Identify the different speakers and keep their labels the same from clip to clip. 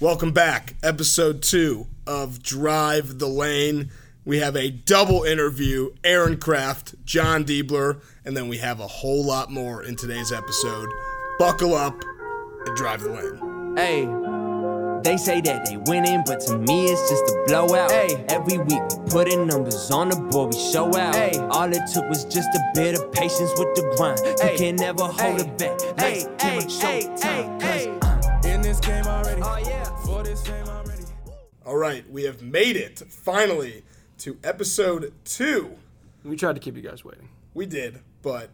Speaker 1: Welcome back, episode two of Drive the Lane. We have a double interview Aaron Kraft, John Diebler, and then we have a whole lot more in today's episode. Buckle up and drive the lane.
Speaker 2: Hey, they say that they winning, but to me it's just a blowout. Hey, every week we put in numbers on the board, we show out. Hey, all it took was just a bit of patience with the grind. You can never hold it back. Hey, hey, hey, hey,
Speaker 3: In this game already.
Speaker 2: Oh yeah.
Speaker 3: For this fame already.
Speaker 1: All right, we have made it finally to episode two.
Speaker 4: We tried to keep you guys waiting.
Speaker 1: We did, but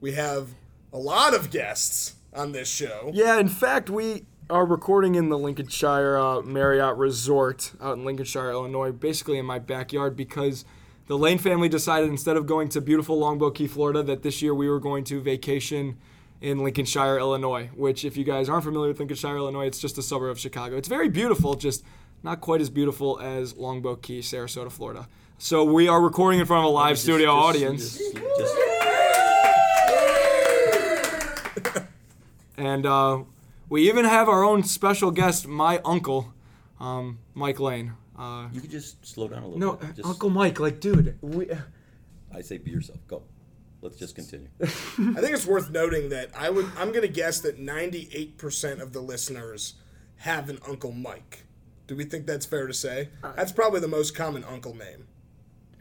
Speaker 1: we have a lot of guests on this show.
Speaker 4: Yeah, in fact, we are recording in the Lincolnshire uh, Marriott Resort out in Lincolnshire, Illinois, basically in my backyard because the Lane family decided instead of going to beautiful Longboat Key, Florida, that this year we were going to vacation in Lincolnshire, Illinois, which, if you guys aren't familiar with Lincolnshire, Illinois, it's just a suburb of Chicago. It's very beautiful, just not quite as beautiful as Longboat Key, Sarasota, Florida. So we are recording in front of a live studio audience. And uh, we even have our own special guest, my uncle, um, Mike Lane. Uh,
Speaker 5: You could just slow down a little
Speaker 4: no,
Speaker 5: bit. Just,
Speaker 4: Uncle Mike, like, dude, we,
Speaker 5: I say be yourself. Go. Let's just continue.
Speaker 1: I think it's worth noting that I would I'm gonna guess that ninety eight percent of the listeners have an Uncle Mike. Do we think that's fair to say? That's probably the most common uncle name.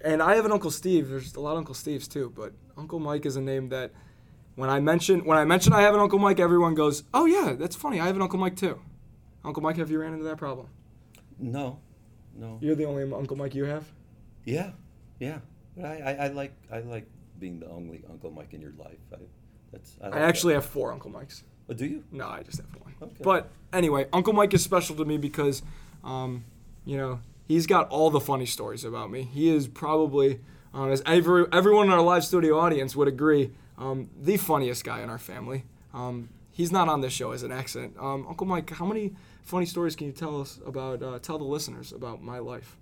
Speaker 4: and I have an Uncle Steve. There's a lot of Uncle Steves too, but Uncle Mike is a name that when I mention when I mention I have an Uncle Mike, everyone goes, "Oh yeah, that's funny. I have an Uncle Mike too." Uncle Mike, have you ran into that problem?
Speaker 5: No. No.
Speaker 4: You're the only Uncle Mike you have.
Speaker 5: Yeah. Yeah. But I, I, I like I like being the only Uncle Mike in your life. I, that's I, like
Speaker 4: I actually have four Uncle Mikes.
Speaker 5: That. Oh, do you?
Speaker 4: No, I just have one.
Speaker 5: Okay.
Speaker 4: But anyway, Uncle Mike is special to me because, um, you know, he's got all the funny stories about me. He is probably, um, as every, everyone in our live studio audience would agree, um, the funniest guy in our family. Um, he's not on this show as an accent. Um, Uncle Mike, how many funny stories can you tell us about? Uh, tell the listeners about my life.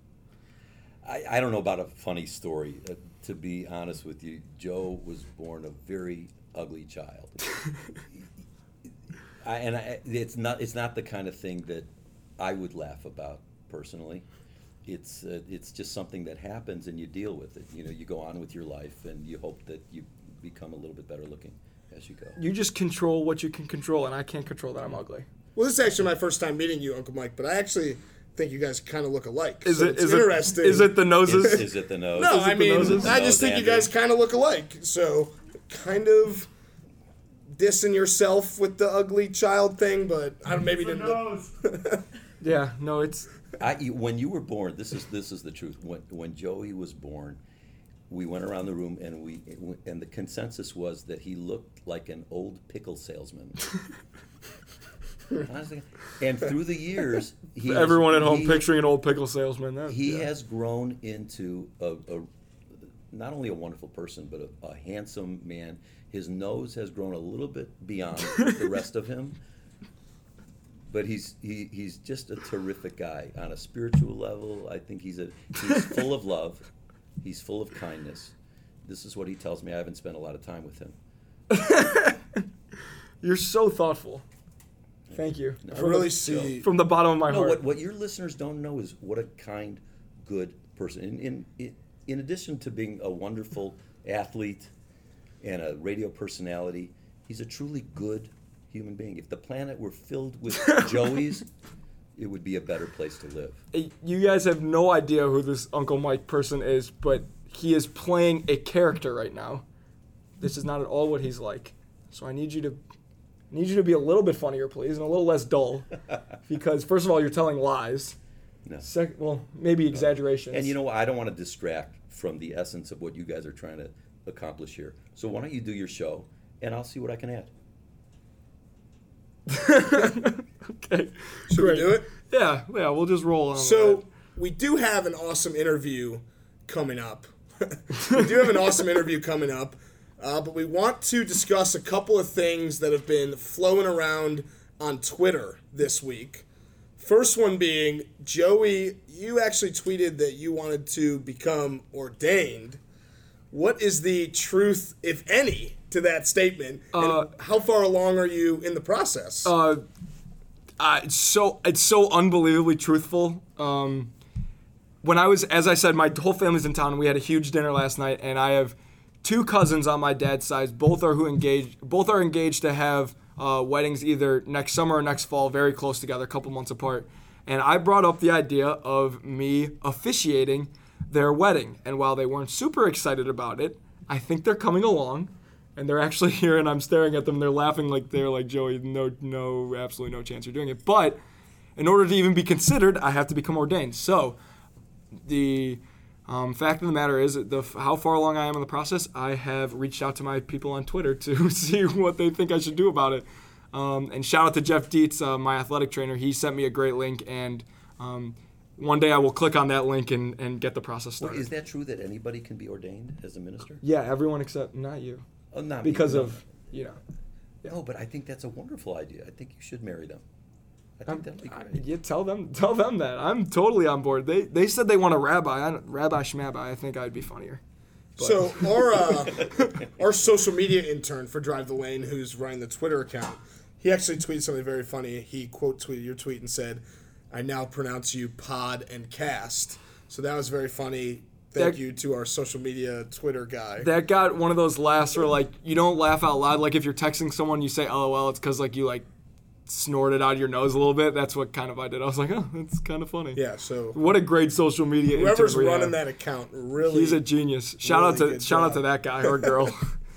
Speaker 5: I, I don't know about a funny story. Uh, to be honest with you, Joe was born a very ugly child. I, and I, it's not it's not the kind of thing that I would laugh about personally. It's uh, it's just something that happens and you deal with it. You know, you go on with your life and you hope that you become a little bit better looking as you go.
Speaker 4: You just control what you can control, and I can't control that I'm ugly.
Speaker 1: Well, this is actually my first time meeting you, Uncle Mike, but I actually think you guys kind of look alike.
Speaker 4: Is
Speaker 1: So
Speaker 4: it
Speaker 1: it's
Speaker 4: is
Speaker 1: interesting?
Speaker 4: it is it the noses?
Speaker 5: Is, is it the nose?
Speaker 1: no,
Speaker 5: Is it
Speaker 1: I
Speaker 5: the
Speaker 1: mean,
Speaker 5: noses?
Speaker 1: I just
Speaker 5: Nose,
Speaker 1: think you
Speaker 5: Oh, Andrew.
Speaker 1: guys kind of look alike. So, kind of dissing yourself with the ugly child thing, but I don't, maybe didn't. Look,
Speaker 4: yeah, no, it's
Speaker 5: I, you- when you were born, this is this is the truth. When when Joey was born, we went around the room and we and the consensus was that he looked like an old pickle salesman. Honestly, and through the years, he has-
Speaker 4: everyone at home
Speaker 5: he-
Speaker 4: picturing an old pickle salesman. That,
Speaker 5: He
Speaker 4: yeah.
Speaker 5: has grown into a, a not only a wonderful person, but a, a handsome man. His nose has grown a little bit beyond the rest of him. But he's he, he's just a terrific guy on a spiritual level. I think he's a he's full of love. He's full of kindness. This is what he tells me. I haven't spent a lot of time with him.
Speaker 4: You're so thoughtful. Thank you.
Speaker 1: I really see.
Speaker 4: From the bottom of my
Speaker 5: No,
Speaker 4: heart.
Speaker 5: what, what your listeners don't know is what a kind, good person. In, in, in, in addition to being a wonderful athlete and a radio personality, he's a truly good human being. If the planet were filled with Joeys, it would be a better place to live.
Speaker 4: Uh, you guys have no idea who this Uncle Mike person is, but he is playing a character right now. This is not at all what he's like. So I need you to I need you to be a little bit funnier, please, and a little less dull. because first of all, you're telling lies.
Speaker 5: No. Uh,
Speaker 4: Sec- well, maybe exaggerations.
Speaker 5: And you know, what? I don't want to distract from the essence of what you guys are trying to accomplish here. So why don't you do your show, and I'll see what I can add.
Speaker 4: okay.
Speaker 1: Should we
Speaker 4: Great.
Speaker 1: do it?
Speaker 4: Yeah, yeah, we'll just roll on. with
Speaker 1: So
Speaker 4: that.
Speaker 1: we do have an awesome interview coming up. we do have an awesome interview coming up, uh, but we want to discuss a couple of things that have been flowing around on Twitter this week. First one being Joey, you actually tweeted that you wanted to become ordained. What is the truth, if any, to that statement? And how far along are you in the process?
Speaker 4: Uh, Uh, it's so it's so unbelievably truthful. Um, when I was, as I said, my whole family's in town. We had a huge dinner last night, and I have two cousins on my dad's side. Both are who engaged. Both are engaged to have uh, weddings either next summer or next fall, very close together, a couple months apart. And I brought up the idea of me officiating their wedding. And while they weren't super excited about it, I think they're coming along, and they're actually here. And I'm staring at them. They're laughing like they're like Joey. No, no, absolutely no chance you're doing it. But in order to even be considered, I have to become ordained. So the um, fact of the matter is the f- how far along I am in the process. I have reached out to my people on Twitter to see what they think I should do about it. Um, and shout out to Jeff Dietz, uh, my athletic trainer. He sent me a great link, and um, one day I will click on that link and, and get the process started.
Speaker 5: Is that true that anybody can be ordained as a minister?
Speaker 4: yeah, everyone except not you,
Speaker 5: Oh, not me,
Speaker 4: because
Speaker 5: no.
Speaker 4: of you know.
Speaker 5: No, but I think that's a wonderful idea. I think you should marry them. Um, I think that'd be
Speaker 4: I-
Speaker 5: great.
Speaker 4: you tell them, tell them that I'm totally on board. They they said they want a rabbi, I, don't- rabbi shmabbi. I think I'd be funnier.
Speaker 1: So our uh, our social media intern for Drive the Lane, who's running the Twitter account, he actually tweeted something very funny. He quote tweeted your tweet and said, "I now pronounce you pod and cast." So that was very funny. Thank
Speaker 4: That-
Speaker 1: you to our social media Twitter guy.
Speaker 4: that got one of those laughs where like you don't laugh out loud. Like if you're texting someone, you say "lol," it's because like you like snorted out of your nose a little bit. That's what kind of I did. I was like, oh, that's kind of funny.
Speaker 1: yeah. So
Speaker 4: What a great social media. intern
Speaker 1: whoever's
Speaker 4: we
Speaker 1: running
Speaker 4: have.
Speaker 1: that account really
Speaker 4: He's a genius. Shout out
Speaker 1: really
Speaker 4: to
Speaker 1: good
Speaker 4: shout out
Speaker 1: job.
Speaker 4: to that guy or girl.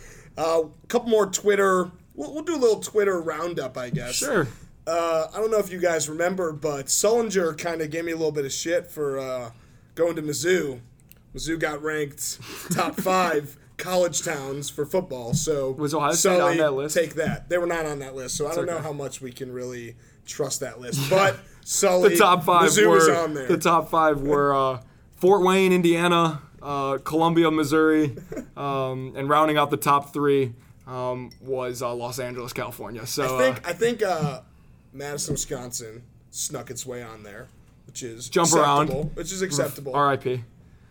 Speaker 1: a uh, couple more Twitter. We'll, we'll do a little Twitter roundup, I guess.
Speaker 4: sure.
Speaker 1: Uh, I don't know if you guys remember, but Sullinger kind of gave me a little bit of shit for uh, going to Mizzou. Mizzou got ranked top five college towns for football. So
Speaker 4: Was Ohio State on
Speaker 1: Sully,
Speaker 4: that list?
Speaker 1: Take that. They were not on that list, so I don't know
Speaker 4: okay.
Speaker 1: how much we can really trust that list. But Sully,
Speaker 4: The top five
Speaker 1: Mizzou
Speaker 4: were
Speaker 1: was on there.
Speaker 4: the top five were uh, Fort Wayne, Indiana, uh, Columbia, Missouri, um, and rounding out the top three um, was uh, Los Angeles, California. So
Speaker 1: I
Speaker 4: uh,
Speaker 1: think I think uh, Madison, Wisconsin, snuck its way on there, which is
Speaker 4: Jump around.
Speaker 1: acceptable, which is
Speaker 4: uh,
Speaker 1: acceptable.
Speaker 4: R.I.P.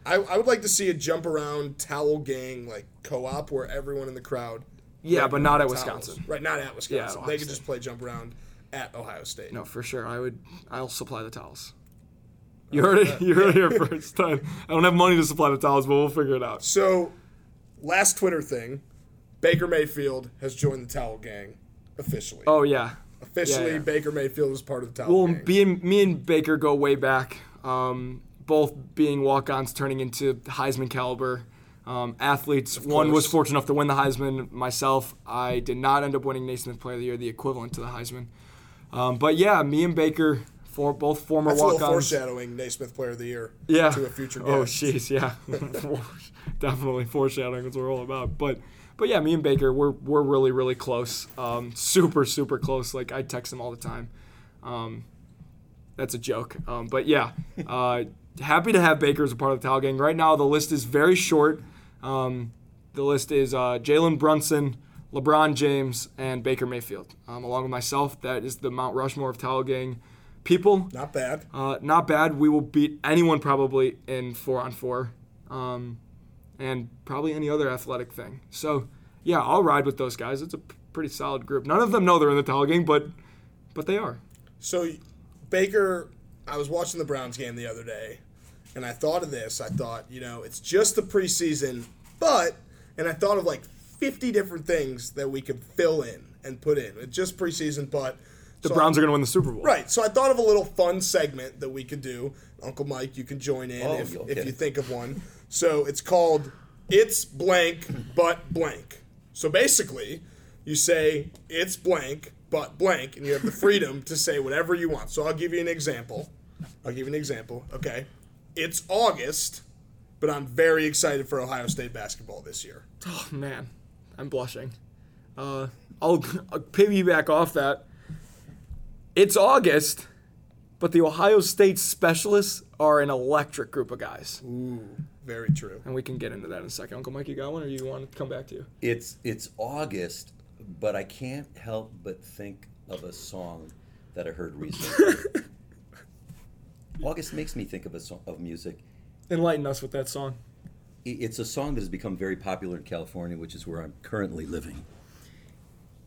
Speaker 1: I, I would like to see a jump around towel gang like co-op where everyone in the crowd.
Speaker 4: Yeah, but not at
Speaker 1: towels.
Speaker 4: Wisconsin.
Speaker 1: Right, not at Wisconsin.
Speaker 4: Ohio
Speaker 1: they could
Speaker 4: State.
Speaker 1: just play jump around at Ohio State.
Speaker 4: No, for sure. I would. I'll supply the towels. You heard it. You heard it here first time. I don't have money to supply the towels, but we'll figure it out.
Speaker 1: So, last Twitter thing, Baker Mayfield has joined the towel gang officially.
Speaker 4: Oh yeah.
Speaker 1: officially,
Speaker 4: yeah, yeah.
Speaker 1: Baker Mayfield is part of the towel
Speaker 4: Well,
Speaker 1: gang.
Speaker 4: me and, me and Baker go way back. Um, both being walk-ons, turning into Heisman caliber um, athletes. One was
Speaker 1: course.
Speaker 4: fortunate enough to win the Heisman. Myself, I did not end up winning Naismith Player of the Year, the equivalent to the Heisman. Um, but yeah, me and Baker, for both former
Speaker 1: That's a little
Speaker 4: walk-ons.
Speaker 1: foreshadowing Naismith Player of the Year
Speaker 4: yeah.
Speaker 1: to a future guest.
Speaker 4: Oh, jeez, yeah. Definitely foreshadowing. That's what we're all about. But, but yeah, me and Baker, we're we're really really close. Um, super super close. Like I text him all the time. Um, that's a joke. Um, but yeah, uh, happy to have Baker as a part of the Towel Gang. Right now, the list is very short. Um, the list is uh, Jalen Brunson, LeBron James, and Baker Mayfield. Um, along with myself, that is the Mount Rushmore of Towel Gang people.
Speaker 1: Not bad.
Speaker 4: Uh, not bad. We will beat anyone probably in four on four, um, and probably any other athletic thing. So yeah, I'll ride with those guys. It's a p- pretty solid group. None of them know they're in the towel game, but but they are.
Speaker 1: So Baker, I was watching the Browns game the other day, and I thought of this. I thought, you know, it's just the preseason, but and I thought of like 50 different things that we could fill in and put in. It's just preseason, but
Speaker 4: The Browns are going to win the Super Bowl.
Speaker 1: Right. So I thought of a little fun segment that we could do. Uncle Mike, you can join in
Speaker 5: Oh,
Speaker 1: if,
Speaker 5: okay.
Speaker 1: if you think of one. So it's called It's Blank But Blank. So basically, you say It's Blank But Blank, and you have the freedom to say whatever you want. So I'll give you an example. I'll give you an example. Okay. It's August, but I'm very excited for Ohio State basketball this year.
Speaker 4: Oh man, I'm blushing. Uh, I'll, I'll piggyback off that. It's August, but the Ohio State specialists are an electric group of guys,
Speaker 1: Very true.
Speaker 4: and we can get into that in a second. Uncle Mike, you got one, or you want to come back to you?
Speaker 5: It's it's August, but I can't help but think of a song that I heard recently. August makes me think of a song of music.
Speaker 4: Enlighten us with that song.
Speaker 5: I- It's a song that has become very popular in California, which is where I'm currently living.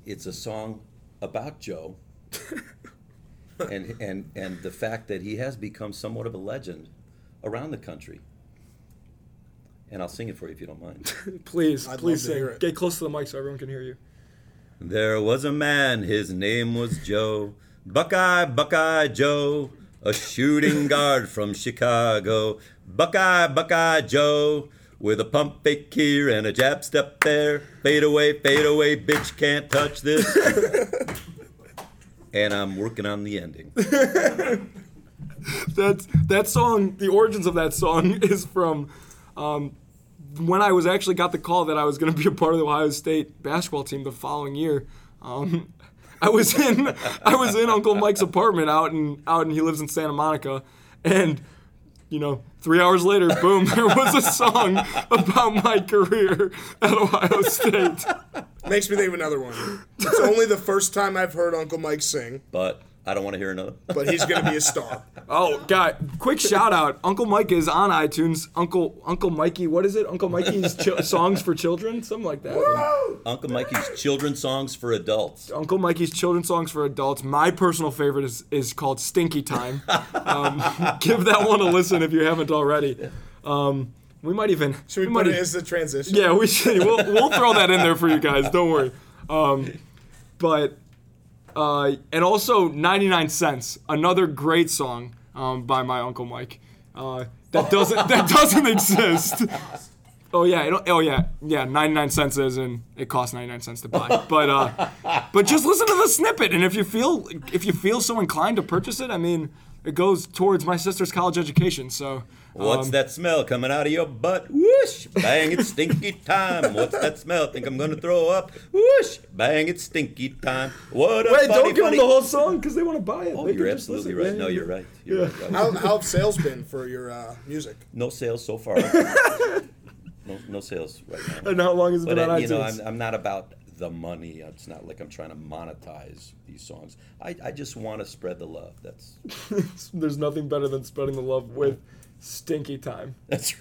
Speaker 5: It's a song about Joe, and and and the fact that he has become somewhat of a legend around the country. And I'll sing it for you if you don't mind.
Speaker 4: Please,
Speaker 1: I'd
Speaker 4: please
Speaker 1: love to
Speaker 4: sing.
Speaker 1: hear it.
Speaker 4: Get close to the mic so everyone can hear you.
Speaker 5: There was a man, his name was Joe. Buckeye, Buckeye Joe, a shooting guard from Chicago. Buckeye, Buckeye Joe, with a pump fake here and a jab step there. Fade away, fade away, bitch, can't touch this. and I'm working on the ending.
Speaker 4: That's that song. The origins of that song is from um, when I was actually got the call that I was going to be a part of the Ohio State basketball team the following year. Um, I was in I was in Uncle Mike's apartment out in out and he lives in Santa Monica, and you know three hours later, boom, there was a song about my career at Ohio State.
Speaker 1: Makes me think of another one. It's only the first time I've heard Uncle Mike sing,
Speaker 5: But I don't want to hear another.
Speaker 1: but he's going to be a star.
Speaker 4: Oh God! Quick shout out, Uncle Mike is on iTunes. Uncle Uncle Mikey, what is it? Uncle Mikey's Chil- songs for children, something like that.
Speaker 5: Uncle Mikey's Children's Songs for Adults.
Speaker 4: Uncle Mikey's children's songs for adults. My personal favorite is, is called Stinky Time. Um, give that one a listen if you haven't already. Um, we might even.
Speaker 1: Should we,
Speaker 4: we might
Speaker 1: put it
Speaker 4: e-
Speaker 1: as the transition?
Speaker 4: yeah, we should. We'll, we'll throw that in there for you guys. Don't worry. Um, but uh, and also 99 cents, another great song um, by my uncle Mike. Uh, that doesn't that doesn't exist. Oh yeah, it, oh yeah, yeah. 99 cents is and it costs 99 cents to buy. But uh, but just listen to the snippet, and if you feel if you feel so inclined to purchase it, I mean, it goes towards my sister's college education. So uh,
Speaker 5: What's
Speaker 4: Um,
Speaker 5: that smell coming out of your butt? Whoosh! Bang, it's stinky time. What's that smell? Think I'm gonna throw up? Whoosh! Bang, it's stinky time. What a
Speaker 4: wait,
Speaker 5: funny,
Speaker 4: don't give
Speaker 5: funny-
Speaker 4: them the whole song because they want to buy it.
Speaker 5: Oh,
Speaker 4: They can
Speaker 5: you're
Speaker 4: just
Speaker 5: absolutely
Speaker 4: listen.
Speaker 5: right.
Speaker 4: Yeah,
Speaker 5: No,
Speaker 4: yeah,
Speaker 5: you're right. You're right. right.
Speaker 1: How, how have sales been for your uh, music?
Speaker 5: No sales so far. no, no sales right now.
Speaker 4: And how long has it
Speaker 5: But
Speaker 4: been
Speaker 5: uh,
Speaker 4: on
Speaker 5: you know,
Speaker 4: iTunes?
Speaker 5: I'm, I'm not about the money. It's not like I'm trying to monetize these songs. I, I just want to spread the love. That's
Speaker 4: There's nothing better than spreading the love with Stinky Time.
Speaker 5: that's.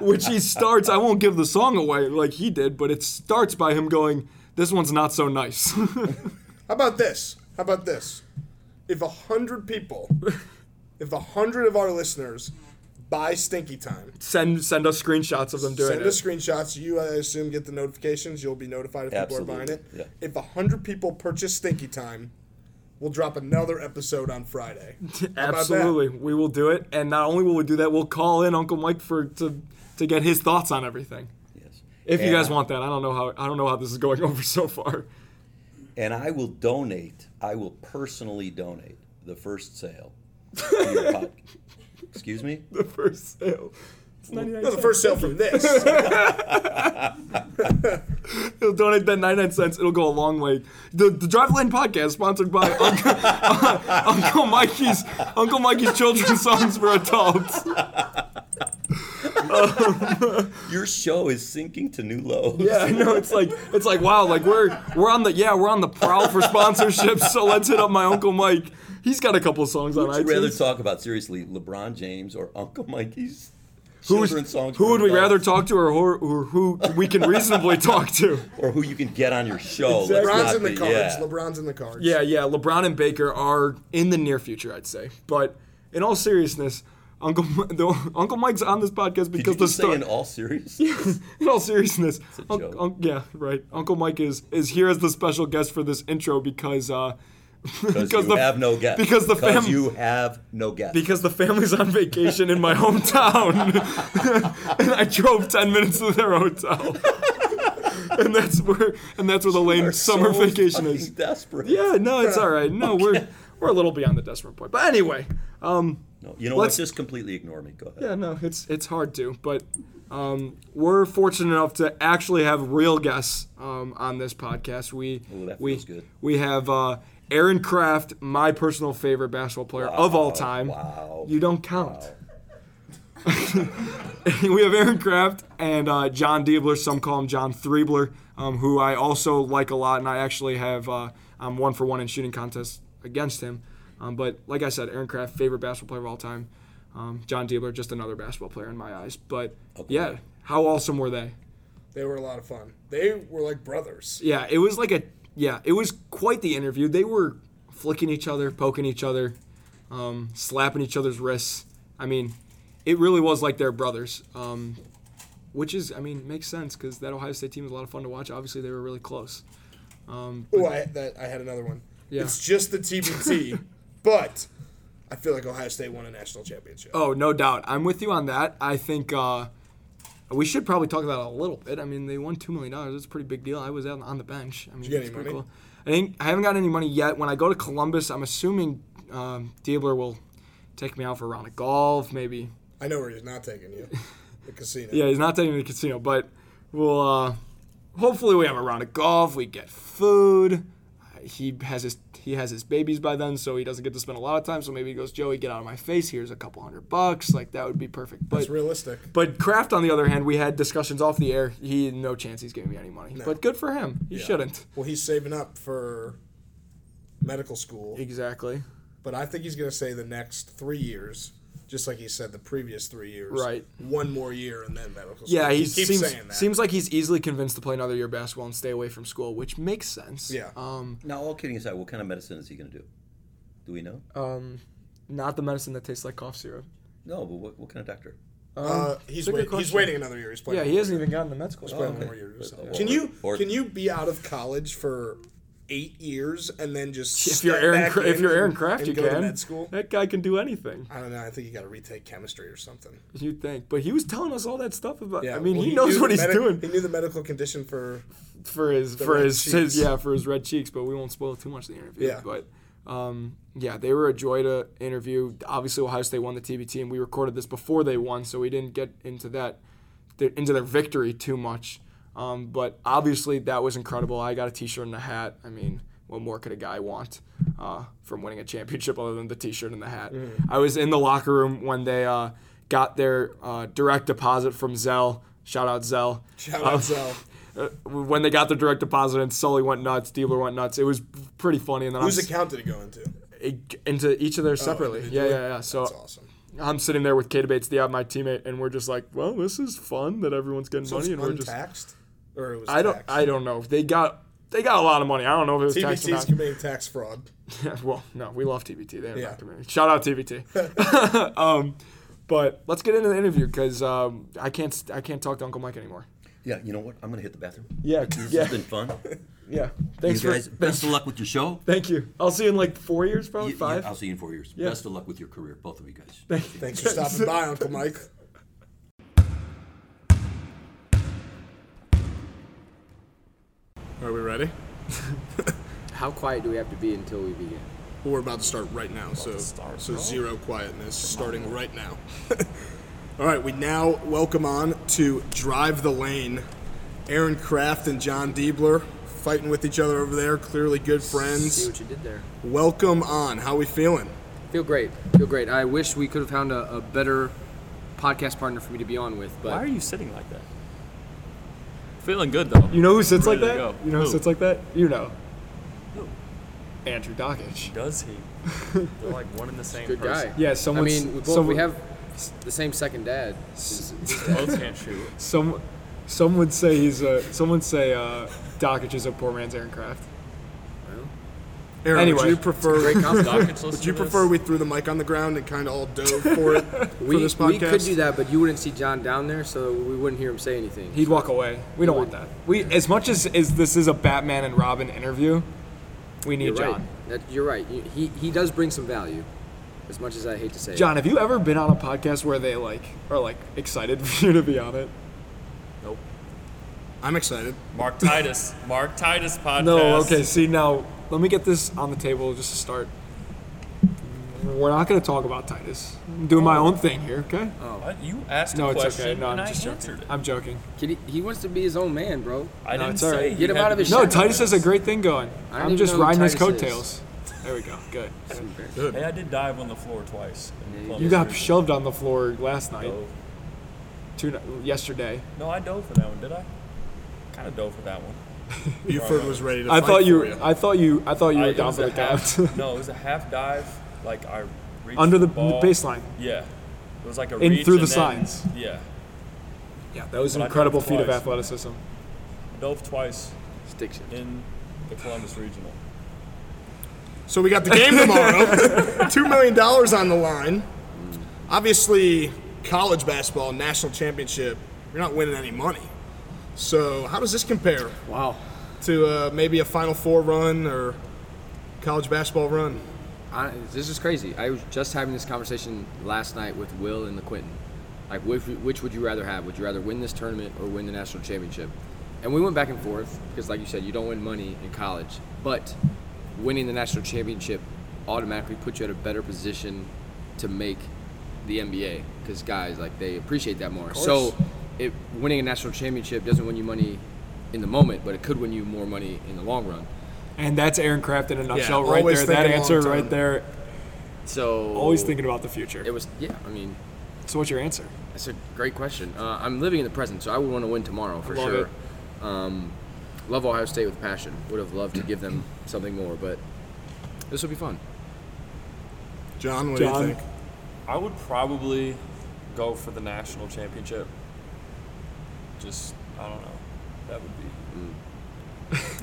Speaker 4: Which he starts, I won't give the song away like he did, but it starts by him going, This one's not so nice.
Speaker 1: How about this? How about this? If a hundred people, if a hundred of our listeners buy Stinky Time,
Speaker 4: send send us screenshots of them doing
Speaker 1: send
Speaker 4: it.
Speaker 1: us screenshots. You, I assume, get the notifications. You'll be notified if people are buying it.
Speaker 5: Absolutely, yeah.
Speaker 1: If a hundred people purchase Stinky Time, we'll drop another episode on Friday. How about that?
Speaker 4: Absolutely. We will do it. And not only will we do that, we'll call in Uncle Mike for to to get his thoughts on everything.
Speaker 5: Yes.
Speaker 4: If you
Speaker 5: And
Speaker 4: guys
Speaker 5: I-
Speaker 4: want that. I don't know how I don't know how this is going over so far.
Speaker 5: and I will donate. I will personally donate the first sale. to your pod- Excuse me.
Speaker 4: The first sale. It's 99
Speaker 1: No, the first sale from this.
Speaker 4: He'll donate that 99 cents. It'll go a long way. The, the Drive Lane podcast, sponsored by Uncle, Uncle Mikey's Uncle Mikey's Children's Songs for Adults.
Speaker 5: Your show is sinking to new lows.
Speaker 4: Yeah, I know. It's like it's like wow, like we're we're on the yeah we're on the prowl for sponsorships. So let's hit up my Uncle Mike. He's got a couple songs on
Speaker 5: Would you rather
Speaker 4: iTunes.
Speaker 5: talk about seriously LeBron James or Uncle Mikey's
Speaker 4: Who's-
Speaker 5: children's songs?
Speaker 4: who
Speaker 5: for
Speaker 4: would we rather
Speaker 5: adults?
Speaker 4: talk to, or who, or who we can reasonably talk to?
Speaker 5: Or who you can get on your show? Let's
Speaker 1: LeBron's
Speaker 5: not
Speaker 1: in the
Speaker 5: be-
Speaker 1: cards.
Speaker 5: yeah.
Speaker 1: LeBron's in the cards.
Speaker 4: Yeah, yeah. LeBron and Baker are in the near future, I'd say. But in all seriousness, Uncle Mi- the, Uncle Mike's on this podcast
Speaker 5: Did you
Speaker 4: because the
Speaker 5: just say
Speaker 4: story.
Speaker 5: in all seriousness?
Speaker 4: in all seriousness,
Speaker 5: a
Speaker 4: Unc-
Speaker 5: joke.
Speaker 4: Unc- yeah, right. Uncle Mike is is here as the special guest for this intro because uh,
Speaker 5: Because you
Speaker 4: the,
Speaker 5: have no guest.
Speaker 4: because the fam-
Speaker 5: you have no guest.
Speaker 4: because the family's on vacation in my hometown, and I drove ten minutes to their hotel, and that's where and that's where the
Speaker 5: You're
Speaker 4: lame summer
Speaker 5: so
Speaker 4: vacation
Speaker 5: fucking
Speaker 4: is.
Speaker 5: Desperate.
Speaker 4: Yeah, no, it's all right. No, we're we're a little beyond the desperate point, but anyway, um,
Speaker 5: No, you know what?
Speaker 4: Let's-
Speaker 5: Just completely ignore me. Go ahead.
Speaker 4: Yeah, no, it's it's hard to, but um, we're fortunate enough to actually have real guests um, on this podcast. We
Speaker 5: Ooh, that
Speaker 4: we
Speaker 5: feels good.
Speaker 4: we have uh, Aaron Kraft, my personal favorite basketball player of all
Speaker 5: Wow,
Speaker 4: time.
Speaker 5: Oh, wow,
Speaker 4: you don't count. we have Aaron Kraft and uh, John Diebler. Some call him John Threebler, um, who I also like a lot, and I actually have uh, I'm one for one in shooting contests against him. Um, but like I said, Aaron Kraft, favorite basketball player of all time. Um, John Diebler, just another basketball player in my eyes. But yeah, how awesome were they?
Speaker 1: They were a lot of fun. They were like brothers.
Speaker 4: Yeah, it was like a yeah, it was quite the interview. They were flicking each other, poking each other, um, slapping each other's wrists. I mean, it really was like they're brothers, um, which is, I mean, makes sense because that Ohio State team was a lot of fun to watch. Obviously, they were really close. Um,
Speaker 1: Oh, I that I had another one.
Speaker 4: Yeah.
Speaker 1: It's just the TBT, but I feel like Ohio State won a national championship.
Speaker 4: Oh, no doubt. I'm with you on that. I think uh, we should probably talk about it a little bit. I mean, they won $2 million. That's a pretty big deal. I was out on the bench. I mean,
Speaker 1: you get
Speaker 4: it's
Speaker 1: any
Speaker 4: pretty
Speaker 1: money?
Speaker 4: cool. I, think, I haven't got any money yet. When I go to Columbus, I'm assuming um, Diebler will take me out for a round of golf, maybe.
Speaker 1: I know where he's not taking you. The casino.
Speaker 4: Yeah, he's not taking me to the casino, but we'll uh, hopefully we have a round of golf. We get food. Uh, He has his he has his babies by then, so he doesn't get to spend a lot of time. So maybe he goes, Joey, get out of my face. Here's a couple hundred bucks. Like that would be perfect. But
Speaker 1: It's realistic.
Speaker 4: but Kraft, on the other hand, we had discussions off the air. He no chance he's giving me any money. But good for him. He
Speaker 1: Yeah.
Speaker 4: shouldn't.
Speaker 1: Well, he's saving up for medical school,
Speaker 4: Exactly.
Speaker 1: but I think he's going to say the next three years, just like he said the previous three years.
Speaker 4: Right.
Speaker 1: One more year and then medical school.
Speaker 4: Yeah, he
Speaker 1: keeps
Speaker 4: seems
Speaker 1: saying that.
Speaker 4: seems like he's easily convinced to play another year of basketball and stay away from school, which makes sense.
Speaker 1: Yeah.
Speaker 4: Um,
Speaker 5: Now, all kidding aside, what kind of medicine is he going to do? Do we know?
Speaker 4: um, not the medicine that tastes like cough syrup.
Speaker 5: no, but what, what kind of doctor?
Speaker 1: uh, he's,
Speaker 4: it's a good
Speaker 1: wait, he's
Speaker 4: question.
Speaker 1: waiting another year. He's playing.
Speaker 4: Yeah,
Speaker 1: one
Speaker 4: he
Speaker 1: more
Speaker 4: hasn't
Speaker 1: year.
Speaker 4: even gotten to med school.
Speaker 1: He's playing
Speaker 5: Oh,
Speaker 1: one
Speaker 5: okay.
Speaker 1: more year. or
Speaker 4: uh,
Speaker 5: But-
Speaker 1: something.
Speaker 5: or-
Speaker 1: Can you
Speaker 5: or-
Speaker 1: can you be out of college for eight years and then just
Speaker 4: If
Speaker 1: step
Speaker 4: you're Aaron,
Speaker 1: back
Speaker 4: Cra- if
Speaker 1: in
Speaker 4: you're
Speaker 1: and-
Speaker 4: Aaron Kraft,
Speaker 1: and
Speaker 4: you
Speaker 1: go to
Speaker 4: can.
Speaker 1: med school?
Speaker 4: That guy can do anything.
Speaker 1: I don't know. I think you got to retake chemistry or something.
Speaker 4: You'd think, but he was telling us all that stuff about.
Speaker 1: Yeah,
Speaker 4: I mean,
Speaker 1: well,
Speaker 4: he knows
Speaker 1: knew
Speaker 4: what
Speaker 1: the
Speaker 4: he's
Speaker 1: medi-
Speaker 4: doing
Speaker 1: He knew the medical condition for
Speaker 4: for his for
Speaker 1: red
Speaker 4: his,
Speaker 1: cheeks.
Speaker 4: his yeah for his red cheeks. But we won't spoil too much of the interview.
Speaker 1: Yeah.
Speaker 4: But um, yeah, they were a joy to interview. Obviously, Ohio State won the TBT, and we recorded this before they won, so we didn't get into that their, into their victory too much. Um, but obviously, that was incredible. I got a T-shirt and a hat. I mean, what more could a guy want uh, from winning a championship other than the T-shirt and the hat?
Speaker 1: Mm-hmm.
Speaker 4: I was in the locker room when they uh, got their uh, direct deposit from Zell. Shout out Zell.
Speaker 1: shout
Speaker 4: Um,
Speaker 1: out Zell.
Speaker 4: uh, when they got the direct deposit and Sully went nuts, Diebler went nuts. It was pretty funny. And then
Speaker 1: Whose
Speaker 4: I'm s-
Speaker 1: account did it go into?
Speaker 4: it- into each of theirs separately. yeah,
Speaker 1: individually?
Speaker 4: yeah, yeah. So
Speaker 1: Oh, That's awesome.
Speaker 4: I'm sitting there with K Debates, the my teammate, and we're just like, well, this is fun that everyone's getting
Speaker 1: So it's
Speaker 4: money, and we're just.
Speaker 1: untaxed, or it was
Speaker 4: I don't.
Speaker 1: taxed?
Speaker 4: I don't know. They got. They got a lot of money. I don't know if it was taxed or
Speaker 1: TBT's
Speaker 4: not.
Speaker 1: committing tax fraud.
Speaker 4: well, no, we love TBT. They're
Speaker 1: Yeah.
Speaker 4: not committed. Shout out TBT. um, but let's get into the interview because um, I can't. st- I can't talk to Uncle Mike anymore.
Speaker 5: Yeah, you know what? I'm going to hit the bathroom.
Speaker 4: Yeah,
Speaker 5: This
Speaker 4: yeah,
Speaker 5: has been fun.
Speaker 4: yeah. Thanks
Speaker 5: you guys,
Speaker 4: for.
Speaker 5: best of luck with your show.
Speaker 4: Thank you. I'll see you in like four years, probably
Speaker 5: You- you-
Speaker 4: five.
Speaker 5: I'll see you in four years. Best of luck with your career, both of you guys.
Speaker 1: Thanks for stopping by, Uncle Mike. Are we ready?
Speaker 6: How quiet do we have to be until we begin?
Speaker 1: Well, we're about to start right now, so so zero quietness starting right now. All right, we now welcome on to Drive the Lane. Aaron Kraft and John Diebler fighting with each other over there, clearly good
Speaker 6: See
Speaker 1: friends.
Speaker 6: what you did there.
Speaker 1: Welcome on. How we feeling?
Speaker 6: Feel great. Feel great. I wish we could have found a, a better podcast partner for me to be on with, but
Speaker 7: Why are you sitting like that? Feeling good though.
Speaker 4: You know who sits like
Speaker 7: Ready
Speaker 4: that?
Speaker 7: to go.
Speaker 4: You know who
Speaker 7: Who?
Speaker 4: sits like that? You know. Andrew Dockage.
Speaker 7: Does he? They're like one and the same
Speaker 6: good guy.
Speaker 7: person.
Speaker 4: Yeah,
Speaker 6: I
Speaker 4: someone's-
Speaker 6: mean, we, both, we
Speaker 4: someone-
Speaker 6: have s- the same second dad.
Speaker 7: Both can't shoot.
Speaker 4: Some, some would say he's a. Some would say uh, Dockage is a poor man's Aaron Kraft.
Speaker 1: Aaron,
Speaker 4: Anyway.
Speaker 1: would you prefer
Speaker 6: Great compliment.
Speaker 1: would you prefer we threw the mic on the ground and kind of all dove for it
Speaker 6: we,
Speaker 1: for this podcast?
Speaker 6: we could do that, but you wouldn't see John down there, so we wouldn't hear him say anything.
Speaker 4: He'd walk away. We don't want that. We as much as, as this is a Batman and Robin interview, we need
Speaker 6: You're
Speaker 4: John.
Speaker 6: right. That, you're right. You- He, he does bring some value, as much as I hate to say
Speaker 4: John, have you ever been on a podcast where they like are like excited for you to be on it?
Speaker 7: Nope.
Speaker 1: I'm excited.
Speaker 7: Mark Titus. Mark Titus podcast.
Speaker 4: No. Okay. See now, let me get this on the table just to start. We're not going to talk about Titus. I'm doing my own thing here. Okay.
Speaker 7: What? You asked
Speaker 4: No,
Speaker 7: a
Speaker 4: it's
Speaker 7: question
Speaker 4: okay. No, I'm
Speaker 7: and I
Speaker 4: just
Speaker 7: answered
Speaker 4: joking.
Speaker 7: it.
Speaker 4: I'm joking.
Speaker 6: it. Kid, he, he wants to be his own man, bro.
Speaker 7: I
Speaker 4: No,
Speaker 7: didn't
Speaker 4: it's
Speaker 7: say.
Speaker 4: all right.
Speaker 7: he
Speaker 6: Get him
Speaker 7: had
Speaker 6: out
Speaker 7: to
Speaker 6: of his
Speaker 7: be-
Speaker 4: No,
Speaker 6: Shout
Speaker 4: Titus
Speaker 6: out.
Speaker 4: has a great thing going.
Speaker 6: I don't
Speaker 4: I'm
Speaker 6: even
Speaker 4: just
Speaker 6: know who
Speaker 4: riding his
Speaker 6: Titus is.
Speaker 4: coattails. There we go. Good.
Speaker 6: That's embarrassing.
Speaker 7: Hey, I did dive on the floor twice. in Columbus
Speaker 4: You got
Speaker 7: River.
Speaker 4: shoved on the floor last night,
Speaker 7: Dove.
Speaker 4: two ni- yesterday.
Speaker 7: No, I dove for that one. Did I? Kind of dove for that one.
Speaker 1: Buford was ready to
Speaker 4: I
Speaker 1: fight
Speaker 4: thought you.
Speaker 1: for
Speaker 4: Were, I thought you. I thought you
Speaker 7: I-
Speaker 4: were
Speaker 7: it
Speaker 4: down
Speaker 7: was
Speaker 4: for
Speaker 7: a
Speaker 4: the
Speaker 7: half-
Speaker 4: count.
Speaker 7: no, it was a half dive. Like I reached
Speaker 4: Under the- the
Speaker 7: ball.
Speaker 4: baseline.
Speaker 7: Yeah. It was like a
Speaker 4: In
Speaker 7: reach
Speaker 4: through the
Speaker 7: and then-
Speaker 4: sides.
Speaker 7: Yeah.
Speaker 4: Yeah, that was an
Speaker 7: But I
Speaker 4: incredible
Speaker 7: dove
Speaker 4: feat of
Speaker 7: twice.
Speaker 4: athleticism.
Speaker 7: Dove twice
Speaker 6: Stick shift.
Speaker 7: in the Columbus Regional.
Speaker 1: So we got the game tomorrow. Two million dollars on the line. Obviously, college basketball national championship. You're not winning any money. So how does this compare
Speaker 6: Wow.
Speaker 1: to uh, maybe a Final Four run or college basketball run?
Speaker 6: I, this is crazy. I was just having this conversation last night with Will and the Quinton. Like, which, which would you rather have? Would you rather win this tournament or win the national championship? And we went back and forth because, like you said, you don't win money in college, but winning the national championship automatically puts you at a better position to make the NBA because guys like they appreciate that more. So, it, winning a national championship doesn't win you money in the moment, but it could win you more money in the long run.
Speaker 4: And that's Aaron Craft in a nutshell right
Speaker 1: always
Speaker 4: there. That
Speaker 1: thinking
Speaker 4: answer
Speaker 1: long-term.
Speaker 4: right there.
Speaker 6: So
Speaker 4: Always thinking about the future.
Speaker 6: it was yeah. I mean,
Speaker 4: So what's your answer?
Speaker 6: That's a great question. Uh, I'm living in the present, so I would want to win tomorrow for
Speaker 4: Love
Speaker 6: sure.
Speaker 4: it.
Speaker 6: Um, love Ohio State with passion. Would have loved to give them something more, but this would be fun.
Speaker 1: John, what do
Speaker 4: John?
Speaker 1: you think?
Speaker 7: I would probably go for the national championship. Just I don't know. That would be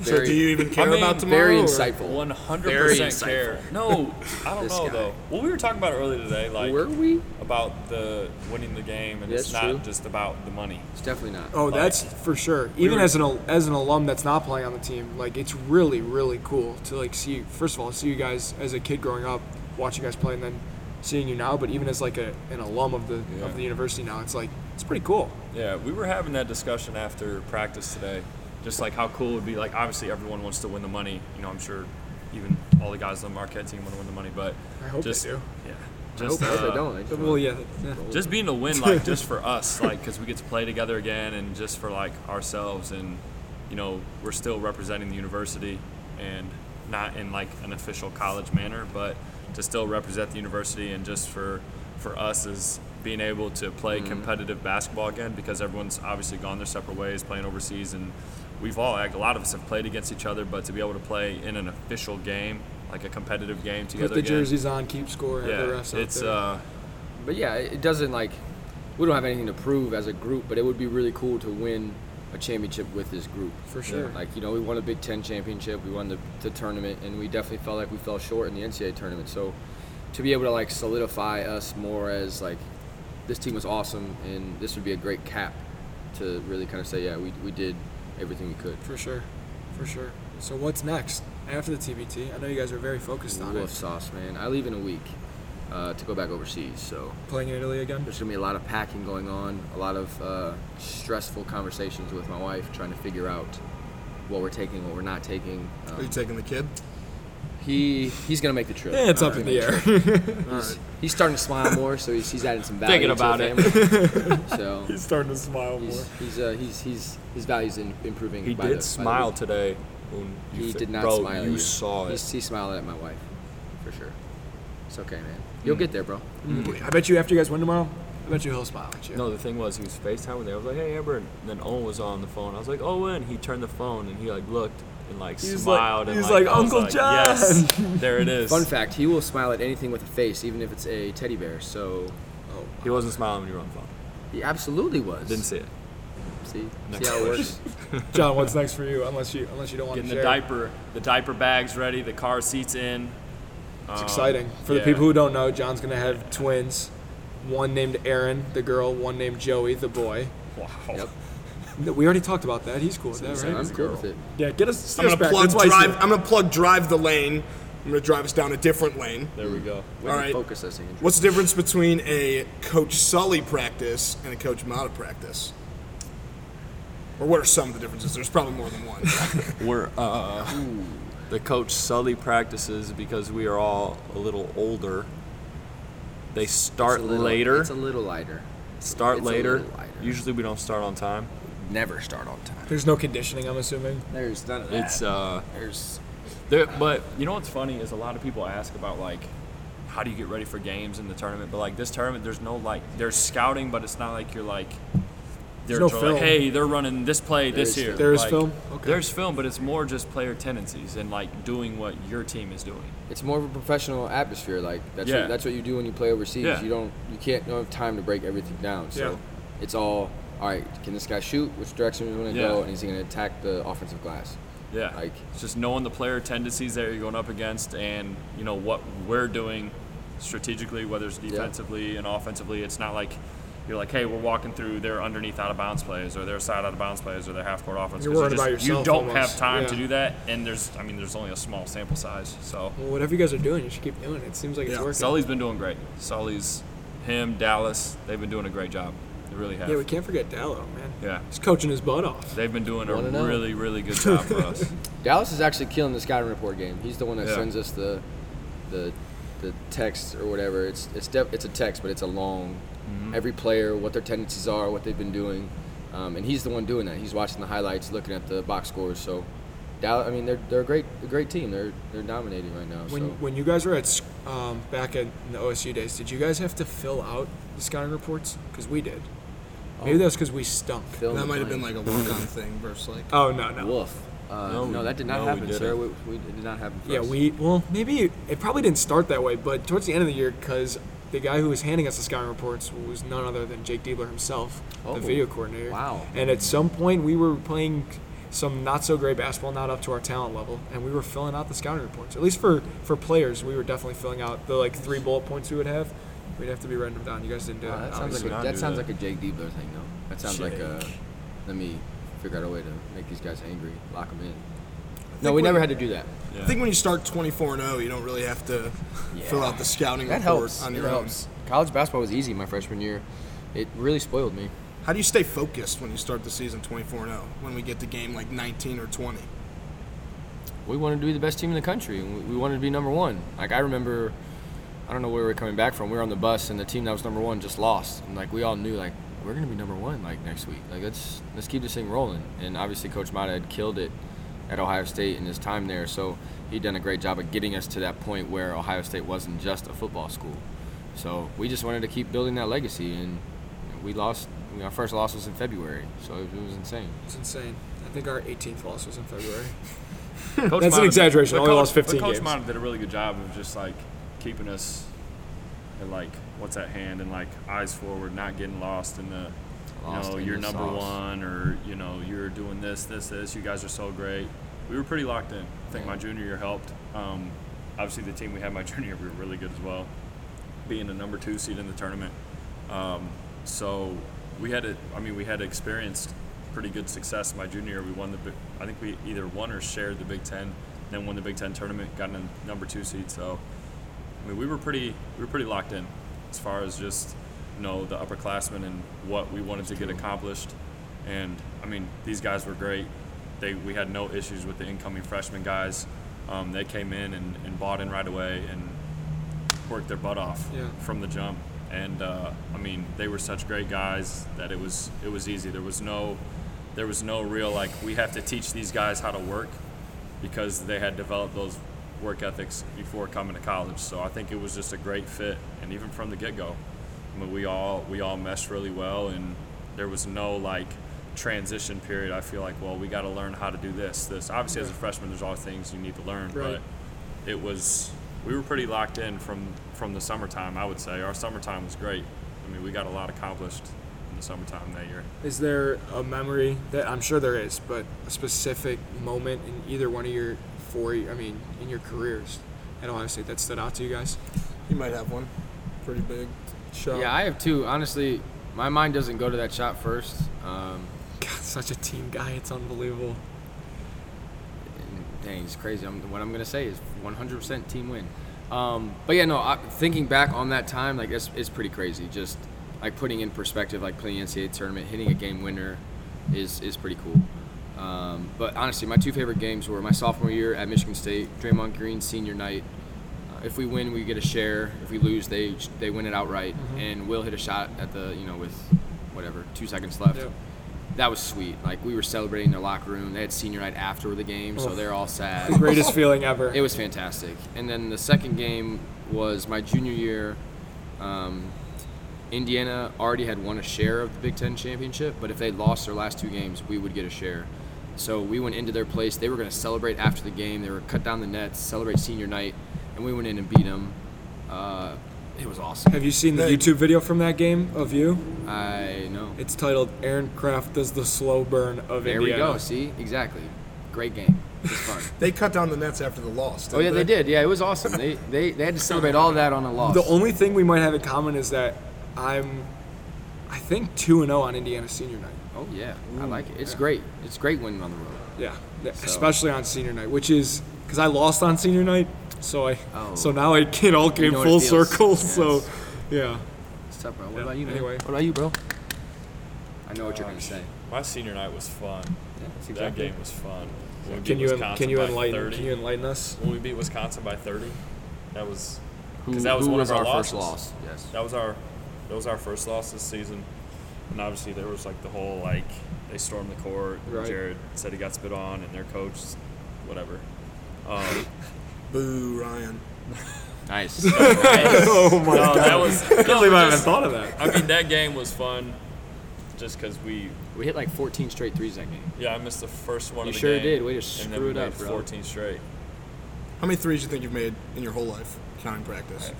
Speaker 1: so do you even care
Speaker 7: mean,
Speaker 1: about tomorrow?
Speaker 6: very
Speaker 1: or-
Speaker 6: insightful.
Speaker 7: one hundred
Speaker 6: Very
Speaker 7: percent
Speaker 6: insightful.
Speaker 7: care. No, I don't
Speaker 6: This
Speaker 7: know
Speaker 6: guy.
Speaker 7: though. Well, we were talking about it earlier today, like
Speaker 6: Were we?
Speaker 7: about the winning the game, and it's
Speaker 6: That's
Speaker 7: not
Speaker 6: true.
Speaker 7: just about the money.
Speaker 6: It's definitely not.
Speaker 4: Oh, that's for sure. Even
Speaker 7: were-
Speaker 4: as an al- as an alum that's not playing on the team, like it's really really cool to like see. First of all, see you guys as a kid growing up, watch you guys play, and then seeing you now. But even as like a, an alum of the
Speaker 7: Yeah.
Speaker 4: of the university now, it's like it's pretty cool.
Speaker 7: Yeah, we were having that discussion after practice today. Just like how cool it would be. Like obviously everyone wants to win the money. You know, I'm sure even all the guys on the Marquette team want to win the money, but
Speaker 4: I hope they
Speaker 7: just,
Speaker 4: do.
Speaker 7: Yeah.
Speaker 6: I hope
Speaker 7: Just,
Speaker 6: I hope
Speaker 7: uh,
Speaker 6: they don't. I just
Speaker 4: But,
Speaker 6: wanna-
Speaker 4: well, yeah, yeah.
Speaker 7: just being a win, like just for us, like because we get to play together again, and just for like ourselves, and you know, we're still representing the university, and not in like an official college manner, but to still represent the university, and just for for us is being able to play
Speaker 4: Mm-hmm.
Speaker 7: competitive basketball again because everyone's obviously gone their separate ways, playing overseas, and we've all like a lot of us have played against each other, but to be able to play in an official game, like a competitive game together,
Speaker 4: Put the
Speaker 7: again,
Speaker 4: jerseys on, keep score, have
Speaker 7: yeah,
Speaker 4: the rest out
Speaker 7: it's
Speaker 4: there.
Speaker 7: uh.
Speaker 6: But yeah, it it doesn't like we don't have anything to prove as a group, but it would be really cool to win a championship with this group
Speaker 4: For sure.
Speaker 6: Like you know, we won a Big Ten championship, we won the, the tournament, and we definitely felt like we fell short in the NCAA tournament. So to be able to like solidify us more as like this team was awesome, and this would be a great cap to really kind of say, yeah, we we did everything we could.
Speaker 4: for sure, for sure. So what's next after the TBT? I know you guys are very focused on
Speaker 6: Wolf
Speaker 4: it.
Speaker 6: sauce, man. I leave in a week uh, to go back overseas, so.
Speaker 4: Playing in Italy again.
Speaker 6: There's gonna be a lot of packing going on, a lot of uh, stressful conversations with my wife, trying to figure out what we're taking, what we're not taking.
Speaker 1: Are you
Speaker 6: Um,
Speaker 1: taking the kid?
Speaker 6: he he's gonna make the trip. Uh,
Speaker 4: Yeah, it's up in the air.
Speaker 6: He's starting to smile more, so he's, he's adding some value.
Speaker 7: Thinking
Speaker 6: to the
Speaker 7: about it.
Speaker 6: family. so
Speaker 4: He's starting to smile more.
Speaker 6: he's he's, uh, he's he's his values in, improving.
Speaker 7: He
Speaker 6: by the- by
Speaker 7: did
Speaker 6: the
Speaker 7: smile
Speaker 6: week.
Speaker 7: today. When you
Speaker 6: He
Speaker 7: fi-
Speaker 6: did not
Speaker 7: bro,
Speaker 6: smile.
Speaker 7: You
Speaker 6: at you.
Speaker 7: saw it.
Speaker 6: He's, he's smiling at my wife, for sure. It's okay, man.
Speaker 7: Mm.
Speaker 6: You'll get there, bro.
Speaker 4: I bet you after you guys win tomorrow, I bet you he'll smile at you.
Speaker 7: No, the thing was, he was FaceTiming there. I was like, hey, Amber. And then Owen was on the phone. I was like, Owen. He turned the phone and he like looked and like
Speaker 4: was like-
Speaker 7: smiled.
Speaker 4: he
Speaker 7: and
Speaker 4: was
Speaker 7: like,
Speaker 4: like,
Speaker 7: I was
Speaker 4: "Uncle
Speaker 7: like,
Speaker 4: John."
Speaker 7: Yes, there it is.
Speaker 6: Fun fact: He will smile at anything with a face, even if it's a teddy bear. So
Speaker 7: He wasn't smiling when you were on the phone.
Speaker 6: he absolutely was.
Speaker 7: Didn't see it.
Speaker 6: See, see
Speaker 7: Next
Speaker 6: how it works.
Speaker 4: John, what's next for you? Unless you unless you don't want
Speaker 7: Getting
Speaker 4: to
Speaker 7: the
Speaker 4: share.
Speaker 7: diaper, the diaper bags ready, the car seats in.
Speaker 4: It's exciting. For the
Speaker 7: Oh, yeah.
Speaker 4: people who don't know, John's gonna have twins. One named Aaron, the girl. One named Joey, the boy.
Speaker 7: Wow.
Speaker 6: Yep.
Speaker 4: No, We already talked about that. He's cool with that,
Speaker 6: So
Speaker 4: right?
Speaker 6: I'm cool with it.
Speaker 4: Yeah, get us.
Speaker 1: I'm
Speaker 4: steer us
Speaker 1: gonna
Speaker 4: back.
Speaker 1: plug
Speaker 4: That's why he's
Speaker 1: drive.
Speaker 4: here.
Speaker 1: I'm gonna plug drive the lane. I'm gonna drive us down a different lane.
Speaker 7: There we go.
Speaker 6: Way to
Speaker 1: All right.
Speaker 6: Focus us, Andrew.
Speaker 1: What's the difference between a Coach Sully practice and a Coach Mata practice? Or what are some of the differences? There's probably more than one.
Speaker 7: We're uh, the coach Sully practices because we are all a little older. They start
Speaker 6: It's a little-
Speaker 7: later.
Speaker 6: It's a little lighter.
Speaker 7: start
Speaker 6: It's a
Speaker 7: later.
Speaker 6: little lighter.
Speaker 7: Usually we don't start on time.
Speaker 6: Never start on time.
Speaker 4: There's no conditioning, I'm assuming.
Speaker 6: There's none of that.
Speaker 7: It's uh,
Speaker 6: There's
Speaker 7: there, but you know what's funny is a lot of people ask about like, how do you get ready for games in the tournament? But like this tournament, there's no like, there's scouting, but it's not like you're like, they're
Speaker 4: no
Speaker 7: drawing,
Speaker 4: film.
Speaker 7: like, hey, they're running this play this
Speaker 6: is
Speaker 7: year.
Speaker 6: film.
Speaker 4: There is
Speaker 7: Like,
Speaker 4: film? Okay.
Speaker 7: There's film, but it's more just player tendencies and like doing what your team is doing.
Speaker 6: it's more of a professional atmosphere. Like that's
Speaker 7: Yeah.
Speaker 6: what, that's what you do when you play overseas.
Speaker 7: Yeah.
Speaker 6: You don't you can't you don't have time to break everything down. So
Speaker 4: Yeah.
Speaker 6: it's all all right. Can this guy shoot? Which direction is he going to
Speaker 7: Yeah.
Speaker 6: go? And is he going to attack the offensive glass?
Speaker 7: Yeah.
Speaker 6: Like-
Speaker 7: it's just knowing the player tendencies that you're going up against and, you know, what we're doing strategically, whether it's defensively and offensively. It's not like you're like, hey, we're walking through their underneath out of bounds plays or their side out of bounds plays or their half court offense.
Speaker 4: You're
Speaker 7: 'cause
Speaker 4: worried
Speaker 7: you just-
Speaker 4: about
Speaker 7: You
Speaker 4: yourself
Speaker 7: don't
Speaker 4: almost.
Speaker 7: have time to
Speaker 4: Yeah.
Speaker 7: do that. And there's, I mean, there's only a small sample size. So
Speaker 4: Well, whatever you guys are doing, you should keep doing it. It seems like it's
Speaker 1: Yeah.
Speaker 4: working.
Speaker 7: Sully's been doing great. Sully's, him, Dallas, they've been doing a great job. They really have.
Speaker 4: Yeah, we can't forget Dallow, man.
Speaker 7: Yeah.
Speaker 4: He's coaching his butt off.
Speaker 7: They've been doing a
Speaker 6: One and oh.
Speaker 7: really, really good job for us.
Speaker 6: Dallas is actually killing the scouting report game. He's the one that
Speaker 7: Yeah.
Speaker 6: sends us the, the, the text or whatever. It's it's def- it's a text, but it's a long,
Speaker 7: Mm-hmm.
Speaker 6: every player, what their tendencies are, what they've been doing, um, and he's the one doing that. He's watching the highlights, looking at the box scores. So, Dallas, I mean, they're they're a great a great team. They're they're dominating right now.
Speaker 4: When,
Speaker 6: so
Speaker 4: when you guys were at s- um, back at, in the OSU days, did you guys have to fill out the scouting reports? Because we did. Maybe that's because we stunk.
Speaker 6: Oh. fill in
Speaker 1: That
Speaker 6: the
Speaker 1: might have been
Speaker 6: blank.
Speaker 1: like a walk-on thing versus like.
Speaker 4: Oh no no.
Speaker 6: woof. Uh, no, that did not
Speaker 7: no, we
Speaker 6: happen,
Speaker 7: didn't.
Speaker 6: sir. We, we it did not happen. For
Speaker 4: yeah,
Speaker 6: us.
Speaker 4: we well maybe it, it probably didn't start that way, but towards the end of the year, because the guy who was handing us the scouting reports was none other than Jake Diebler himself,
Speaker 6: Oh,
Speaker 4: the video coordinator.
Speaker 6: wow.
Speaker 4: And at some point, we were playing some not so great basketball, not up to our talent level, and we were filling out the scouting reports. At least for for players, we were definitely filling out the like three bullet points we would have. We'd have to be writing them down. You guys didn't do
Speaker 6: Wow,
Speaker 4: that.
Speaker 6: that sounds like
Speaker 7: Obviously
Speaker 6: a,
Speaker 7: not
Speaker 6: that
Speaker 7: do
Speaker 6: sounds
Speaker 7: that.
Speaker 6: like a Jake Diebler thing, though. That sounds like a let me figure out a way to make these guys angry, lock them in. No, we
Speaker 1: we-
Speaker 6: never had to do that.
Speaker 1: I think when you start 24 and 0, you don't really have to fill out the scouting
Speaker 6: That
Speaker 1: report
Speaker 6: helps.
Speaker 1: on
Speaker 6: It
Speaker 1: your own.
Speaker 6: helps. College basketball was easy my freshman year. It really spoiled me.
Speaker 1: How do you stay focused when you start the season 24 and 0? When we get to game like 19 or 20?
Speaker 6: We wanted to be the best team in the country. and We we wanted to be number one. Like I remember, I don't know where we were coming back from. We were on the bus, and the team that was number one just lost. And like we all knew, like we're gonna be number one like next week. Like let's let's keep this thing rolling. And obviously, Coach Mata had killed it at Ohio State in his time there. So he'd done a great job of getting us to that point where Ohio State wasn't just a football school. So we just wanted to keep building that legacy, and we lost. Our first loss was in February, so it was insane.
Speaker 4: It's insane. I think our 18th loss was in February.
Speaker 7: Coach
Speaker 4: That's an
Speaker 7: Mata-
Speaker 4: exaggeration.
Speaker 7: but
Speaker 4: Only
Speaker 7: Coach-
Speaker 4: lost 15
Speaker 7: but Coach
Speaker 4: games.
Speaker 7: Mata did a really good job of just like keeping us at like what's at hand and like eyes forward, not getting lost in the you
Speaker 6: Lost
Speaker 7: know
Speaker 6: in
Speaker 7: you're
Speaker 6: the
Speaker 7: number
Speaker 6: sauce.
Speaker 7: one or you know you're doing this, this, this. You guys are so great. We were pretty locked in. I think my junior year helped. Um, obviously, the team we had my junior year we were really good as well, being the number two seed in the tournament. Um, so we had a, I mean, we had experienced pretty good success my junior year. We won the, Big- I think we either won or shared the Big Ten, then won the Big Ten tournament, got in the number two seed. So, I mean, we were pretty, we were pretty locked in as far as just, you know, the upperclassmen and what we wanted to get accomplished. And I mean, these guys were great. They, we had no issues with the incoming freshman guys. Um, they came in and, and bought in right away and worked their butt off
Speaker 4: Yeah.
Speaker 7: from the jump. And uh, I mean, they were such great guys that it was it was easy. There was no there was no real like we have to teach these guys how to work because they had developed those work ethics before coming to college. So I think it was just a great fit, and even from the get go, I mean, we all we all meshed really well, and there was no like transition period. I feel like well, we got to learn how to do this. This obviously as a freshman, there's all things you need to learn,
Speaker 4: Right.
Speaker 7: but it was we were pretty locked in from from the summertime. I would say our summertime was great. I mean, we got a lot accomplished in the summertime that year.
Speaker 4: Is there a memory that I'm sure there is, but a specific moment in either one of your four, I mean, in your careers at Ohio State that stood out to you guys?
Speaker 1: You might have one, pretty big.
Speaker 4: Show.
Speaker 6: Yeah, I have two. Honestly, my mind doesn't go to that shot first. Um,
Speaker 4: God, such a team guy. It's unbelievable.
Speaker 6: dang, it's crazy. I'm, what I'm gonna say is 100% team win. Um, but yeah, no. I, thinking back on that time, like it's, it's pretty crazy. Just like putting in perspective, like playing NCAA tournament, hitting a game winner, is is pretty cool. Um, but honestly, my two favorite games were my sophomore year at Michigan State, Draymond Green senior night. Uh, if we win, we get a share. If we lose, they they win it outright. And Will hit a shot at the you know with whatever two seconds left.
Speaker 4: Yep.
Speaker 6: That was sweet. Like we were celebrating in their locker room. They had senior night after the game, so they're all sad.
Speaker 4: Greatest feeling ever.
Speaker 6: It was fantastic. And then the second game was my junior year. Um, Indiana already had won a share of the Big Ten championship, but if they lost their last two games, we would get a share. So we went into their place. They were going to celebrate after the game. They were cut down the nets, celebrate senior night, and we went in and beat them. Uh, it was awesome.
Speaker 4: have you seen the
Speaker 1: Hey.
Speaker 4: YouTube video from that game of you?
Speaker 6: I know.
Speaker 4: It's titled "Aaron Kraft does the slow burn of
Speaker 6: There we
Speaker 4: Indiana."
Speaker 6: go. See, exactly. Great game. It was fun.
Speaker 1: They cut down the nets after the loss.
Speaker 6: oh
Speaker 1: didn't
Speaker 6: yeah, they did. Yeah, it was awesome. They they, they had to celebrate all that on a loss.
Speaker 4: The only thing we might have in common is that I'm, I think two and zero on Indiana senior night.
Speaker 6: oh yeah, I like it. It's great. It's great winning on the road.
Speaker 4: Yeah, th- especially on senior night, which is because I lost on senior night, so I
Speaker 6: Oh.
Speaker 4: so now it, it all came
Speaker 6: know what it
Speaker 4: full
Speaker 6: feels.
Speaker 4: circle.
Speaker 6: Yes.
Speaker 4: So, yeah,
Speaker 6: It's tough, bro. What
Speaker 4: Yeah,
Speaker 6: about you, man?
Speaker 4: anyway.
Speaker 6: What about you, bro? I know what you're gonna say.
Speaker 7: My senior night was fun.
Speaker 6: that's
Speaker 7: That
Speaker 6: exactly.
Speaker 7: game was fun. When we
Speaker 4: can
Speaker 7: beat
Speaker 4: you en-
Speaker 7: Wisconsin
Speaker 4: can you
Speaker 7: by
Speaker 4: enlighten
Speaker 7: 30.
Speaker 4: can you enlighten us?
Speaker 7: when we beat Wisconsin by 30, that was
Speaker 6: Who-
Speaker 7: because that was
Speaker 6: who
Speaker 7: one
Speaker 6: was
Speaker 7: of our,
Speaker 6: our
Speaker 7: losses.
Speaker 6: first loss? Yes.
Speaker 7: That was our that was our first loss this season, and obviously there was like the whole like they stormed the court. and
Speaker 4: Right.
Speaker 7: Jared said he got spit on, and their coach, whatever. Um,
Speaker 1: Boo, Ryan.
Speaker 6: Nice.
Speaker 4: Oh my
Speaker 7: no, that was. I can't
Speaker 4: believe I haven't thought of that.
Speaker 7: I mean, that game was fun, just because we.
Speaker 6: we hit like 14 straight threes that game.
Speaker 7: Yeah, I missed the first one.
Speaker 6: You
Speaker 7: of the
Speaker 6: sure
Speaker 7: game,
Speaker 6: did. Way to
Speaker 7: and then
Speaker 6: screw
Speaker 7: we
Speaker 6: it
Speaker 7: made
Speaker 6: up, bro.
Speaker 7: 14 straight.
Speaker 1: How many threes do you think you've made in your whole life counting practice?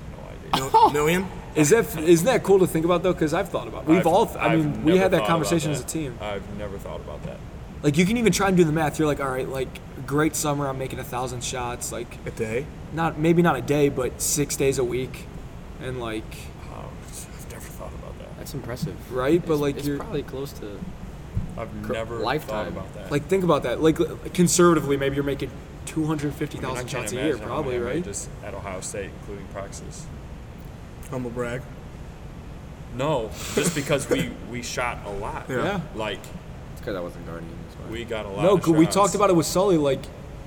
Speaker 7: No idea.
Speaker 1: No, million?
Speaker 4: Is that isn't that cool to think about though? Because I've thought about. We've
Speaker 7: I've-
Speaker 4: all. I
Speaker 7: I've
Speaker 4: mean, we
Speaker 7: never
Speaker 4: had
Speaker 7: thought
Speaker 4: that
Speaker 7: about
Speaker 4: conversation as a
Speaker 7: that.
Speaker 4: team.
Speaker 7: I've never thought about that.
Speaker 4: Like you can even try and do the math. You're like, all right, like great summer. I'm making a thousand shots. Like
Speaker 1: A day?
Speaker 4: not maybe not a day, but six days a week, and like
Speaker 7: Um, I've never thought about that.
Speaker 6: That's impressive.
Speaker 4: Right, but,
Speaker 6: It's-
Speaker 4: like,
Speaker 6: it's
Speaker 4: you're-
Speaker 6: probably close to.
Speaker 7: I've
Speaker 6: Cor-
Speaker 7: never
Speaker 6: lifetime.
Speaker 7: thought about that.
Speaker 4: like think about that. Like conservatively, maybe you're making two hundred fifty
Speaker 7: I mean, I
Speaker 4: thousand
Speaker 7: can't
Speaker 4: shots a year,
Speaker 7: imagine how
Speaker 4: probably
Speaker 7: many I made
Speaker 4: right.
Speaker 7: Just at Ohio State, including practices.
Speaker 1: Humble brag.
Speaker 7: No, just because we we shot a lot.
Speaker 4: Yeah.
Speaker 7: Like
Speaker 6: It's because I wasn't guarding him. That's why.
Speaker 7: we got a lot.
Speaker 4: No,
Speaker 7: of
Speaker 4: 'cause we
Speaker 7: shots.
Speaker 4: talked about it with Sully. Like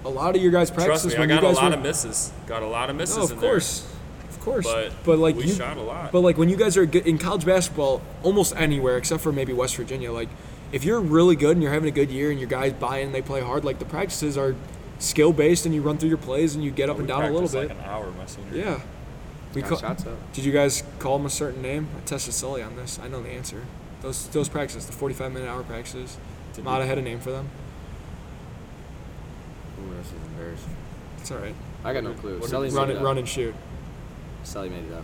Speaker 4: a lot of your guys'
Speaker 7: Trust
Speaker 4: practices
Speaker 7: me, I
Speaker 4: when
Speaker 7: got
Speaker 4: you
Speaker 7: a
Speaker 4: guys
Speaker 7: lot
Speaker 4: were,
Speaker 7: of misses. Got a lot of misses.
Speaker 4: No, of
Speaker 7: in
Speaker 4: course, of course.
Speaker 7: But
Speaker 4: like
Speaker 7: we
Speaker 4: you,
Speaker 7: shot a lot.
Speaker 4: But like when you guys are good, in college basketball, almost anywhere except for maybe West Virginia, like if you're really good and you're having a good year and your guys buy in, and they play hard. Like the practices are skill based and you run through your plays and you get up
Speaker 7: There.
Speaker 4: and
Speaker 7: We
Speaker 4: down a little
Speaker 7: practiced
Speaker 4: bit.
Speaker 7: Like an hour, my senior. year.
Speaker 4: yeah. We
Speaker 6: Got
Speaker 4: ca-
Speaker 6: shots up.
Speaker 4: Did you guys call him a certain name? I tested Sully on this. I know the answer. Those those practices, the 45 minute hour practices,
Speaker 7: Did
Speaker 4: Mata
Speaker 7: we-
Speaker 4: had a name for them.
Speaker 6: Ooh, this is embarrassing.
Speaker 4: It's all right.
Speaker 6: I got no clue.
Speaker 7: What
Speaker 6: Sally
Speaker 7: did
Speaker 6: made
Speaker 4: Run
Speaker 6: it
Speaker 4: it,
Speaker 6: up.
Speaker 4: run and shoot.
Speaker 6: Sally made it up.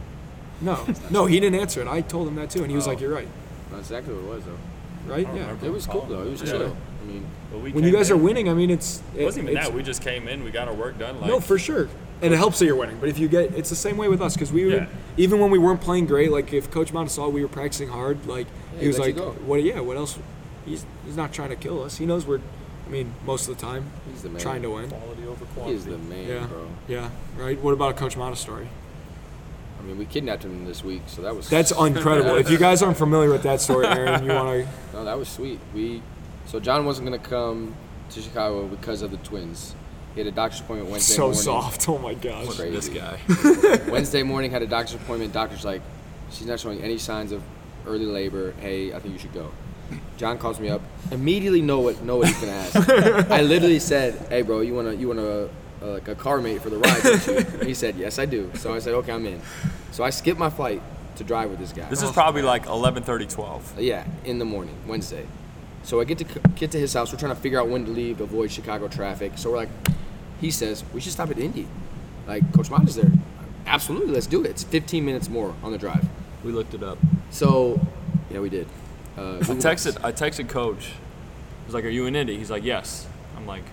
Speaker 4: No, no, he didn't answer it. I told him that too, and he was
Speaker 6: Oh.
Speaker 4: like, "You're right,
Speaker 6: That's exactly what it was, though.
Speaker 4: right?
Speaker 7: I don't
Speaker 4: Yeah."
Speaker 7: remember.
Speaker 6: It was cool, though. It was
Speaker 7: Yeah.
Speaker 6: chill. I mean,
Speaker 7: But we
Speaker 4: When you
Speaker 7: came
Speaker 4: guys are
Speaker 7: in-
Speaker 4: winning, I mean, it's
Speaker 7: it wasn't even
Speaker 4: it's-
Speaker 7: that. We just came in. We got our work done. Like,
Speaker 4: no, for sure. And it helps that you're winning. But if you get, it's the same way with us because we were,
Speaker 7: Yeah.
Speaker 4: even when we weren't playing great, like if Coach Mata saw we were practicing hard, like
Speaker 6: Yeah,
Speaker 4: he
Speaker 6: he
Speaker 4: was
Speaker 6: lets
Speaker 4: like,
Speaker 6: you go.
Speaker 4: what? Yeah, what else? He's he's not trying to kill us. He knows we're, I mean, most of the time,
Speaker 6: He's the man.
Speaker 4: trying to win.
Speaker 7: quality
Speaker 6: he
Speaker 7: over quantity.
Speaker 6: is the man,
Speaker 4: Yeah,
Speaker 6: bro.
Speaker 4: yeah, right. What about a Coach Mata story?
Speaker 6: I mean, we kidnapped him this week, so that was
Speaker 4: That's incredible. if you guys aren't familiar with that story, Aaron, you want to?
Speaker 6: No, that was sweet. We so John wasn't gonna come to Chicago because of the twins. He had a doctor's appointment Wednesday
Speaker 4: So
Speaker 6: morning.
Speaker 4: soft. Oh my gosh.
Speaker 6: Crazy.
Speaker 7: This guy.
Speaker 6: Wednesday morning had a doctor's appointment. Doctor's like, she's not showing any signs of early labor. Hey, I think you should go. John calls me up. Immediately know what know what he's gonna ask. I literally said, Hey, bro, you wanna you wanna uh, like a car mate for the ride? don't you?" And he said, Yes, I do. So I said, Okay, I'm in. So I skipped my flight to drive with this guy.
Speaker 7: This is probably like 11:30, 12.
Speaker 6: Yeah, in the morning, Wednesday. So I get to get to his house. We're trying to figure out when to leave to avoid Chicago traffic. So we're like, he says we should stop at Indy. Like Coach Mott is there. Absolutely, let's do it. It's 15 minutes more on the drive.
Speaker 7: We looked it up.
Speaker 6: So yeah, we did. Uh,
Speaker 7: I texted. I texted coach. I was like, "Are you in Indy?" He's like, "Yes." I'm like,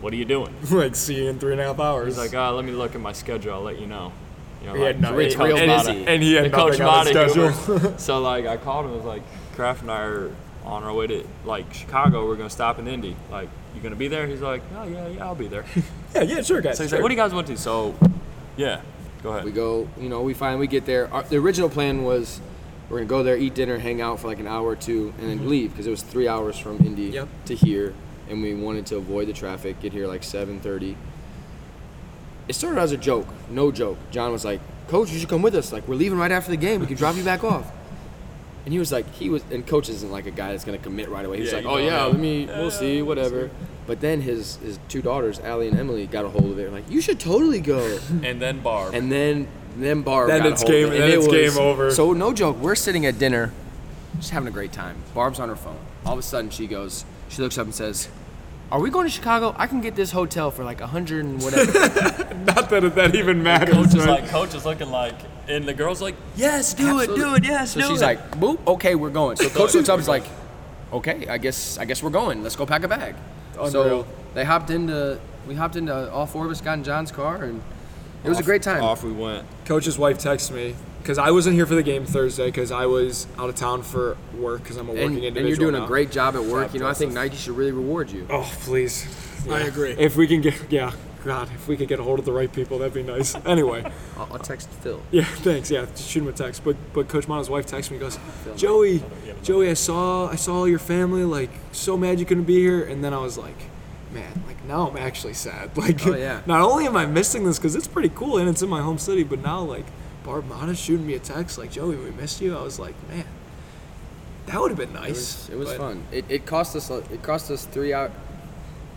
Speaker 7: "What are you doing?"
Speaker 4: like see you in three and a half hours.
Speaker 7: He's like, uh, "Let me look at my schedule. I'll let you know." You know
Speaker 4: He had
Speaker 7: like,
Speaker 4: no-
Speaker 7: it's
Speaker 6: he- real
Speaker 7: and-
Speaker 6: busy.
Speaker 7: and he had
Speaker 4: The
Speaker 7: coach
Speaker 4: nothing on his
Speaker 7: Mata
Speaker 4: schedule.
Speaker 7: humor. so like, I called him. I was like, "Kraft and I are on our way to like Chicago. We're gonna stop in Indy. Like, you gonna be there?" He's like, "Oh yeah, yeah, I'll be there." So
Speaker 4: yeah, yeah, sure, guys.
Speaker 7: he's
Speaker 4: sure.
Speaker 7: like, "What do you guys want to?" So, yeah, go ahead.
Speaker 6: We go, you know, we finally get there. Our, the original plan was we're gonna go there, eat dinner, hang out for like an hour or two, and then leave because it was three hours from Indy
Speaker 4: Yep.
Speaker 6: to here, and we wanted to avoid the traffic. Get here like seven thirty. It started as a joke, no joke. John was like, "Coach, you should come with us. Like, we're leaving right after the game. We can drop you back off." And he was like, he was, and coach isn't like a guy that's gonna commit right away. He was
Speaker 7: Yeah,
Speaker 6: like,
Speaker 7: you
Speaker 6: oh
Speaker 7: don't
Speaker 6: yeah,
Speaker 7: know.
Speaker 6: let me, we'll see, whatever. But then his his two daughters, Allie and Emily, got a hold of it. Like, you should totally go.
Speaker 7: and then Barb.
Speaker 6: And then then Barb.
Speaker 4: Then
Speaker 6: got a
Speaker 4: it's
Speaker 6: hold of
Speaker 4: game-
Speaker 6: it,
Speaker 4: then
Speaker 6: and it
Speaker 4: it's
Speaker 6: was-
Speaker 4: game over.
Speaker 6: So no joke, we're sitting at dinner, just having a great time. Barb's on her phone. All of a sudden she goes, she looks up and says, "Are we going to Chicago? I can get this hotel for like a hundred and whatever."
Speaker 4: Not that that even matters.
Speaker 7: coach is
Speaker 4: right?
Speaker 7: like, coach is looking like, and the girl's like,
Speaker 6: yes, do it, do it, yes, so she's like, "Boop, okay, we're going." So coach looks up, and is like, "Okay, I guess I guess we're going. Let's go pack a bag." So
Speaker 4: Unreal.
Speaker 6: they hopped into we hopped into off Orbis, got in John's car, and it was
Speaker 7: Off-
Speaker 6: a great time.
Speaker 7: Off we went.
Speaker 4: Coach's wife texted me because I wasn't here for the game Thursday because I was out of town for work because I'm a working
Speaker 6: And, and
Speaker 4: individual.
Speaker 6: you're doing
Speaker 4: now.
Speaker 6: a great job at work. You know, I think
Speaker 4: Joseph.
Speaker 6: Nike should really reward you.
Speaker 4: Oh, please.
Speaker 1: I agree.
Speaker 4: If we can get, yeah, God, if we could get a hold of the right people, that'd be nice. anyway,
Speaker 6: I'll, I'll text Phil.
Speaker 4: yeah, thanks. Yeah, just shoot him a text. But but Coach Mona's wife texts me, goes, Joey, Joey, I saw I saw your family. Like, so mad you couldn't be here. And then I was like, man, like now I'm actually sad. Like,
Speaker 6: Oh, yeah.
Speaker 4: not only am I missing this because it's pretty cool and it's in my home city, but now like Barb Mona shooting me a text like, Joey, we missed you. I was like, man, that would have been
Speaker 6: It
Speaker 4: nice.
Speaker 6: was, it was
Speaker 4: but-
Speaker 6: fun. It, it cost us it cost us three hour,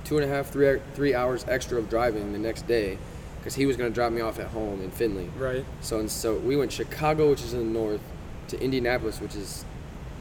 Speaker 6: two and a half, three hou- three hours extra of driving the next day, because he was gonna drop me off at home in Findlay.
Speaker 4: Right.
Speaker 6: So and so we went Chicago, which is in the north, to Indianapolis, which is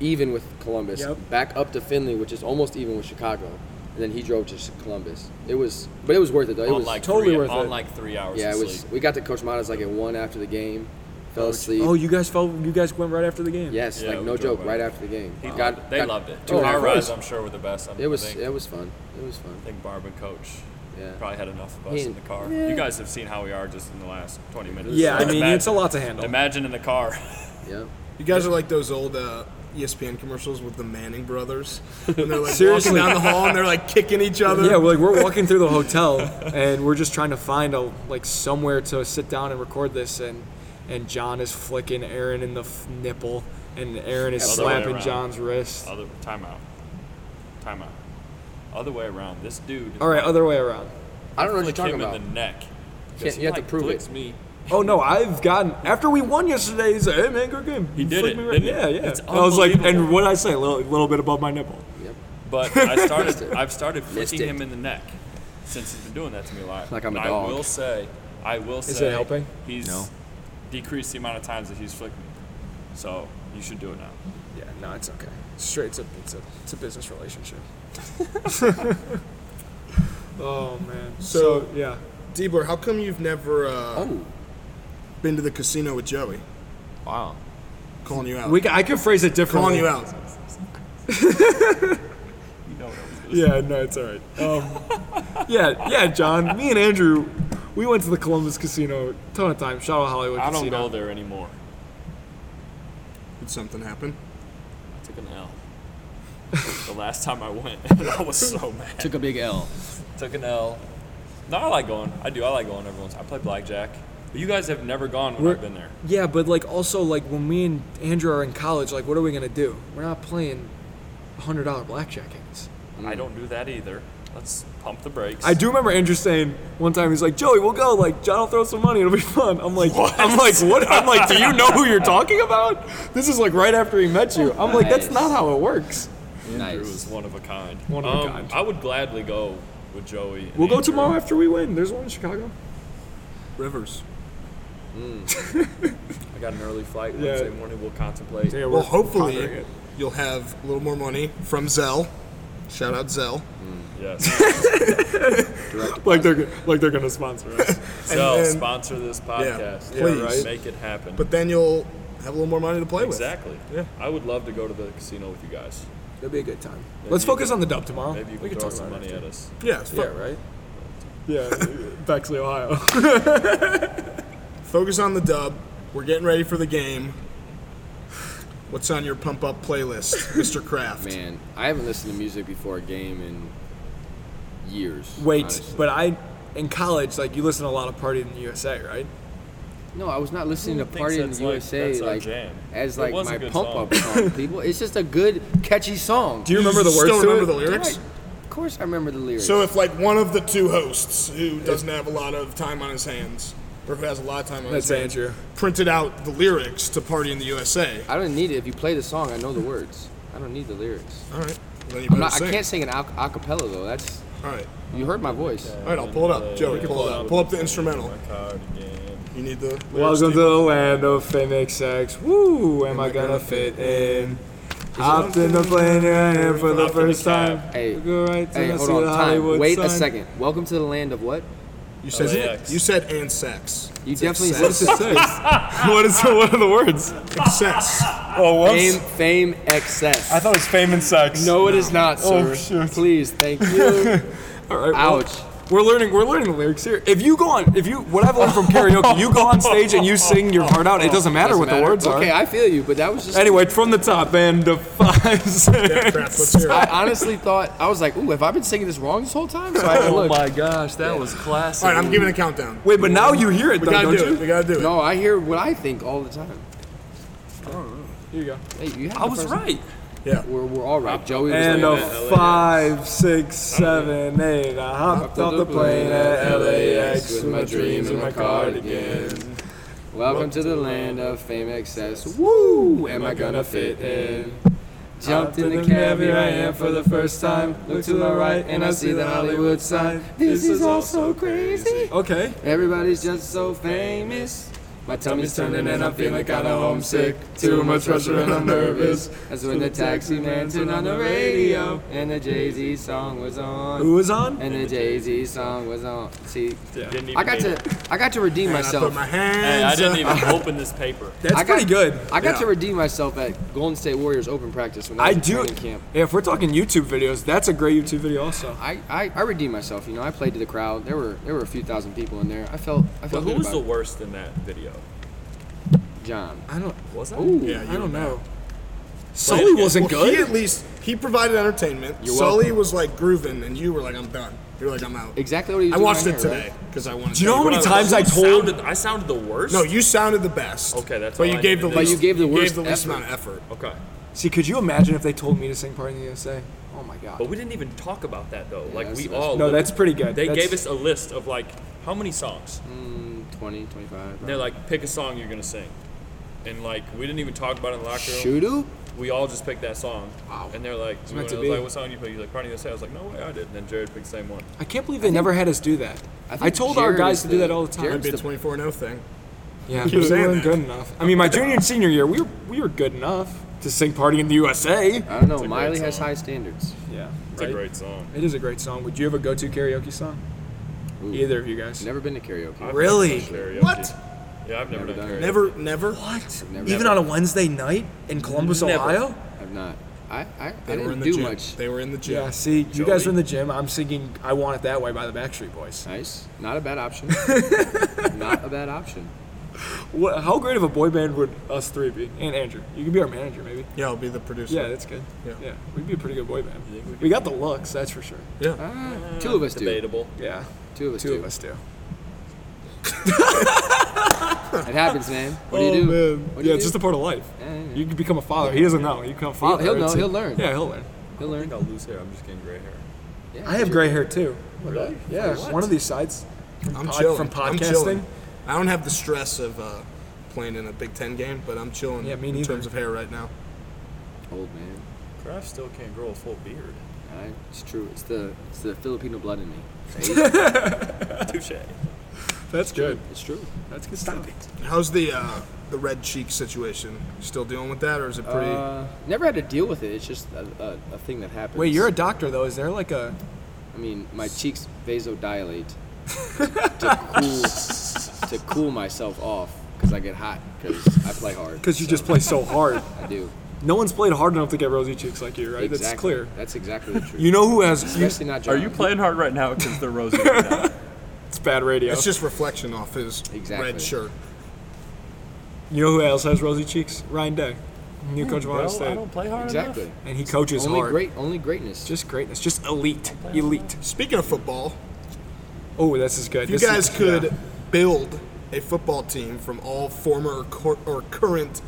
Speaker 6: even with Columbus,
Speaker 4: Yep.
Speaker 6: back up to Findlay, which is almost even with Chicago, and then he drove to Columbus. It was, but it was worth it though. It
Speaker 7: on
Speaker 6: was
Speaker 7: like
Speaker 4: totally
Speaker 7: three,
Speaker 4: worth
Speaker 7: on
Speaker 4: it.
Speaker 7: like three hours.
Speaker 6: yeah,
Speaker 7: of
Speaker 6: it was.
Speaker 7: sleep.
Speaker 6: We got to Coach Mata's like at one after the game, fell asleep.
Speaker 4: Oh, you guys fell. You guys went right after the game.
Speaker 6: yes,
Speaker 7: Yeah,
Speaker 6: like
Speaker 7: we
Speaker 6: no
Speaker 7: drove
Speaker 6: joke,
Speaker 7: by.
Speaker 6: right after the game.
Speaker 7: He
Speaker 6: Got-
Speaker 7: loved- they
Speaker 6: got-
Speaker 7: loved it.
Speaker 6: Oh,
Speaker 7: Two hour
Speaker 6: of
Speaker 7: rides,
Speaker 6: course.
Speaker 7: I'm sure, were the best. I'm-
Speaker 6: It was
Speaker 7: I think,
Speaker 6: it was fun. It was fun.
Speaker 7: I think Barb and Coach
Speaker 6: Yeah.
Speaker 7: probably had enough of us
Speaker 6: He-
Speaker 7: in the car. You guys have seen how we are just in the last 20 minutes.
Speaker 4: Yeah, I
Speaker 7: Like,
Speaker 4: mean
Speaker 7: imagine-
Speaker 4: it's a lot to handle.
Speaker 7: Imagine in the car.
Speaker 6: Yeah.
Speaker 1: You guys are like those old uh, ESPN commercials with the Manning brothers. And they're like
Speaker 4: Seriously.
Speaker 1: walking down the hall and they're like kicking each other.
Speaker 4: Yeah, we're like we're walking through the hotel and we're just trying to find a like somewhere to sit down and record this and and John is flicking Aaron in the f- nipple and Aaron is
Speaker 7: Other way
Speaker 4: slapping
Speaker 7: around.
Speaker 4: John's wrist.
Speaker 7: Other timeout. Timeout. Other way around. This dude.
Speaker 4: All right, other way around.
Speaker 6: I don't know what you're
Speaker 7: flicked
Speaker 6: talking
Speaker 7: him
Speaker 6: about.
Speaker 7: in the neck. 'Cause
Speaker 6: Can't-
Speaker 7: he,
Speaker 6: you have to
Speaker 7: like,
Speaker 6: prove it.
Speaker 7: flicks Me.
Speaker 4: Oh no, I've gotten after we won yesterday. He's like, "Hey man, good game."
Speaker 7: He did
Speaker 4: flicked
Speaker 7: it,
Speaker 4: me right-
Speaker 7: didn't he?
Speaker 4: yeah, yeah.
Speaker 7: It's
Speaker 4: And I was like, and
Speaker 7: unbelievable.
Speaker 4: what did I say? A little, little bit above my nipple.
Speaker 6: Yep.
Speaker 7: But I
Speaker 6: Missed
Speaker 7: started.
Speaker 6: it.
Speaker 7: I've started
Speaker 6: Missed it.
Speaker 7: flicking him in the neck since he's been doing that to me a lot.
Speaker 6: Like I'm a
Speaker 7: And
Speaker 6: dog.
Speaker 7: I will say. I will say.
Speaker 4: it helping?
Speaker 7: He's
Speaker 6: No.
Speaker 7: decreased the amount of times that he's flicked me. So you should do it now.
Speaker 4: Yeah, no, it's okay. Straight, it's a, it's a, it's a business relationship. oh man.
Speaker 1: So-
Speaker 4: so yeah.
Speaker 1: Diebler, how come you've never uh,
Speaker 6: Oh,
Speaker 1: been to the casino with Joey?
Speaker 7: Wow.
Speaker 1: Calling you out.
Speaker 4: We, ca- I could phrase it
Speaker 1: calling
Speaker 4: differently.
Speaker 1: you out.
Speaker 7: You know what I was gonna
Speaker 4: Yeah, no, it's all right. Um, yeah, yeah, John. Me and Andrew, we went to the Columbus Casino a ton of times. Shout out Hollywood
Speaker 7: I don't
Speaker 4: Casino.
Speaker 7: go there anymore.
Speaker 1: Did something happen?
Speaker 7: I took an L. the last time I went, and I was so mad.
Speaker 6: took a big L.
Speaker 7: Took an L. No, I like going. I do. I like going every once. I play blackjack. But you guys have never gone when
Speaker 4: We're-
Speaker 7: I've been there.
Speaker 4: Yeah, but like also like when me and Andrew are in college, like what are we gonna do? We're not playing hundred dollar blackjack games.
Speaker 7: I don't do that either. Let's pump the brakes.
Speaker 4: I do remember Andrew saying one time he's like, Joey, we'll go. Like John will throw some money. It'll be fun. I'm like, I'm like, what? I'm like, do you know who you're talking about? This is like right after he met you. I'm like, that's
Speaker 6: Nice.
Speaker 4: not how it works.
Speaker 7: It
Speaker 6: Nice.
Speaker 7: was one of a kind. Um,
Speaker 4: One of a kind.
Speaker 7: I would gladly go with Joey. and
Speaker 4: We'll go
Speaker 7: Andrew.
Speaker 4: tomorrow after we win. There's one in Chicago.
Speaker 1: Rivers.
Speaker 7: I got an early flight
Speaker 4: Yeah.
Speaker 7: Wednesday morning. We'll contemplate.
Speaker 4: Yeah,
Speaker 1: Well,
Speaker 4: we're pondering
Speaker 1: hopefully
Speaker 4: it.
Speaker 1: you'll have a little more money from Zell. Shout out Zell.
Speaker 7: Yes.
Speaker 4: like they're like they're gonna sponsor us.
Speaker 7: so
Speaker 1: then-
Speaker 7: sponsor this podcast.
Speaker 1: please.
Speaker 7: right? Make it happen.
Speaker 1: But then you'll have a little more money to play
Speaker 7: exactly.
Speaker 1: Yeah.
Speaker 7: I would love to go to the casino with you guys.
Speaker 4: It'll be a good time. Let's
Speaker 7: you
Speaker 4: focus on the dub tomorrow.
Speaker 7: Maybe you
Speaker 4: we
Speaker 7: can
Speaker 4: can
Speaker 7: throw
Speaker 4: talk
Speaker 7: some
Speaker 4: about
Speaker 7: money at us.
Speaker 1: with. Yeah, it's
Speaker 6: Yeah,
Speaker 1: fun.
Speaker 6: right?
Speaker 4: Yeah, Bexley, Ohio.
Speaker 1: Focus on the dub. We're getting ready for the game. What's on your pump up playlist, Mr. Kraft?
Speaker 6: Man, I haven't listened to music before a game in years.
Speaker 4: Wait,
Speaker 6: honestly.
Speaker 4: but I in college, like you listen to a lot of Party in the USA, right?
Speaker 6: no, I was not listening to
Speaker 7: Who thinks
Speaker 6: Party in
Speaker 7: that's
Speaker 6: the
Speaker 7: like-
Speaker 6: USA
Speaker 7: that's our
Speaker 6: like
Speaker 7: jam?
Speaker 6: as
Speaker 7: It
Speaker 6: like
Speaker 7: was a
Speaker 6: my
Speaker 7: good
Speaker 6: pump up song. People, it's just a good catchy song.
Speaker 4: Do you remember the
Speaker 1: Still
Speaker 4: words to
Speaker 1: remember
Speaker 4: it?
Speaker 1: the lyrics?
Speaker 6: Of course, I remember the lyrics.
Speaker 1: So if like one of the two hosts who doesn't have a lot of time on his hands, or who has a lot of time on
Speaker 4: That's
Speaker 1: his hands,
Speaker 4: Andrew.
Speaker 1: printed out the lyrics to "Party in the USA."
Speaker 6: I don't need it. If you play the song, I know the words. I don't need the lyrics.
Speaker 1: All right, then you
Speaker 6: I'm
Speaker 1: better
Speaker 6: not,
Speaker 1: sing.
Speaker 6: I can't sing an a cappella though. That's
Speaker 1: All right,
Speaker 6: you heard my voice.
Speaker 1: all right, I'll pull it up. Joey, pull it up. Pull up the instrumental.
Speaker 7: Card again.
Speaker 1: You need the. lyrics,
Speaker 4: Welcome to
Speaker 1: Steve?
Speaker 4: the land of fake sex. Woo, am I gonna fit in? Hopped in the plane and here for the
Speaker 7: Hopped in the
Speaker 4: first
Speaker 7: cab.
Speaker 4: time.
Speaker 6: Hey,
Speaker 4: We go right to
Speaker 6: hey,
Speaker 4: the
Speaker 6: hold
Speaker 4: sweet
Speaker 6: on, time.
Speaker 4: Hollywood
Speaker 6: Wait a
Speaker 4: sign.
Speaker 6: second. Welcome to the land of what?
Speaker 1: You said
Speaker 7: LAX.
Speaker 1: you said and sex.
Speaker 6: You definitely
Speaker 1: sex.
Speaker 6: said
Speaker 4: what is what are the words?
Speaker 1: Excess.
Speaker 4: Oh, what?
Speaker 6: fame, fame, excess.
Speaker 4: it was fame and sex.
Speaker 6: No, it is not, sir.
Speaker 4: Oh, shoot.
Speaker 6: Please, thank you.
Speaker 4: All right. well,
Speaker 6: Ouch.
Speaker 4: We're learning. We're learning the lyrics here. If you go on, if you what I've learned from karaoke, you go on stage and you sing your heart out. It doesn't matter
Speaker 6: Doesn't
Speaker 4: what the
Speaker 6: matter.
Speaker 4: words
Speaker 6: Okay,
Speaker 4: are.
Speaker 6: I feel you, but that was just.
Speaker 4: Anyway, from the top and the five.
Speaker 1: Crap, let's hear it.
Speaker 6: I honestly thought I was like, "Ooh, have I been singing this wrong this whole time?" So I had to
Speaker 7: Oh
Speaker 6: look.
Speaker 7: my gosh, that was classic.
Speaker 1: All right, I'm giving a countdown.
Speaker 4: Wait, but now you hear it
Speaker 1: We
Speaker 4: though,
Speaker 1: gotta
Speaker 4: don't
Speaker 1: do
Speaker 4: you?
Speaker 1: it. We gotta do it.
Speaker 6: No, I hear what I think all the time.
Speaker 4: Here you go.
Speaker 6: Hey, you had
Speaker 7: I
Speaker 6: the
Speaker 7: was
Speaker 6: first-
Speaker 7: right.
Speaker 6: We're, we're all right. Joey was
Speaker 4: And
Speaker 6: like,
Speaker 4: a five, six, seven, eight. I hopped off the plane at LAX with my dreams in my cardigan.
Speaker 6: Welcome to the land of fame, excess. Woo! Am I gonna fit in? Jumped in the cab, here I am for the first time. Look to my right, and I see the Hollywood sign. This is all so crazy.
Speaker 4: Okay.
Speaker 6: Everybody's just so famous. My tummy's turning and I'm feeling kinda homesick. Too much pressure and I'm nervous. That's when the taxi man turned on the radio, and the Jay Z song was on.
Speaker 4: Who was on?
Speaker 6: And the Jay Z song was on. See,
Speaker 7: Didn't even
Speaker 6: I got
Speaker 7: need
Speaker 6: to,
Speaker 7: it.
Speaker 6: I got to redeem
Speaker 1: And I put
Speaker 6: myself.
Speaker 1: my
Speaker 6: I,
Speaker 7: Hey, I
Speaker 1: hands.
Speaker 7: didn't
Speaker 1: up.
Speaker 7: even
Speaker 4: uh,
Speaker 7: open this paper.
Speaker 4: That's
Speaker 6: I got-
Speaker 4: pretty good.
Speaker 6: got
Speaker 1: Yeah.
Speaker 6: to redeem myself at Golden State Warriors open practice when they
Speaker 4: I
Speaker 6: were
Speaker 4: do.
Speaker 6: training camp.
Speaker 4: Yeah, if we're talking YouTube videos, that's a great YouTube video also.
Speaker 6: I, I, I redeemed myself. You know, I played to the crowd. There were there were a few thousand people in there. I felt I
Speaker 7: But
Speaker 6: felt
Speaker 7: who
Speaker 6: good
Speaker 7: was the
Speaker 6: about
Speaker 7: worst in that video?
Speaker 6: it. John.
Speaker 4: I don't.
Speaker 7: Was I?
Speaker 6: Ooh,
Speaker 1: Yeah, you
Speaker 4: I don't
Speaker 1: were
Speaker 4: know. Sully wasn't
Speaker 1: Well, He
Speaker 4: good.
Speaker 1: at least he provided entertainment.
Speaker 6: You're
Speaker 1: Sully was like grooving, and you were like, "I'm done." You're like, "I'm out."
Speaker 6: exactly what he was
Speaker 1: I
Speaker 6: doing
Speaker 1: watched
Speaker 6: right
Speaker 1: it
Speaker 6: here,
Speaker 1: today
Speaker 6: right?
Speaker 1: because I wanted.
Speaker 4: Do you
Speaker 1: to
Speaker 4: know how
Speaker 1: take
Speaker 4: many
Speaker 1: it.
Speaker 4: times
Speaker 7: Who
Speaker 4: I told?
Speaker 7: sounded- I sounded the worst.
Speaker 1: No, you sounded the best.
Speaker 7: Okay, that's
Speaker 1: But
Speaker 7: all
Speaker 1: you
Speaker 7: I
Speaker 1: gave the
Speaker 7: needed.
Speaker 1: least.
Speaker 7: But
Speaker 6: you gave the worst
Speaker 1: gave the least
Speaker 6: effort.
Speaker 1: amount of effort.
Speaker 7: Okay.
Speaker 4: See, could you imagine if they told me to sing "Party in the USA"? Oh my
Speaker 7: But
Speaker 4: god.
Speaker 7: we didn't even talk about that though. like
Speaker 6: that's
Speaker 7: we
Speaker 6: the best
Speaker 7: all
Speaker 4: No, that's pretty good.
Speaker 7: Oh, They
Speaker 4: That's-
Speaker 7: gave us a list of like how many songs.
Speaker 6: 20, 25.
Speaker 7: And they're like, pick a song you're gonna sing. And like we didn't even talk about it in the locker room.
Speaker 6: Shoot oop.
Speaker 7: We all just picked that song.
Speaker 6: Wow.
Speaker 7: And they're like,
Speaker 4: meant
Speaker 7: we went-
Speaker 4: to
Speaker 7: I was
Speaker 4: be.
Speaker 7: like, what song you pick? He's like, Party USA. I was like, no way, I did. And then Jared picked the same one.
Speaker 4: I can't believe they never had us do that.
Speaker 6: I
Speaker 4: I
Speaker 6: think
Speaker 4: told our
Speaker 6: Jared
Speaker 4: guys
Speaker 6: is
Speaker 4: to do
Speaker 6: the-
Speaker 4: that all the time.
Speaker 1: Might
Speaker 6: Jared's
Speaker 1: be a
Speaker 6: the-
Speaker 1: 24 and 0 thing.
Speaker 4: Yeah,
Speaker 1: keep
Speaker 4: we
Speaker 1: saying
Speaker 4: weren't
Speaker 1: that.
Speaker 4: good enough. I mean, my junior and senior year, we were we were good enough to sing "Party in the USA."
Speaker 6: I don't know.
Speaker 7: great
Speaker 6: Miley has
Speaker 7: song.
Speaker 6: high standards.
Speaker 4: Yeah,
Speaker 7: It's a great song.
Speaker 4: It is a great song. Would you have a go-to karaoke song?
Speaker 6: Ooh.
Speaker 4: Either of you guys?
Speaker 6: Never been to karaoke.
Speaker 4: Really?
Speaker 7: Karaoke.
Speaker 1: What?
Speaker 7: Yeah, I've never,
Speaker 6: Never
Speaker 7: done
Speaker 6: done
Speaker 7: karaoke.
Speaker 6: it.
Speaker 1: Never, never.
Speaker 4: What?
Speaker 6: Never.
Speaker 4: Even on a Wednesday night in Columbus,
Speaker 7: Never.
Speaker 4: Ohio?
Speaker 6: I've not. I I, I
Speaker 1: They were in
Speaker 6: didn't
Speaker 1: the
Speaker 6: do
Speaker 1: gym.
Speaker 6: much.
Speaker 1: They were in the gym.
Speaker 4: Yeah. See, you guys
Speaker 7: Joey?
Speaker 4: were in the gym. I'm singing "I Want It That Way" by the Backstreet Boys.
Speaker 6: Nice. Not a bad option. not a bad option.
Speaker 4: What, how great of a boy band would us three be? And Andrew, you could be our manager, maybe.
Speaker 1: Yeah, I'll be the producer.
Speaker 4: Yeah, that's good.
Speaker 1: Yeah.
Speaker 4: Yeah, we'd be a pretty good boy band. We got the looks, that's for sure.
Speaker 6: Two of us do.
Speaker 7: Uh, Debatable.
Speaker 4: Yeah.
Speaker 6: Two of us
Speaker 4: Two
Speaker 6: do.
Speaker 4: of us do.
Speaker 6: It happens, man. What
Speaker 4: Oh,
Speaker 6: do you do? What do
Speaker 4: yeah,
Speaker 6: you
Speaker 4: it's
Speaker 6: do?
Speaker 4: just a part of life.
Speaker 6: yeah, yeah.
Speaker 4: You can become a father. He doesn't know. You become a father.
Speaker 6: he'll know.
Speaker 4: It's a-
Speaker 6: He'll learn.
Speaker 4: Yeah, he'll learn.
Speaker 6: He'll
Speaker 7: I
Speaker 6: learn.
Speaker 7: think I'll lose hair. I'm just getting gray hair.
Speaker 6: Yeah,
Speaker 4: I have
Speaker 6: sure.
Speaker 4: gray hair too.
Speaker 7: Really?
Speaker 4: Yeah, one of these sides.
Speaker 1: I'm
Speaker 4: Pod-
Speaker 1: chilling
Speaker 4: from
Speaker 1: I'm
Speaker 4: podcasting?
Speaker 1: chilling. I don't have the stress of uh, playing in a Big Ten game, but I'm chilling.
Speaker 4: Yeah, me
Speaker 1: In
Speaker 4: neither.
Speaker 1: terms of hair right now.
Speaker 6: Old man.
Speaker 7: Kraft still can't grow a full beard.
Speaker 6: I, it's true. It's the it's the Filipino blood in me.
Speaker 7: Touche.
Speaker 4: That's good.
Speaker 6: It's true.
Speaker 4: That's good Stop it.
Speaker 1: How's the uh, the red cheek situation? You still dealing with that, or is it pretty?
Speaker 6: Uh, never had to deal with it. It's just a, a, a thing that happens.
Speaker 4: Wait, you're a doctor though. Is there like a?
Speaker 6: I mean, my cheeks vasodilate to cool to cool myself off because I get hot because I play hard.
Speaker 4: Because you just play so hard.
Speaker 6: I do.
Speaker 4: No one's played hard enough to get rosy cheeks like you, right?
Speaker 6: Exactly.
Speaker 4: That's clear.
Speaker 6: That's exactly the truth.
Speaker 4: You know who has? You,
Speaker 6: Especially not John.
Speaker 7: Are you playing hard right now? Because they're rosy. right now?
Speaker 4: it's bad radio.
Speaker 1: It's just reflection off his
Speaker 6: Exactly.
Speaker 1: red shirt.
Speaker 4: you know who else has rosy cheeks? Ryan Day, new coach of
Speaker 7: Bro,
Speaker 4: Ohio
Speaker 7: I
Speaker 4: State,
Speaker 7: don't play hard enough.
Speaker 6: Exactly.
Speaker 4: and he coaches
Speaker 6: Only
Speaker 4: hard.
Speaker 6: great. Only greatness.
Speaker 4: Just greatness. Just elite. Elite.
Speaker 1: Speaking of football,
Speaker 4: Oh, this is good.
Speaker 1: if you
Speaker 4: This is-
Speaker 1: guys could
Speaker 4: yeah.
Speaker 1: build a football team from all former or, cor- or current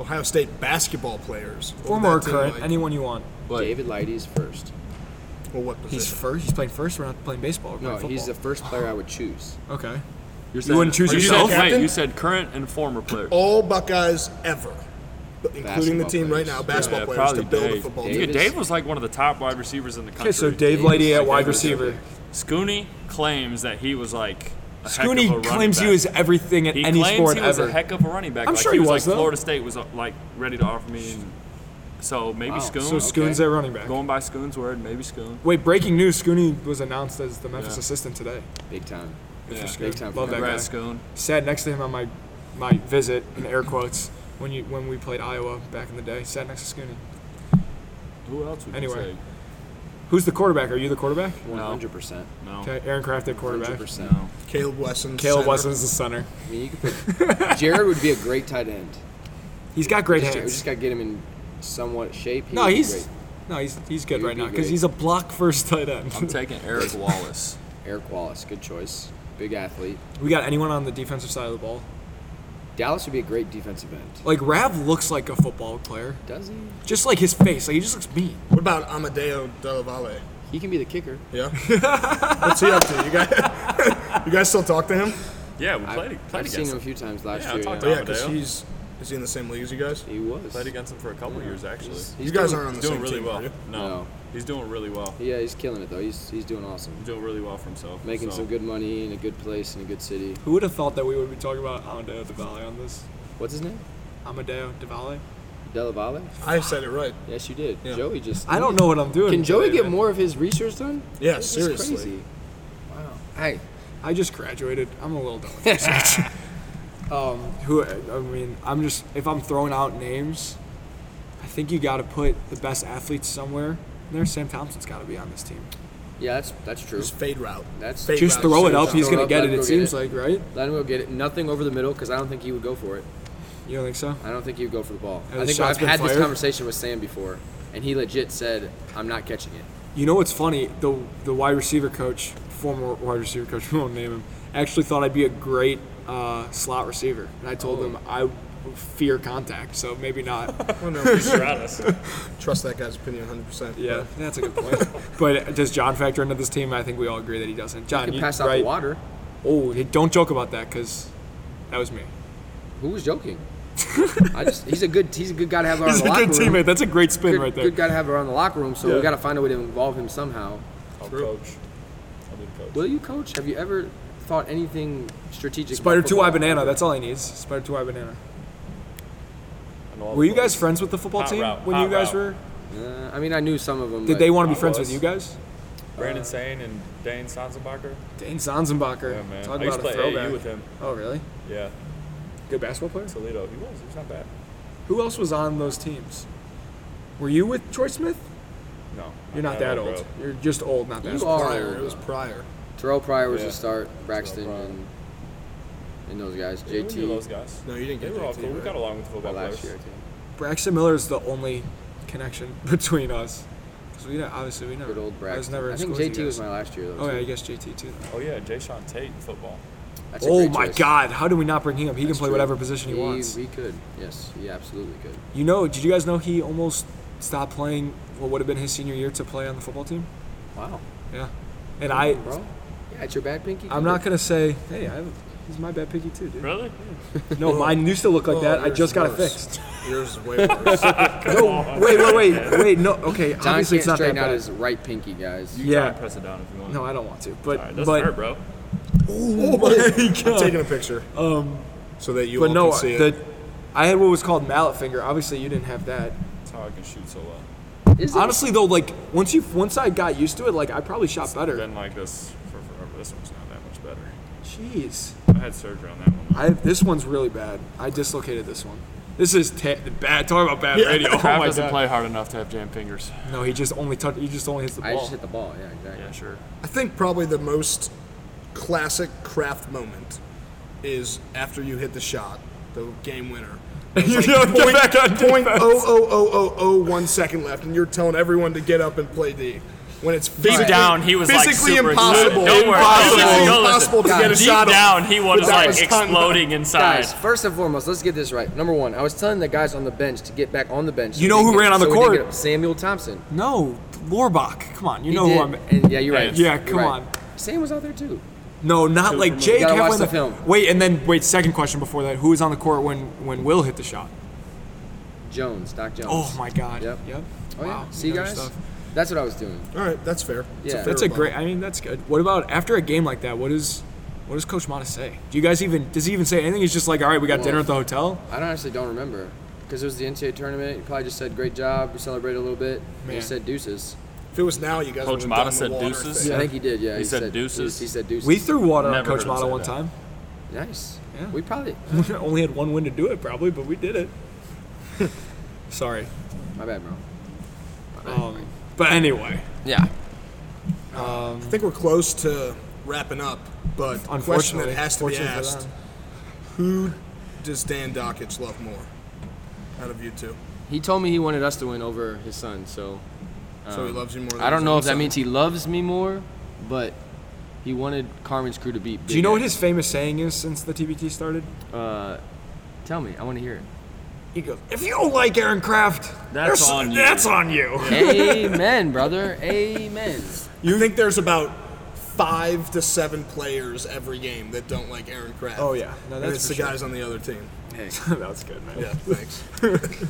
Speaker 1: Ohio State basketball players, what would
Speaker 4: former or
Speaker 1: that team
Speaker 4: current,
Speaker 1: like-
Speaker 4: anyone you want.
Speaker 6: David Leidy's first.
Speaker 1: well, what
Speaker 4: He's
Speaker 1: position?
Speaker 4: first. He's playing first. We're not playing baseball. We're
Speaker 6: No,
Speaker 4: playing
Speaker 6: he's the
Speaker 4: football.
Speaker 6: first player I would choose.
Speaker 4: okay.
Speaker 7: You're
Speaker 4: You wouldn't choose
Speaker 7: Are
Speaker 4: yourself?
Speaker 7: You said, wait,
Speaker 1: Captain?
Speaker 7: you said current and former player.
Speaker 1: all Buckeyes ever, but including the
Speaker 6: Basketball
Speaker 1: team right
Speaker 6: players.
Speaker 1: now,
Speaker 6: Yeah,
Speaker 1: basketball
Speaker 7: Yeah,
Speaker 1: players to build a
Speaker 7: Dave.
Speaker 1: football
Speaker 7: Yeah,
Speaker 1: team.
Speaker 6: Davis.
Speaker 7: Dave was like one of the top wide receivers in the country.
Speaker 4: Okay, so Dave Lady at wide receiver.
Speaker 7: Scooney claims that he was like. A heck of a
Speaker 4: Scooney
Speaker 7: running
Speaker 4: claims
Speaker 7: back.
Speaker 4: you as everything at
Speaker 7: He
Speaker 4: any
Speaker 7: claims
Speaker 4: sport
Speaker 7: he was
Speaker 4: ever.
Speaker 7: a heck of a running back.
Speaker 4: I'm
Speaker 7: like,
Speaker 4: sure
Speaker 7: he
Speaker 4: he
Speaker 7: was,
Speaker 4: was,
Speaker 7: like
Speaker 4: though.
Speaker 7: Florida State was uh, like ready to offer me. And so maybe
Speaker 6: Wow.
Speaker 7: Scoon.
Speaker 4: so Scoon's their running back.
Speaker 7: Going by Scoon's word, maybe Scoon.
Speaker 4: Wait, breaking news: Scooney was announced as the Memphis
Speaker 7: Yeah.
Speaker 4: assistant today.
Speaker 6: Big time.
Speaker 7: Yeah.
Speaker 6: Big time.
Speaker 4: Love that guy.
Speaker 7: Congrats, Scoon.
Speaker 4: Sat next to him on my my visit in air quotes when you when we played Iowa back in the day. Sat next to Scooney.
Speaker 7: Who else would
Speaker 4: Anyway.
Speaker 7: you
Speaker 4: Who's the quarterback? Are you the quarterback?
Speaker 6: One hundred percent.
Speaker 7: No.
Speaker 4: Okay, Aaron Kraft at quarterback.
Speaker 6: Hundred percent.
Speaker 7: No.
Speaker 1: Caleb Wesson.
Speaker 4: Caleb
Speaker 1: center.
Speaker 4: Wesson's the center.
Speaker 6: I mean, you could put Jared would be a great tight end.
Speaker 4: He's got great
Speaker 6: Just, we
Speaker 4: hands.
Speaker 6: just gotta get him in somewhat shape. He
Speaker 4: no,
Speaker 6: would be
Speaker 4: he's
Speaker 6: great.
Speaker 4: no, he's he's good
Speaker 6: He would
Speaker 4: right
Speaker 6: be
Speaker 4: now because
Speaker 6: great.
Speaker 4: he's a block first tight end.
Speaker 7: I'm taking Eric Wallace.
Speaker 6: Eric Wallace, good choice, big athlete.
Speaker 4: we got anyone on the defensive side of the ball?
Speaker 6: Dallas would be a great defensive end.
Speaker 4: Like Rav looks like a football player,
Speaker 6: Does he?
Speaker 4: just like his face. Like he just looks mean.
Speaker 1: What about Amadeo Della Valle?
Speaker 6: He can be the kicker.
Speaker 1: Yeah. What's he up to? You guys, you guys still talk to him?
Speaker 7: Yeah, we
Speaker 6: I've,
Speaker 7: played,
Speaker 6: I've
Speaker 7: played
Speaker 6: seen
Speaker 7: against
Speaker 6: him a
Speaker 7: him.
Speaker 6: few times last
Speaker 7: Yeah, I
Speaker 6: year.
Speaker 7: talked
Speaker 1: Yeah,
Speaker 7: Amadeo.
Speaker 1: because he's is he in the same league as you guys?
Speaker 6: He was.
Speaker 7: Played against him for a couple years actually.
Speaker 6: He's-
Speaker 1: You
Speaker 6: he's
Speaker 1: guys
Speaker 6: doing-
Speaker 1: aren't on the
Speaker 7: He's doing
Speaker 1: same
Speaker 7: really
Speaker 1: team, are
Speaker 7: well.
Speaker 1: you?
Speaker 7: No.
Speaker 6: No.
Speaker 7: He's doing really well.
Speaker 6: Yeah, he's killing it though. He's he's doing awesome.
Speaker 7: He's doing really well for himself.
Speaker 6: Making
Speaker 7: so.
Speaker 6: some good money in a good place in a good city.
Speaker 4: Who would have thought that we would be talking about Amadeo Valle on this?
Speaker 6: What's his name?
Speaker 4: Amadeo Valle.
Speaker 6: Della Valle?
Speaker 1: I said it right.
Speaker 6: Yes, you did.
Speaker 1: Yeah.
Speaker 6: Joey just.
Speaker 4: I don't know what I'm doing.
Speaker 6: Can Joey
Speaker 4: today,
Speaker 6: get
Speaker 4: man.
Speaker 6: more of his research done?
Speaker 1: Yeah,
Speaker 6: This is
Speaker 1: seriously.
Speaker 6: crazy. Wow. Hey,
Speaker 4: I just graduated. I'm a little done with research. um, who? I mean, I'm just if I'm throwing out names, I think you got to put the best athletes somewhere. There, Sam Thompson's got to be on this team.
Speaker 6: yeah, that's that's true.
Speaker 1: Just fade route.
Speaker 6: That's-
Speaker 1: fade
Speaker 4: Just
Speaker 1: route,
Speaker 4: throw it
Speaker 1: straight
Speaker 4: up.
Speaker 1: down.
Speaker 4: He's
Speaker 6: Throw it
Speaker 4: gonna
Speaker 6: up,
Speaker 4: get
Speaker 6: let
Speaker 4: it.
Speaker 6: him
Speaker 4: It
Speaker 6: go get
Speaker 4: seems
Speaker 6: it.
Speaker 4: like right.
Speaker 6: Let him go get it. Nothing over the middle because I don't think he would go for it.
Speaker 4: You don't think so?
Speaker 6: I don't think he would go for the ball.
Speaker 4: And
Speaker 6: I
Speaker 4: the
Speaker 6: think
Speaker 4: shot's
Speaker 6: I've
Speaker 4: been
Speaker 6: had this
Speaker 4: fired?
Speaker 6: conversation with Sam before, and he legit said, "I'm not catching it."
Speaker 4: You know what's funny? The the wide receiver coach, former wide receiver coach, we won't name him, actually thought I'd be a great uh, slot receiver, and I told him I
Speaker 6: Oh.
Speaker 4: fear contact, so maybe not.
Speaker 1: Oh, no.
Speaker 7: Stratus.
Speaker 1: Trust that guy's opinion 100. percent
Speaker 4: yeah, that's a good point. but does John factor into this team? I think we all agree that he doesn't. John,
Speaker 6: He
Speaker 4: you,
Speaker 6: can pass out
Speaker 4: right?
Speaker 6: the water.
Speaker 4: Oh, hey, don't joke about that, cause that was me.
Speaker 6: Who was joking? I just he's a good he's a good guy to have around
Speaker 4: He's a
Speaker 6: the locker
Speaker 4: good
Speaker 6: room.
Speaker 4: teammate. That's a great spin
Speaker 6: Good,
Speaker 4: right there.
Speaker 6: good guy to have around the locker room. So
Speaker 4: Yeah.
Speaker 6: we got to find a way to involve him somehow.
Speaker 7: I'll coach. I'll be coach.
Speaker 6: Will you coach? Have you ever thought anything strategic? about
Speaker 4: Spider two eye
Speaker 6: football?
Speaker 4: banana. That's all he needs. Spider two eye banana.
Speaker 7: I know all
Speaker 4: Were
Speaker 7: the
Speaker 4: you guys
Speaker 7: players.
Speaker 4: friends with the football
Speaker 7: Hot
Speaker 4: team
Speaker 7: route,
Speaker 4: when
Speaker 7: hot
Speaker 4: you guys
Speaker 7: route.
Speaker 4: were?
Speaker 6: Uh, I mean, I knew some of them.
Speaker 4: Did they want to be
Speaker 7: I
Speaker 4: friends with
Speaker 7: was.
Speaker 4: you guys?
Speaker 7: Brandon Sane and Dane Sanzenbacher?
Speaker 4: Dane Zanzenbacher.
Speaker 7: Yeah, man.
Speaker 4: Talk
Speaker 7: I used
Speaker 4: about
Speaker 7: to
Speaker 4: a
Speaker 7: play AAU
Speaker 4: throwback.
Speaker 7: with him.
Speaker 4: Oh, really?
Speaker 7: Yeah.
Speaker 4: Good basketball player?
Speaker 7: Toledo. He was. He was not bad.
Speaker 4: Who else was on those teams? Were you with Troy Smith?
Speaker 7: No.
Speaker 4: You're not that old. You're just old, not that
Speaker 6: You
Speaker 4: old.
Speaker 6: are
Speaker 1: Prior. It
Speaker 6: old,
Speaker 1: was
Speaker 6: though.
Speaker 1: prior.
Speaker 6: Terrell Pryor was
Speaker 7: Yeah.
Speaker 6: the start. Braxton
Speaker 7: Pryor.
Speaker 6: and and those guys.
Speaker 7: JT. We knew those
Speaker 6: JT
Speaker 7: guys.
Speaker 1: No, you didn't
Speaker 7: They
Speaker 1: get
Speaker 7: were all
Speaker 1: JT,
Speaker 7: cool. We
Speaker 1: right?
Speaker 7: got along with the
Speaker 6: uh,
Speaker 7: football
Speaker 6: last
Speaker 7: players.
Speaker 6: year. I think.
Speaker 4: Braxton Miller is the only connection between us. 'Cause we didn't- obviously we never.
Speaker 6: Good old
Speaker 4: I was
Speaker 6: Braxton.
Speaker 4: never in
Speaker 6: I think
Speaker 4: school with
Speaker 6: JT
Speaker 4: you
Speaker 6: was
Speaker 4: guys.
Speaker 6: my last year though.
Speaker 4: Oh
Speaker 6: too.
Speaker 4: yeah, I guess JT too.
Speaker 7: Oh yeah, Jay Sean Tate in football.
Speaker 6: That's a
Speaker 4: Oh
Speaker 6: great
Speaker 4: my
Speaker 6: choice.
Speaker 4: God! How do we not bring him? He
Speaker 6: That's
Speaker 4: can play
Speaker 6: true.
Speaker 4: whatever position he,
Speaker 6: He-
Speaker 4: wants.
Speaker 6: He could. Yes, he absolutely could.
Speaker 4: You know? Did you guys know he almost stopped playing what would have been his senior year to play on the football team?
Speaker 6: Wow.
Speaker 4: Yeah. And I,
Speaker 6: bro. Yeah, it's your bad pinky.
Speaker 4: I'm not gonna say, hey, I have, he's my bad picky too, dude.
Speaker 7: Really?
Speaker 4: No, mine used to look like
Speaker 1: Oh,
Speaker 4: that. I
Speaker 1: yours
Speaker 4: just got it
Speaker 1: worse.
Speaker 4: fixed.
Speaker 1: Yours is way worse.
Speaker 4: No, wait, wait, wait, wait. No, okay.
Speaker 6: John
Speaker 4: obviously,
Speaker 6: can't
Speaker 4: it's not that
Speaker 6: straighten out
Speaker 4: bad.
Speaker 6: his right pinky, guys.
Speaker 7: You
Speaker 4: Yeah.
Speaker 7: can press it down if you want.
Speaker 4: No, I don't want to.
Speaker 7: All
Speaker 4: But
Speaker 7: right, doesn't
Speaker 4: but
Speaker 7: hurt, bro.
Speaker 1: oh my God. I'm taking a picture. Um. So that you
Speaker 4: but
Speaker 1: all
Speaker 4: no,
Speaker 1: can see
Speaker 4: the
Speaker 1: it.
Speaker 4: I had what was called mallet finger. Obviously, you didn't have that.
Speaker 7: That's how I can shoot so well.
Speaker 6: Is it?
Speaker 4: Honestly, though, like once you once I got used to it, like I probably shot better.
Speaker 7: Been like this for forever. This one's not that much better.
Speaker 4: Jeez,
Speaker 7: I had surgery on that one. though.
Speaker 4: I this one's really bad. I dislocated this one. This is ta bad. Talk about bad radio. Oh
Speaker 7: Kraft
Speaker 4: my
Speaker 7: doesn't
Speaker 4: God.
Speaker 7: play hard enough to have jam fingers.
Speaker 4: No, he just only touch. He just only hits the
Speaker 6: I
Speaker 4: ball.
Speaker 6: just hit the ball. Yeah, exactly.
Speaker 7: Yeah, sure.
Speaker 1: I think probably the most classic craft moment is after you hit the shot, the game winner. It's
Speaker 4: You don't get back on
Speaker 1: point
Speaker 4: defense.
Speaker 1: oh oh oh oh oh one second left, and you're telling everyone to get up and play D. When it's physically,
Speaker 7: down, he was, like,
Speaker 1: physically
Speaker 7: super
Speaker 1: impossible.
Speaker 7: excited. Don't worry.
Speaker 1: Impossible,
Speaker 7: Don't listen.
Speaker 1: impossible to
Speaker 6: Guys,
Speaker 1: get a
Speaker 6: deep
Speaker 1: shot off.
Speaker 7: he
Speaker 1: was, Without like, his tongue. exploding
Speaker 7: inside.
Speaker 6: Guys, first and foremost, let's get this right. Number one, I was telling the guys on the bench to get back on the bench.
Speaker 4: You
Speaker 6: so
Speaker 4: know
Speaker 6: we
Speaker 4: who
Speaker 6: didn't
Speaker 4: ran
Speaker 6: get-
Speaker 4: on the
Speaker 6: so we didn't
Speaker 4: court?
Speaker 6: get up. Samuel Thompson.
Speaker 4: no, Lorbach. Come on, you
Speaker 6: He
Speaker 4: know
Speaker 6: did,
Speaker 4: who I'm.
Speaker 6: And yeah, you're right.
Speaker 4: Yeah,
Speaker 6: You're
Speaker 4: come
Speaker 6: right.
Speaker 4: on.
Speaker 6: Sam was out there too.
Speaker 4: No, not like Jay.
Speaker 6: gotta
Speaker 4: Can't
Speaker 6: watch
Speaker 4: win
Speaker 6: the film.
Speaker 4: Wait, and then wait. Second question before that: Who was on the court when when Will hit the shot?
Speaker 6: Jones, Doc Jones.
Speaker 4: Oh my God.
Speaker 6: Yep.
Speaker 4: Yep.
Speaker 6: Oh, yeah.
Speaker 4: Wow, you
Speaker 6: See,
Speaker 4: know your
Speaker 6: guys?
Speaker 4: stuff.
Speaker 6: That's what I was doing.
Speaker 1: All right, that's fair. It's
Speaker 6: Yeah.
Speaker 1: fair
Speaker 4: That's a
Speaker 1: rebuttal.
Speaker 4: great. I mean, that's good. What about after a game like that? What is, what does Coach Mata say? Do you guys even? Does he even say anything? He's just like, all right, we got
Speaker 6: Well-
Speaker 4: dinner at the hotel.
Speaker 6: I don't actually don't remember because it was the NCAA tournament. He probably just said, "Great job," we celebrated a little bit. And he
Speaker 4: Man.
Speaker 6: said deuces.
Speaker 1: If it was now, you guys would
Speaker 7: Coach
Speaker 1: have
Speaker 7: Mata
Speaker 1: done
Speaker 7: said
Speaker 1: the water
Speaker 7: deuces?
Speaker 1: thing.
Speaker 6: I think he did. Yeah,
Speaker 7: He said deuces?
Speaker 6: He said deuces.
Speaker 4: We threw water on
Speaker 7: Never
Speaker 4: Coach
Speaker 7: heard him
Speaker 4: Mata
Speaker 7: say
Speaker 4: one
Speaker 7: that.
Speaker 4: time.
Speaker 6: nice.
Speaker 4: Yeah.
Speaker 6: We probably.
Speaker 4: We only had one win to do it, probably, but we did it. Sorry.
Speaker 6: My bad, bro.
Speaker 4: Um, but anyway,
Speaker 6: Yeah.
Speaker 1: I think we're close to wrapping up, but the question that
Speaker 4: Unfortunately,
Speaker 1: has to be
Speaker 4: fortunately for
Speaker 1: asked:
Speaker 4: them.
Speaker 1: Who does Dan Dockich love more out of you two?
Speaker 6: He told me he wanted us to win over his son, so
Speaker 1: so he loves you more. Than
Speaker 6: I don't
Speaker 1: his
Speaker 6: know
Speaker 1: own
Speaker 6: if that
Speaker 1: son.
Speaker 6: means he loves me more, but he wanted Carmen's crew to beat.
Speaker 4: Do you know what
Speaker 6: Big
Speaker 4: his famous saying is since the TBT started?
Speaker 6: Ed. Uh, tell me, I want to hear it.
Speaker 4: He goes, "If you don't like Aaron Kraft,
Speaker 7: That's
Speaker 4: there's-
Speaker 7: on you."
Speaker 4: That's on you."
Speaker 6: Amen, brother. Amen.
Speaker 1: You think there's about five to seven players every game that don't like Aaron Kraft?
Speaker 4: Oh, yeah. No,
Speaker 1: and
Speaker 4: that's
Speaker 1: it's
Speaker 4: for
Speaker 1: the
Speaker 4: sure.
Speaker 1: guys on the other team.
Speaker 6: Hey,
Speaker 4: that's good, man.
Speaker 1: Yeah, thanks.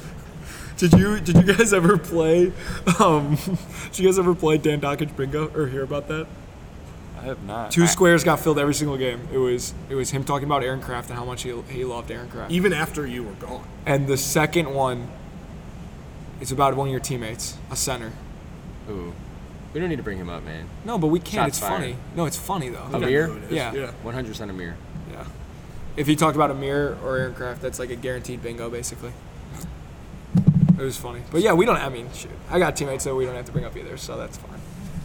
Speaker 4: Did you did you guys ever play? Um, did you guys ever play Dan Dockage Bingo or hear about that?
Speaker 7: I have not.
Speaker 4: Two squares got filled every single game. It was it was him talking about Aaron Kraft and how much he, he loved Aaron Kraft.
Speaker 1: Even after you were gone,
Speaker 4: And the second one is about one of your teammates, a center.
Speaker 6: ooh, we don't need to bring him up, man.
Speaker 4: No, but we can't.
Speaker 6: Shots
Speaker 4: it's
Speaker 6: fired.
Speaker 4: funny. No, it's funny though.
Speaker 1: I don't
Speaker 6: Amir?
Speaker 1: know who it is.
Speaker 4: Yeah.
Speaker 1: yeah.
Speaker 6: 100% Amir.
Speaker 4: Yeah. If you talk about a mirror or aircraft, that's like a guaranteed bingo, basically. It was funny, but yeah, we don't. I mean, shoot, I got teammates that we don't have to bring up either, so that's fine.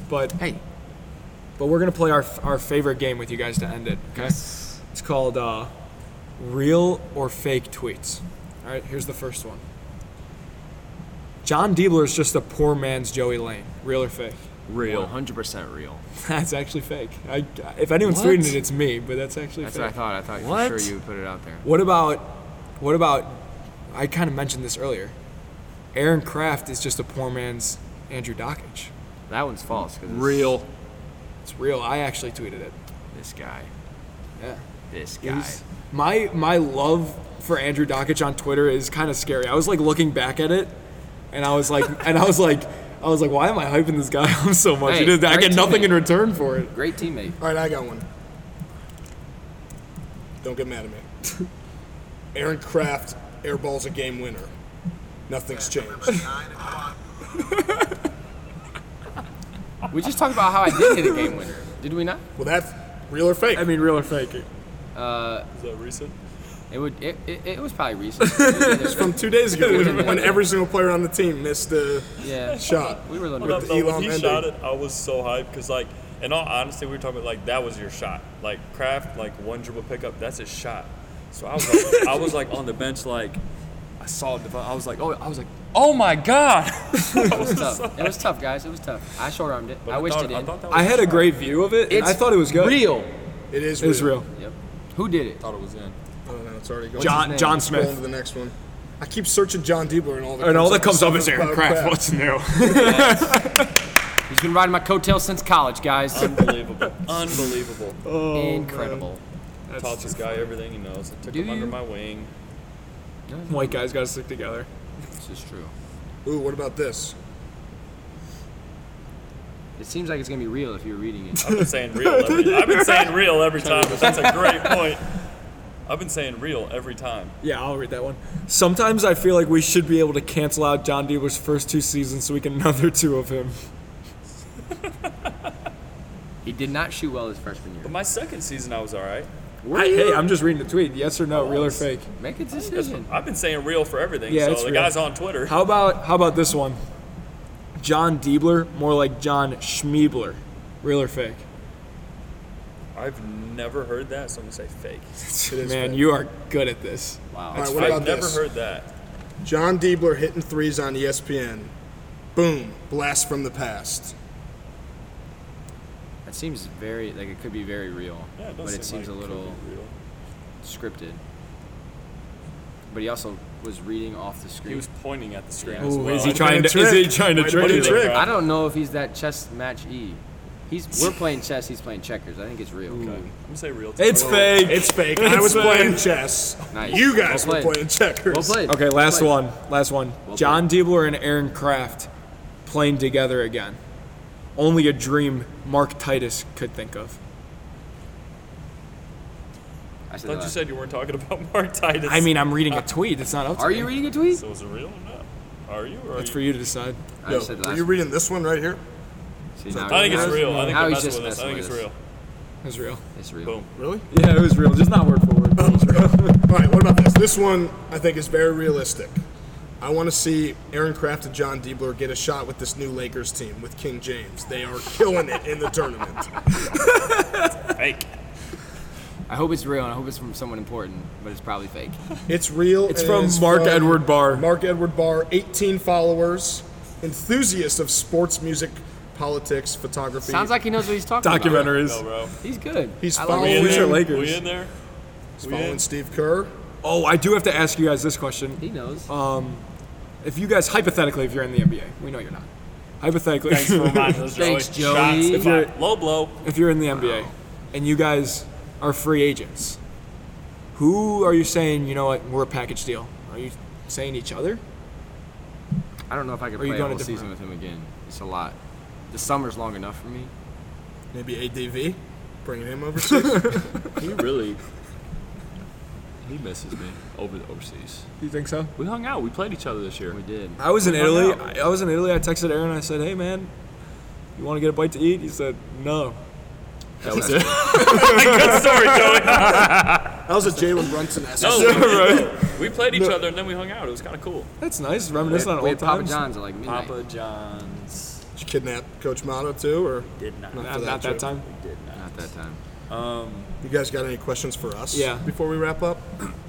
Speaker 4: But
Speaker 6: Hey,
Speaker 4: but we're gonna play our our favorite game with you guys to end it. Okay. It's called uh, real or fake tweets. All right. Here's the first one. John Diebler is just a poor man's Joey Lane. Real or fake?
Speaker 7: real.
Speaker 6: 100% real.
Speaker 4: That's actually fake. I, if anyone's
Speaker 6: What?
Speaker 4: tweeting it, it's me. But that's actually
Speaker 6: That's
Speaker 4: fake.
Speaker 6: what I thought. I thought
Speaker 7: What?
Speaker 6: for sure you would put it out there.
Speaker 4: What about what about I kind of mentioned this earlier. Aaron Kraft is just a poor man's Andrew Dockage.
Speaker 6: That one's false. 'cause it's-
Speaker 7: Real.
Speaker 4: It's real. I actually tweeted it.
Speaker 6: This guy.
Speaker 4: Yeah.
Speaker 6: This
Speaker 4: It
Speaker 6: guy.
Speaker 4: was- my my love for Andrew Dockage on Twitter is kind of scary. I was like looking back at it and I was like and I was like I was like why am I hyping this guy up so much?
Speaker 6: Hey,
Speaker 4: He did- I
Speaker 6: great
Speaker 4: get nothing
Speaker 6: teammate.
Speaker 4: in return for it.
Speaker 6: Great teammate.
Speaker 1: All right, I got one. Don't get mad at me. Aaron Kraft airballs a game winner. Nothing's changed.
Speaker 6: We just talked about how I did hit a game winner. Did we not?
Speaker 1: Well, that's real or fake.
Speaker 4: I mean real or fake.
Speaker 1: is that recent?
Speaker 6: It would. It, it, it was probably recent.
Speaker 1: From two days ago, when, when every single player on the team missed a
Speaker 6: yeah.
Speaker 1: shot.
Speaker 6: We were a little
Speaker 1: Well,
Speaker 6: nervous.
Speaker 1: that- Elon
Speaker 8: when he
Speaker 1: Mendy.
Speaker 8: shot it, I was so hyped because, like, in all honesty, we were talking about like that was your shot. Like Kraft, like one dribble pickup, that's his shot. So I was, like, I was like on the bench, like I saw Devon. I was like, oh, I was like, oh my god.
Speaker 6: It was tough. It was tough, guys. It was tough. I short armed it. I, wished
Speaker 8: thought,
Speaker 6: it in.
Speaker 8: thought that was
Speaker 4: I had a great view of it and I thought it was good.
Speaker 6: Real.
Speaker 1: It is
Speaker 4: It was real.
Speaker 6: Yep. Who did it?
Speaker 7: Thought it was in.
Speaker 1: I don't know. It's already going.
Speaker 6: his
Speaker 4: John
Speaker 6: name?
Speaker 4: John
Speaker 1: Scroll to
Speaker 4: Smith.
Speaker 1: the next one. I keep searching John Diebler and all that.
Speaker 4: And all that comes up is Aaron
Speaker 1: about
Speaker 4: Kraft. What's new?
Speaker 6: He's been riding my coattail since college, guys.
Speaker 8: unbelievable, unbelievable.
Speaker 6: Incredible.
Speaker 8: Taught this guy everything he knows. I took
Speaker 6: Do
Speaker 8: him under
Speaker 6: you?
Speaker 8: my wing.
Speaker 4: White guys gotta stick together.
Speaker 6: This is true.
Speaker 1: Ooh, what about this?
Speaker 6: It seems like it's gonna be real if you're reading it.
Speaker 8: I've been saying real. Every, I've been saying real every time. But that's a great point. I've been saying real every time.
Speaker 4: Yeah, I'll read that one. Sometimes I feel like we should be able to cancel out John Diebler's first two seasons so we can another two of him.
Speaker 6: He did not shoot well his freshman year.
Speaker 8: But my second season, I was all right.
Speaker 4: I, hey, I'm just reading the tweet. Yes or no, real or fake?
Speaker 6: Make a decision.
Speaker 8: I've been saying real for everything.
Speaker 4: Yeah,
Speaker 8: so
Speaker 4: it's
Speaker 8: the
Speaker 4: real.
Speaker 8: guys on Twitter.
Speaker 4: How about how about this one? John Diebler, more like John Schmiebler. Real or fake?
Speaker 8: I've never heard that, so I'm gonna say fake.
Speaker 1: It is
Speaker 4: Man,
Speaker 1: fake.
Speaker 4: you are good at this.
Speaker 1: All
Speaker 6: Wow.
Speaker 1: right, what about
Speaker 8: I've never
Speaker 1: this?
Speaker 8: heard that.
Speaker 1: John Diebler hitting threes on E ESPN. Boom, blast from the past.
Speaker 6: That seems very like it could be very real,
Speaker 8: Yeah, it does
Speaker 6: but it
Speaker 8: seem
Speaker 6: seems
Speaker 8: like
Speaker 6: a
Speaker 8: it could
Speaker 6: little
Speaker 8: be real.
Speaker 6: scripted. But he also was reading off the
Speaker 8: He
Speaker 6: screen.
Speaker 8: was pointing at the screen.
Speaker 6: Yeah.
Speaker 8: as
Speaker 6: Ooh,
Speaker 8: well.
Speaker 4: is he
Speaker 8: I
Speaker 4: trying
Speaker 1: What
Speaker 4: to
Speaker 1: a
Speaker 4: is he
Speaker 1: trick.
Speaker 4: trying to
Speaker 1: What a
Speaker 4: trick?
Speaker 8: do you
Speaker 4: you?
Speaker 8: think,
Speaker 6: I
Speaker 8: Rob?
Speaker 6: don't know if he's that chess match E. He's we're playing chess. He's playing checkers. I think it's real.
Speaker 8: I'm gonna say real.
Speaker 4: It's fake.
Speaker 1: It's fake. I
Speaker 4: It's
Speaker 1: was
Speaker 4: fake.
Speaker 1: playing chess.
Speaker 6: Nice.
Speaker 1: You guys
Speaker 6: Well
Speaker 1: were
Speaker 6: played.
Speaker 1: playing checkers.
Speaker 6: Well played.
Speaker 4: Okay,
Speaker 6: Well
Speaker 4: last
Speaker 6: played.
Speaker 4: one. Last one.
Speaker 6: Well
Speaker 4: John Diebler and Aaron Kraft playing together again. Only a dream Mark Titus could think of.
Speaker 6: I said
Speaker 8: I thought
Speaker 6: that
Speaker 8: you
Speaker 6: last.
Speaker 8: said you weren't talking about Mark Titus.
Speaker 4: I mean, I'm reading a tweet. It's not up to
Speaker 6: Are
Speaker 4: me.
Speaker 6: you reading a tweet?
Speaker 8: so is it real or not? Are you? Or are
Speaker 4: That's for you to decide.
Speaker 6: I said
Speaker 1: Yo,
Speaker 6: last.
Speaker 1: are you reading this one right here?
Speaker 6: See, now
Speaker 8: I think
Speaker 6: you're-
Speaker 8: it's real. I think
Speaker 6: now
Speaker 8: they're
Speaker 6: he's
Speaker 8: messing
Speaker 6: just
Speaker 8: with us. I
Speaker 6: messing
Speaker 8: think it's
Speaker 6: with
Speaker 8: real.
Speaker 4: It was real.
Speaker 6: It's real.
Speaker 8: Boom.
Speaker 1: Really?
Speaker 4: Yeah, it was real. Just not word for word.
Speaker 1: All right, what about this? This one I think is very realistic. I want to see Aaron Kraft and John Diebler get a shot with this new Lakers team with King James. They are killing it in the tournament.
Speaker 7: Fake.
Speaker 6: I hope it's real and I hope it's from someone important, but it's probably fake.
Speaker 1: It's real.
Speaker 4: It's
Speaker 1: and
Speaker 4: from Mark Edward Barr.
Speaker 1: Mark Edward Barr, 18 followers, enthusiast of sports, music, politics, photography.
Speaker 6: Sounds like he knows what he's talking about.
Speaker 4: Documentaries.
Speaker 7: No, bro.
Speaker 6: He's good.
Speaker 1: He's
Speaker 6: I
Speaker 1: following-
Speaker 6: like
Speaker 1: We
Speaker 6: him.
Speaker 4: Who's your
Speaker 1: in.
Speaker 4: Lakers?
Speaker 7: We in there?
Speaker 1: He's following Steve Kerr.
Speaker 4: Oh, I do have to ask you guys this question.
Speaker 6: He knows.
Speaker 4: Oh. If you guys hypothetically, if you're in the NBA, we know you're not. Hypothetically,
Speaker 7: Thanks for reminding us, Joey.
Speaker 6: Thanks, Joey.
Speaker 7: Shots
Speaker 6: If
Speaker 4: you're-
Speaker 7: fired. Low blow.
Speaker 4: if you're in the NBA and you guys are free agents, who are you saying? You know what? We're a package deal. Are you saying each other?
Speaker 6: I don't know if I could
Speaker 4: Are you
Speaker 6: play a
Speaker 4: going a
Speaker 6: whole
Speaker 4: different
Speaker 6: season with him again. It's a lot. The summer's long enough for me.
Speaker 1: Maybe ADV. Bringing him overseas.
Speaker 7: He really. He misses me over overseas.
Speaker 4: You think so?
Speaker 7: We hung out. We played each other this year.
Speaker 6: We did.
Speaker 4: I was in
Speaker 7: We hung
Speaker 4: Italy.
Speaker 7: out.
Speaker 4: I, I was in Italy. I texted Aaron. I said, "Hey, man, you want to get a bite to eat?" He said, "No."
Speaker 7: That was it. Good story, Joey.
Speaker 1: that was a Jalen Brunson esque.
Speaker 7: No, we, we played each other and then we hung out. It was kind of cool.
Speaker 4: That's nice. Reminiscent on
Speaker 6: we
Speaker 4: old
Speaker 6: had Oh, Papa
Speaker 4: times.
Speaker 6: John's at like midnight.
Speaker 7: John's
Speaker 1: Did you kidnap Coach Motto too, or
Speaker 7: did not.
Speaker 4: Not,
Speaker 1: for that
Speaker 4: not that
Speaker 1: trip.
Speaker 4: time.
Speaker 6: Not that time.
Speaker 1: you guys got any questions for us?
Speaker 4: Yeah.
Speaker 1: Before we wrap up,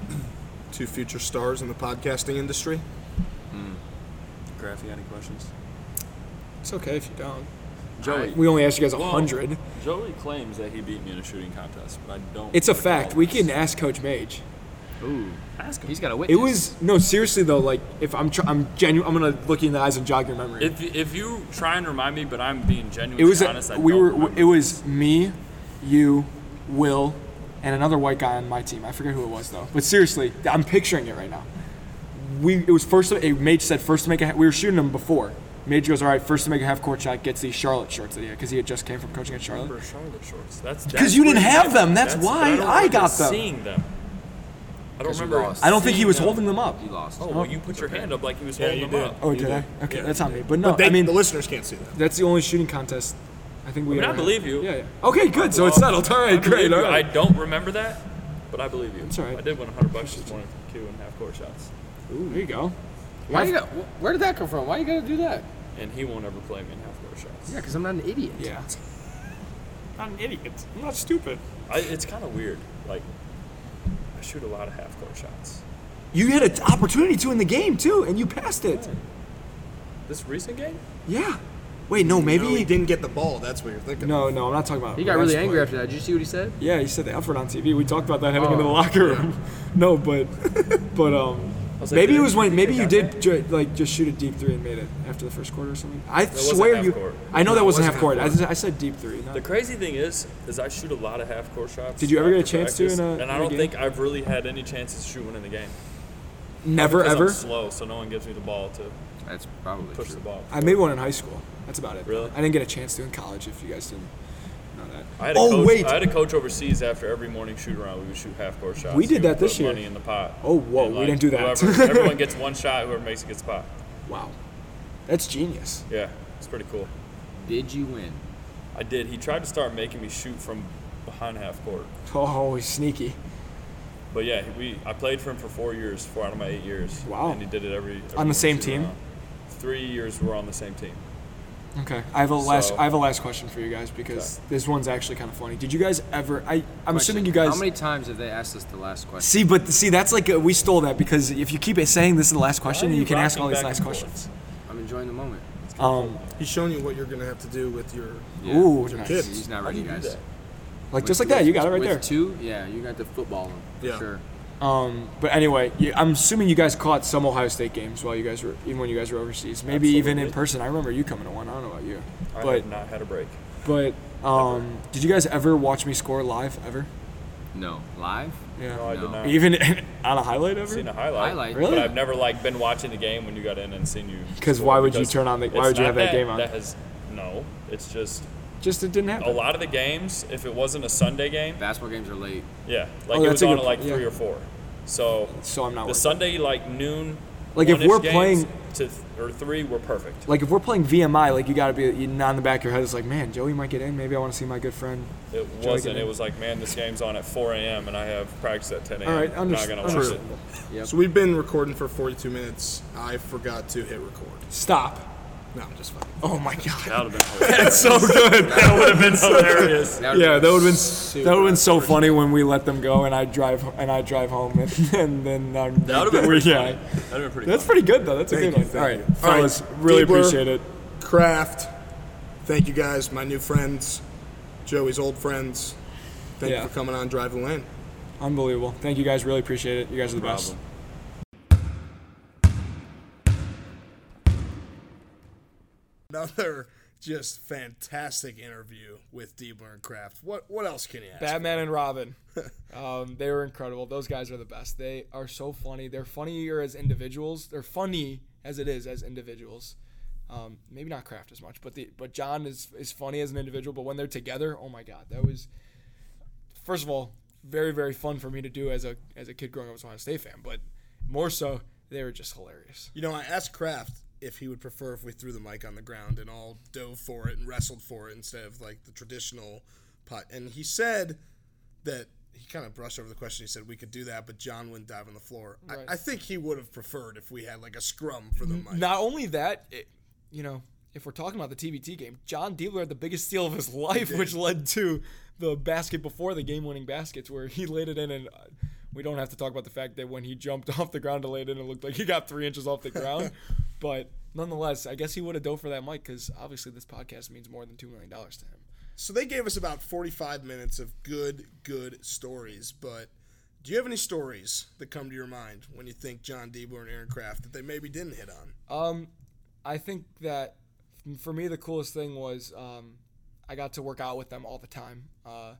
Speaker 1: two future stars in the podcasting industry.
Speaker 7: Graph, you got any questions?
Speaker 4: It's okay if you don't.
Speaker 7: Joey.
Speaker 4: We only asked you guys a
Speaker 7: Well,
Speaker 4: hundred.
Speaker 7: Joey claims that he beat me in a shooting contest, but I don't.
Speaker 4: It's a
Speaker 7: recall
Speaker 4: fact. We
Speaker 7: this.
Speaker 4: can ask Coach Mage.
Speaker 6: Ooh,
Speaker 7: ask him.
Speaker 6: he's got a
Speaker 4: It
Speaker 6: witness.
Speaker 4: was no seriously though. Like if I'm tr- I'm genuine, I'm gonna look you in the eyes and jog your memory.
Speaker 7: If, if you try and remind me, but I'm being genuinely
Speaker 4: it was
Speaker 7: honest, I
Speaker 4: we
Speaker 7: don't
Speaker 4: were
Speaker 7: remember.
Speaker 4: it was me, you, Will, and another white guy on my team. I forget who it was though. But seriously, I'm picturing it right now. We it was first. It, Mage said first to make a. We were shooting him before. Mage goes all right. First to make a half court shot gets these Charlotte shorts that he had because he had just came from coaching at Charlotte.
Speaker 7: For Charlotte shorts. That's
Speaker 4: 'Cause you
Speaker 7: that's
Speaker 4: didn't
Speaker 7: where
Speaker 4: have
Speaker 7: get
Speaker 4: them. That's
Speaker 7: but
Speaker 4: why
Speaker 7: don't
Speaker 4: I
Speaker 7: remember
Speaker 4: got them.
Speaker 7: Seeing them. I don't
Speaker 6: 'Cause you
Speaker 7: remember.
Speaker 6: lost.
Speaker 4: I don't think he was
Speaker 7: seeing
Speaker 4: holding them up.
Speaker 6: He lost.
Speaker 7: Oh, well, you put your hand up like he was
Speaker 1: Yeah,
Speaker 7: holding
Speaker 1: you
Speaker 7: them
Speaker 1: did.
Speaker 7: up.
Speaker 4: Oh,
Speaker 7: You
Speaker 4: did I? Okay,
Speaker 7: Yeah.
Speaker 4: that's on me. But no,
Speaker 1: They-
Speaker 4: I mean
Speaker 1: the listeners can't see that.
Speaker 4: that's the only shooting contest. I think we.
Speaker 7: mean, I
Speaker 4: ever had.
Speaker 7: believe you.
Speaker 4: Yeah, yeah. Okay, good. So it's
Speaker 7: Well,
Speaker 4: settled. All
Speaker 7: I
Speaker 4: right,
Speaker 7: believe
Speaker 4: great.
Speaker 7: you.
Speaker 4: All
Speaker 7: I
Speaker 4: right.
Speaker 7: don't remember that, but I believe you.
Speaker 4: It's all right.
Speaker 7: I did win 100 bucks this morning from Q and half court shots,
Speaker 4: Ooh, there you go.
Speaker 6: Why you got, wh- where did that come from? Why you gotta do that?
Speaker 7: and he won't ever play me in half court shots.
Speaker 6: Yeah, because I'm not an idiot.
Speaker 4: Yeah.
Speaker 7: I'm an idiot.
Speaker 4: I'm not stupid.
Speaker 7: I, it's kind of weird. Like, I shoot a lot of half court shots.
Speaker 4: You had an opportunity to in the game too, and you passed it.
Speaker 7: This recent game?
Speaker 4: Yeah. Wait, no,
Speaker 1: No, he
Speaker 4: maybe.
Speaker 1: didn't get the ball. That's what you're thinking.
Speaker 4: No, no, I'm not talking about.
Speaker 6: He got
Speaker 4: last
Speaker 6: really angry
Speaker 4: play.
Speaker 6: after that. Did you see what he said?
Speaker 4: Yeah, he said the effort on TV. We talked about that heading
Speaker 6: Oh.
Speaker 4: into the locker room. no, but, but um,
Speaker 7: was like,
Speaker 4: maybe it
Speaker 7: dude,
Speaker 4: was when
Speaker 7: you
Speaker 4: maybe you
Speaker 7: got
Speaker 4: did ju- like just shoot a deep three and made it after the first quarter or something. I
Speaker 7: wasn't
Speaker 4: swear
Speaker 7: half
Speaker 4: you.
Speaker 7: court.
Speaker 4: I know that wasn't half court.
Speaker 1: wasn't
Speaker 4: I, just- I said deep three. no.
Speaker 7: The crazy thing is, is I shoot a lot of half court shots.
Speaker 4: Did you ever get a
Speaker 7: after
Speaker 4: chance to in a-
Speaker 7: and
Speaker 4: in a
Speaker 7: I don't
Speaker 4: game?
Speaker 7: think I've really had any chances to shoot one in the game.
Speaker 4: Never
Speaker 7: 'Cause
Speaker 4: ever.
Speaker 7: I'm slow, so no one gives me the ball to
Speaker 6: That's probably
Speaker 7: push the
Speaker 6: true.
Speaker 7: ball.
Speaker 4: I made one in high school. That's about it.
Speaker 7: Really?
Speaker 4: I didn't get a chance to in college. If you guys didn't know that.
Speaker 7: I had a
Speaker 4: oh
Speaker 7: coach,
Speaker 4: wait.
Speaker 7: I had a coach overseas after every morning shoot around. We would shoot half court shots.
Speaker 4: We did
Speaker 7: He
Speaker 4: that
Speaker 7: would
Speaker 4: this
Speaker 7: put
Speaker 4: year.
Speaker 7: Money in the pot.
Speaker 4: Oh, whoa,
Speaker 7: And,
Speaker 4: we didn't do that.
Speaker 7: whoever- everyone gets one shot. Whoever makes it gets the pot.
Speaker 4: wow. That's genius.
Speaker 7: Yeah, it's pretty cool.
Speaker 6: Did you win?
Speaker 7: I did. He tried to start making me shoot from behind half court.
Speaker 4: Oh, he's sneaky.
Speaker 7: But yeah, we I played for him for four years, four out of my eight years.
Speaker 4: Wow.
Speaker 7: And he did it every, every
Speaker 4: On the same
Speaker 7: shoot
Speaker 4: team?
Speaker 7: around. Three years we're on the same team.
Speaker 4: Okay, I have a last.
Speaker 7: So-
Speaker 4: I have a last question for you guys because this one's actually kind of funny. Did you guys ever? I I'm assuming you guys.
Speaker 6: How many times have they asked us the last question?
Speaker 4: see, but see, that's like a, we stole that because if you keep it saying this is the last question,
Speaker 7: are
Speaker 4: you,
Speaker 7: you
Speaker 4: can ask
Speaker 7: rocking
Speaker 4: all these
Speaker 7: back
Speaker 4: nice
Speaker 7: and forth?
Speaker 4: questions.
Speaker 6: I'm enjoying the moment.
Speaker 4: Um,
Speaker 1: He's showing you what you're gonna have to do with your.
Speaker 4: Ooh,
Speaker 6: he's not-
Speaker 1: kids.
Speaker 6: He's not ready, guys.
Speaker 4: like
Speaker 6: With-
Speaker 4: just like that, you got it right
Speaker 6: with
Speaker 4: there.
Speaker 6: Two, yeah, you got the football one. for
Speaker 1: Yeah.
Speaker 6: Sure.
Speaker 4: Um, but anyway, you, I'm assuming you guys caught some Ohio State games while you guys were, even when you guys were overseas. Maybe even in
Speaker 7: Absolutely.
Speaker 4: person. I remember you coming to one. I don't know about you,
Speaker 7: I
Speaker 4: but
Speaker 7: have not had a break.
Speaker 4: but um, did you guys ever watch me score live ever?
Speaker 6: No, live.
Speaker 4: Yeah.
Speaker 7: No, I
Speaker 6: No.
Speaker 7: did not.
Speaker 4: even on a highlight
Speaker 7: I've seen
Speaker 4: ever?
Speaker 7: a highlight.
Speaker 6: Highlight.
Speaker 4: Really?
Speaker 7: But I've never like been watching the game when you got in and seen you.
Speaker 4: 'Cause
Speaker 7: score,
Speaker 4: why would you
Speaker 7: because
Speaker 4: turn on the- why
Speaker 7: it's
Speaker 4: would you
Speaker 7: not
Speaker 4: have that game on?
Speaker 7: That has no. It's just
Speaker 4: Just it didn't
Speaker 7: a
Speaker 4: happen.
Speaker 7: lot of the games. If it wasn't a Sunday game,
Speaker 6: Basketball games are late.
Speaker 7: yeah, like
Speaker 4: Oh,
Speaker 7: it
Speaker 4: that's
Speaker 7: was
Speaker 4: a
Speaker 7: on
Speaker 4: good
Speaker 7: at like
Speaker 4: point,
Speaker 7: three
Speaker 4: yeah.
Speaker 7: or four. So
Speaker 4: So I'm not.
Speaker 7: the
Speaker 4: worried.
Speaker 7: Sunday like noon.
Speaker 4: Like, if
Speaker 7: one-ish
Speaker 4: we're
Speaker 7: games,
Speaker 4: playing-
Speaker 8: to or three were perfect.
Speaker 4: Like if we're playing VMI, like you got to be you nod in the back of your head. It's like, man, Joey might get in. Maybe I want to see my good friend.
Speaker 8: It
Speaker 4: Joey
Speaker 8: wasn't.
Speaker 4: get
Speaker 8: It
Speaker 4: in.
Speaker 8: was like, man, this game's on at 4 a.m. and I have practice at 10 a.m.
Speaker 4: All right,
Speaker 8: I'm not
Speaker 4: underst-
Speaker 8: gonna watch it.
Speaker 4: understandable.
Speaker 1: So we've been recording for 42 minutes. I forgot to hit record.
Speaker 4: Stop.
Speaker 1: No, I'm just fucking.
Speaker 4: Oh my god.
Speaker 7: That would have been
Speaker 4: That's so good.
Speaker 7: that would have been hilarious.
Speaker 6: That
Speaker 4: yeah, that would have been that would have been so funny when we let them go and I drive and I drive home and, and then um,
Speaker 7: That would have been pretty
Speaker 4: yeah.
Speaker 7: funny. That would have been pretty.
Speaker 4: That's
Speaker 7: funny.
Speaker 4: pretty good though. That's a
Speaker 1: Thank
Speaker 4: good
Speaker 1: you,
Speaker 4: one. All right,
Speaker 1: thank you. All right,
Speaker 4: fellas, really
Speaker 1: Diebler.
Speaker 4: appreciate it.
Speaker 1: Craft. Thank you guys, my new friends, Joey's old friends. Thank
Speaker 4: Yeah.
Speaker 1: you for coming on Drive the Lane.
Speaker 4: Unbelievable. Thank you guys. Really appreciate it. You guys are the best.
Speaker 7: problem.
Speaker 1: Another just fantastic interview with Diebler and Kraft. What what else can you ask?
Speaker 4: Batman and Robin. Um, they were incredible. Those guys are the best. They are so funny. They're funnier as individuals. They're funny as it is as individuals. Um, maybe not Kraft as much, but the but John is is funny as an individual. But when they're together, oh my God, that was first of all very very fun for me to do as a as a kid growing up as an Ohio State fan. But more so, they were just hilarious.
Speaker 1: You know, I asked Kraft if he would prefer if we threw the mic on the ground and all dove for it and wrestled for it instead of like the traditional putt. And he said that he kind of brushed over the question. He said we could do that, but John wouldn't dive on the floor.
Speaker 4: Right.
Speaker 1: I, I think he would have preferred if we had like a scrum for the mic.
Speaker 4: Not only that, it, you know, if we're talking about the TBT game, John Diebler had the biggest steal of his life, which led to the basket before the game-winning baskets, where he laid it in, and uh, we don't have to talk about the fact that when he jumped off the ground to lay it in, it looked like he got three inches off the ground. but nonetheless, I guess he would have dove for that mic because obviously this podcast means more than two million dollars to him.
Speaker 1: So they gave us about 45 minutes of good, good stories. But do you have any stories that come to your mind when you think John Diebler and Aaron Kraft that they maybe didn't hit on?
Speaker 4: Um, I think that for me the coolest thing was um, I got to work out with them all the time. Uh,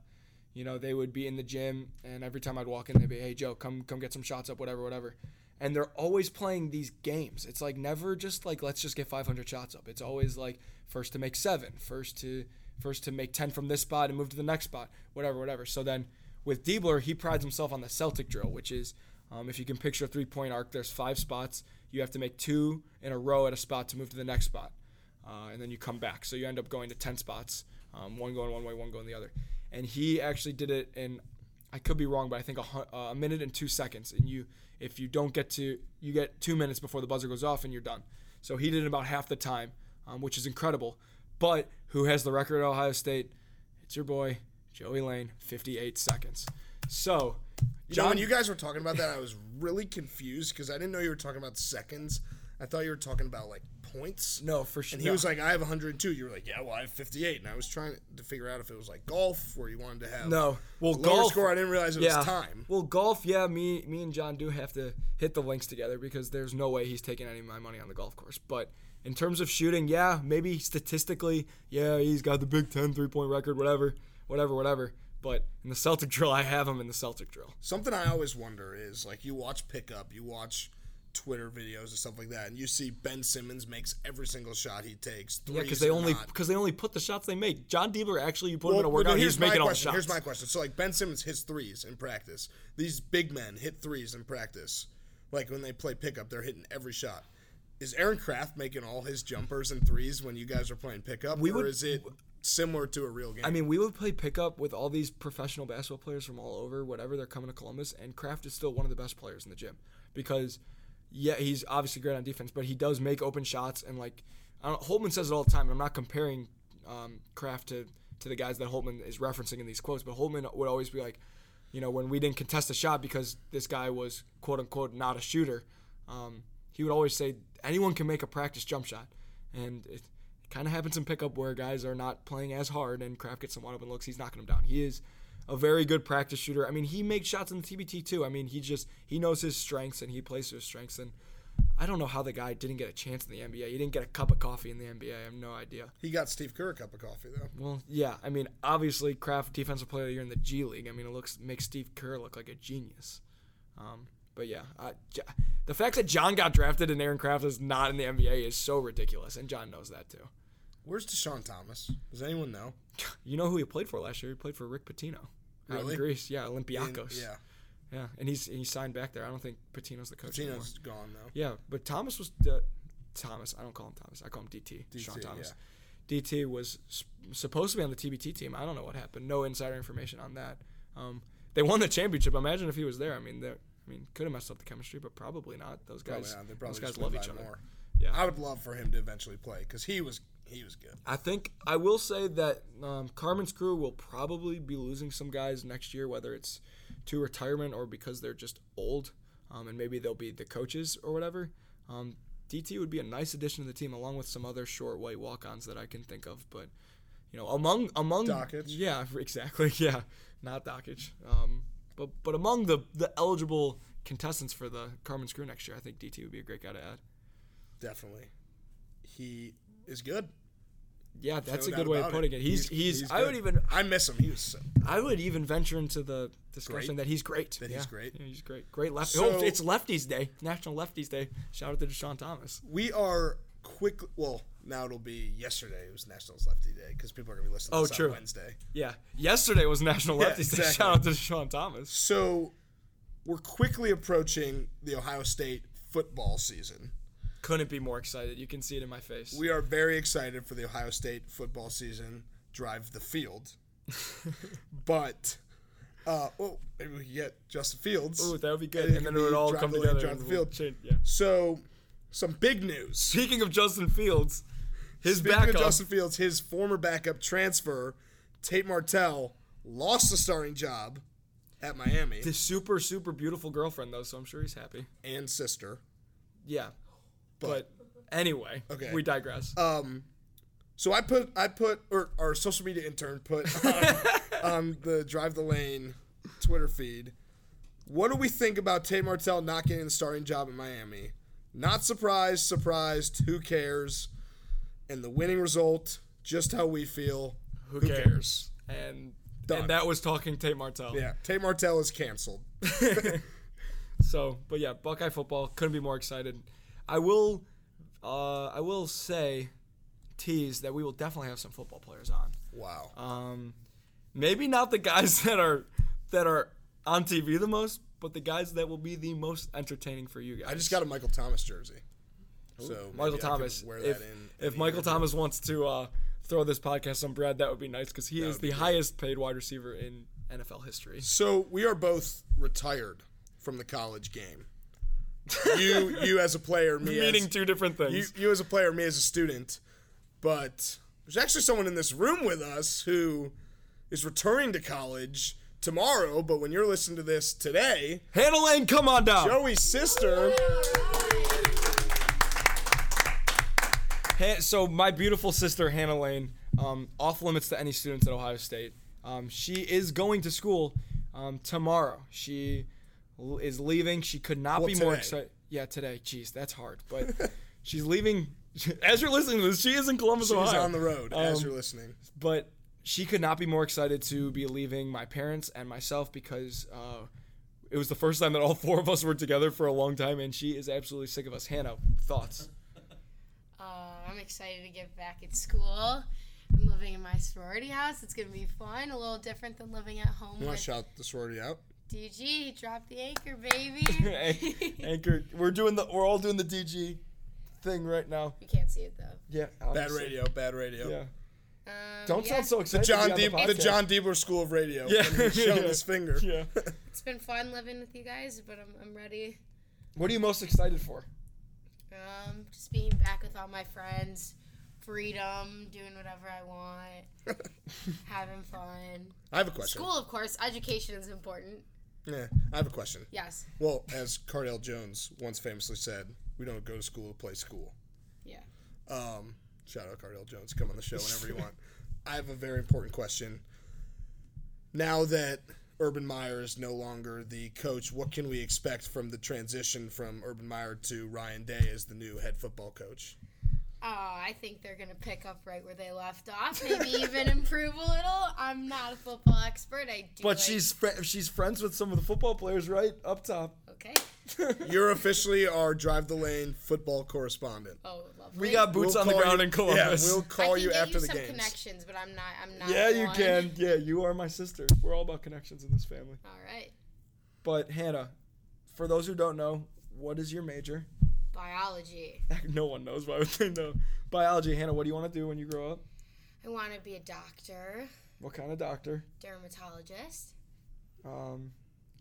Speaker 4: you know, they would be in the gym, and every time I'd walk in, they'd be, "Hey Joe, come come get some shots up, whatever, whatever." And they're always playing these games. It's like never just like let's just get 500 shots up. It's always like first to make seven, first to first to make 10 from this spot and move to the next spot, whatever, whatever. So then with Diebler, he prides himself on the Celtic drill, which is um, if you can picture a three point arc, there's five spots. You have to make two in a row at a spot to move to the next spot. Uh, and then you come back. So you end up going to 10 spots, um, one going one way, one going the other. And he actually did it in, I could be wrong, but I think a, hun- uh, a minute and two seconds. And you, if you don't get to, you get two minutes before the buzzer goes off and you're done. So he did it about half the time, um, which is incredible. But who has the record at Ohio State? It's your boy, Joey Lane, 58 seconds. So,
Speaker 1: John, you guys were talking about that. I was really confused because I didn't know you were talking about seconds. I thought you were talking about like points.
Speaker 4: No, for sure.
Speaker 1: And he was like, I have 102. You were like, yeah, well, I have 58. And I was trying to figure out if it was like golf where you wanted to have
Speaker 4: No. Well,
Speaker 1: a lower
Speaker 4: golf-
Speaker 1: score. I didn't realize it was time.
Speaker 4: Well, golf, yeah, me me and John do have to hit the links together because there's no way he's taking any of my money on the golf course. But in terms of shooting, yeah, maybe statistically, yeah, he's got the Big Ten three point record, whatever, whatever, whatever. But in the Celtic drill, I have him in the Celtic drill.
Speaker 1: Something I always wonder is like you watch pickup, you watch Twitter videos and stuff like that, and you see Ben Simmons makes every single shot he takes.
Speaker 4: Yeah,
Speaker 1: threes
Speaker 4: because they
Speaker 1: or
Speaker 4: only
Speaker 1: not.
Speaker 4: because they only put the shots they make. John Diebler actually, you put him in a
Speaker 1: Well,
Speaker 4: workout,
Speaker 1: here's
Speaker 4: he's
Speaker 1: my
Speaker 4: making all the
Speaker 1: question.
Speaker 4: shots.
Speaker 1: Here's my question. So like Ben Simmons hits threes in practice. These big men hit threes in practice. Like when they play pickup, they're hitting every shot. Is Aaron Kraft making all his jumpers and threes when you guys are playing pickup,
Speaker 4: We
Speaker 1: or
Speaker 4: would-
Speaker 1: is it similar to a real game?
Speaker 4: I mean, we would play pickup with all these professional basketball players from all over, whatever. They're coming to Columbus, and Kraft is still one of the best players in the gym because, yeah, he's obviously great on defense, but he does make open shots. And, like, I don't, Holtman says it all the time, and I'm not comparing um, Kraft to, to the guys that Holtman is referencing in these quotes, but Holtman would always be like, you know, when we didn't contest a shot because this guy was, quote unquote, not a shooter, um, he would always say, anyone can make a practice jump shot. And it kind of happens in pickup where guys are not playing as hard and Kraft gets some wide open looks. He's knocking them down. He is a very good practice shooter. I mean, he makes shots in the TBT too. I mean, he just he knows his strengths and he plays to his strengths. And I don't know how the guy didn't get a chance in the NBA. He didn't get a cup of coffee in the NBA. I have no idea.
Speaker 1: he got Steve Kerr a cup of coffee though.
Speaker 4: Well, yeah. I mean, obviously, Kraft defensive player of the year in the G League. I mean, it looks makes Steve Kerr look like a genius. Um, but yeah, I, J- the fact that John got drafted and Aaron Kraft is not in the NBA is so ridiculous, and John knows that too.
Speaker 1: Where's Deshaun Thomas? Does anyone know?
Speaker 4: You know who he played for last year? He played for Rick Pitino. Out in
Speaker 1: Really?
Speaker 4: Greece, yeah,
Speaker 1: In-
Speaker 4: Olympiakos.
Speaker 1: yeah,
Speaker 4: yeah, and he's and he signed back there. I don't think Pitino's the coach anymore.
Speaker 1: Gino's gone though.
Speaker 4: Yeah, but Thomas was uh, Thomas. I don't call him Thomas. I call him DT. Sean
Speaker 1: DT,
Speaker 4: Thomas.
Speaker 1: yeah.
Speaker 4: DT was s- supposed to be on the TBT team. I don't know what happened. No insider information on that. Um, they won the championship. Imagine if he was there. I mean, they're- I mean, could have messed up the chemistry, but probably not. Those guys,
Speaker 1: yeah, they
Speaker 4: those
Speaker 1: probably
Speaker 4: guys
Speaker 1: just
Speaker 4: love
Speaker 1: went
Speaker 4: each
Speaker 1: by
Speaker 4: other.
Speaker 1: more.
Speaker 4: Yeah.
Speaker 1: I would love for him to eventually play because he was he was good.
Speaker 4: I think I will say that um, Carmen's crew will probably be losing some guys next year, whether it's to retirement or because they're just old, um, and maybe they'll be the coaches or whatever. Um, DT would be a nice addition to the team, along with some other short white walk-ons that I can think of. But you know, among among
Speaker 1: Dockage.
Speaker 4: yeah, exactly, yeah, not Dockage. Um, but but among the the eligible contestants for the Carmen's crew next year, I think DT would be a great guy to add.
Speaker 1: Definitely, he is good.
Speaker 4: Yeah, that's
Speaker 1: No
Speaker 4: a good
Speaker 1: doubt
Speaker 4: way of
Speaker 1: about
Speaker 4: putting it. He's he's, I would
Speaker 1: good.
Speaker 4: even
Speaker 1: I miss him. He was so,
Speaker 4: I would even venture into the discussion
Speaker 1: Great.
Speaker 4: that he's great.
Speaker 1: That he's great.
Speaker 4: Yeah, he's great. Great left.
Speaker 1: So-
Speaker 4: oh, it's Lefties Day, National Lefties Day. Shout out to Deshaun Thomas.
Speaker 1: we are quick. Well, now it'll be yesterday. It was Nationals Lefty Day because people are gonna be listening. to
Speaker 4: Oh,
Speaker 1: this
Speaker 4: true.
Speaker 1: On Wednesday.
Speaker 4: Yeah. Yesterday was National
Speaker 1: Yeah,
Speaker 4: Lefties Day.
Speaker 1: exactly.
Speaker 4: Shout out to Deshaun Thomas.
Speaker 1: So we're quickly approaching the Ohio State football season.
Speaker 4: Couldn't be more excited. You can see it in my face.
Speaker 1: We are very excited for the Ohio State football season. Drive the field, but uh, oh, maybe we can get Justin Fields.
Speaker 4: Ooh, that would be good.
Speaker 1: And it
Speaker 4: And then
Speaker 1: could
Speaker 4: it would
Speaker 1: be
Speaker 4: all
Speaker 1: drive
Speaker 4: come
Speaker 1: the lane,
Speaker 4: together.
Speaker 1: drive
Speaker 4: and
Speaker 1: the
Speaker 4: we'll
Speaker 1: field.
Speaker 4: change- yeah.
Speaker 1: So, some big news.
Speaker 4: Speaking of Justin Fields, his
Speaker 1: Speaking
Speaker 4: backup.
Speaker 1: of Justin Fields, his former backup transfer, Tate Martell, lost the starting job at Miami
Speaker 4: his super super beautiful girlfriend though, so I'm sure he's happy.
Speaker 1: and sister.
Speaker 4: Yeah. But, anyway,
Speaker 1: Okay. Uh,
Speaker 4: we digress.
Speaker 1: So I put I put or our social media intern put on, on the Drive the Lane Twitter feed. What do we think about Tate Martell not getting the starting job at Miami? Not surprised, surprised. Who cares? And the winning result, just how we feel.
Speaker 4: who,
Speaker 1: who
Speaker 4: cares?
Speaker 1: cares?
Speaker 4: And
Speaker 1: Done.
Speaker 4: and that was talking Tate Martell.
Speaker 1: Yeah, Tate Martell is canceled.
Speaker 4: So, but yeah, Buckeye football couldn't be more excited. I will, uh, I will say, tease that we will definitely have some football players on.
Speaker 1: Wow.
Speaker 4: Maybe not the guys that are that are on TV the most, but the guys that will be the most entertaining for you guys.
Speaker 1: I just got a Michael Thomas jersey. So maybe I
Speaker 4: Michael
Speaker 1: could
Speaker 4: Thomas.
Speaker 1: wear
Speaker 4: if
Speaker 1: that in
Speaker 4: if
Speaker 1: any
Speaker 4: Michael
Speaker 1: interview.
Speaker 4: Thomas wants to uh, throw this podcast on Brad, that would be nice because he is
Speaker 1: would be
Speaker 4: the highest paid wide receiver in NFL history.
Speaker 1: So we are both retired from the college game. You you as a player, me
Speaker 4: Meaning
Speaker 1: as,
Speaker 4: two different things.
Speaker 1: you, you as a player, me as a student. But there's actually someone in this room with us who is returning to college tomorrow. But when you're listening to this today,
Speaker 4: Hannah Lane, come on down.
Speaker 1: Joey's
Speaker 4: Oh,
Speaker 1: sister.
Speaker 4: Ha- so my beautiful sister Hannah Lane, um, off limits to any students at Ohio State. Um, she is going to school um, tomorrow. She l- is leaving. She could not
Speaker 1: Well,
Speaker 4: be more
Speaker 1: today.
Speaker 4: excited. Yeah, today. Jeez, that's hard. But she's leaving. As you're listening to this, she is in Columbus,
Speaker 1: She's
Speaker 4: Ohio.
Speaker 1: on the road as
Speaker 4: Um,
Speaker 1: you're listening.
Speaker 4: but she could not be more excited to be leaving my parents and myself because uh, it was the first time that all four of us were together for a long time, and she is absolutely sick of us. Hannah, thoughts?
Speaker 9: Uh, I'm excited to get back at school. I'm living in my sorority house. It's gonna be fun. A little different than living at home
Speaker 1: You want
Speaker 9: with
Speaker 1: to shout the sorority out?
Speaker 9: DG. Drop the anchor, baby.
Speaker 4: Anchor, we're doing the we're all doing the DG thing right now.
Speaker 9: you can't see it though.
Speaker 4: Yeah,
Speaker 1: Bad
Speaker 4: obviously.
Speaker 1: radio, bad radio.
Speaker 4: Yeah,
Speaker 9: Um,
Speaker 4: don't
Speaker 9: yeah,
Speaker 4: sound so excited. to
Speaker 1: John
Speaker 4: be on
Speaker 1: Deeb- the,
Speaker 4: podcast.
Speaker 1: John Deeber School of Radio.
Speaker 4: Yeah.
Speaker 1: when he's showing
Speaker 4: Yeah.
Speaker 1: his finger.
Speaker 4: Yeah.
Speaker 9: It's been fun living with you guys, but I'm, I'm ready.
Speaker 4: What are you most excited for?
Speaker 9: Um, just being back with all my friends, freedom, doing whatever I want, having fun.
Speaker 1: I have a question.
Speaker 9: School, of course. Education is important.
Speaker 1: Yeah, I have a question.
Speaker 9: Yes.
Speaker 1: Well, as Cardell Jones once famously said, we don't go to school to play school.
Speaker 9: Yeah.
Speaker 1: Um, shout out Cardell Jones. Come on the show whenever you want. I have a very important question. Now that Urban Meyer is no longer the coach, what can we expect from the transition from Urban Meyer to Ryan Day as the new head football coach?
Speaker 9: Oh, I think they're gonna pick up right where they left off, maybe even improve a little. I'm not a football expert. I do. like-
Speaker 4: fr- she's friends with some of the football players, right up top.
Speaker 9: okay.
Speaker 1: You're officially our drive the lane football correspondent.
Speaker 9: Oh, lovely.
Speaker 4: We got boots
Speaker 1: We'll
Speaker 4: on the
Speaker 1: call
Speaker 4: ground
Speaker 1: you-
Speaker 4: in Columbus.
Speaker 1: Yeah, we'll
Speaker 9: I
Speaker 1: call
Speaker 9: can
Speaker 1: you
Speaker 9: get
Speaker 1: after
Speaker 9: you
Speaker 1: the
Speaker 9: some
Speaker 1: games.
Speaker 9: connections, but I'm not. I'm not.
Speaker 4: Yeah, you
Speaker 9: one.
Speaker 4: can. Yeah, you are my sister. We're all about connections in this family.
Speaker 9: All right,
Speaker 4: But Hannah, for those who don't know, what is your major?
Speaker 9: biology.
Speaker 4: No one knows. Why would they know? Biology, Hannah. What do you want to do when you grow up?
Speaker 9: I want to be a doctor,
Speaker 4: What kind of doctor?
Speaker 9: dermatologist.
Speaker 4: Um,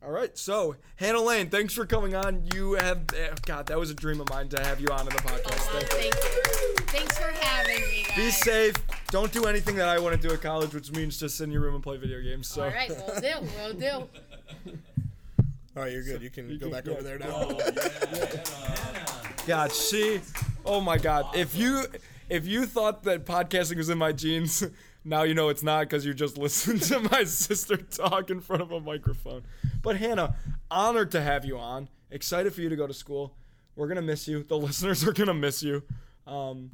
Speaker 4: all right. So Hannah Lane, thanks for coming on. You have eh, God, that was a dream of mine to have you on in the podcast.
Speaker 9: Oh,
Speaker 4: Thank you.
Speaker 9: thank you. Thanks for having me, guys.
Speaker 4: Be safe. Don't do anything that I want to do at college, which means just sit in your room and play video games. So
Speaker 9: All right, we'll do. We'll do.
Speaker 1: All right, you're good. You can go
Speaker 4: can-
Speaker 1: back
Speaker 4: yeah.
Speaker 1: over there now.
Speaker 4: God, she. Oh my God. If you if you thought that podcasting was in my genes, now you know it's not because you just listened to my sister talk in front of a microphone. But Hannah, honored to have you on. Excited for you to go to school. We're gonna miss you. The listeners are gonna miss you. Um,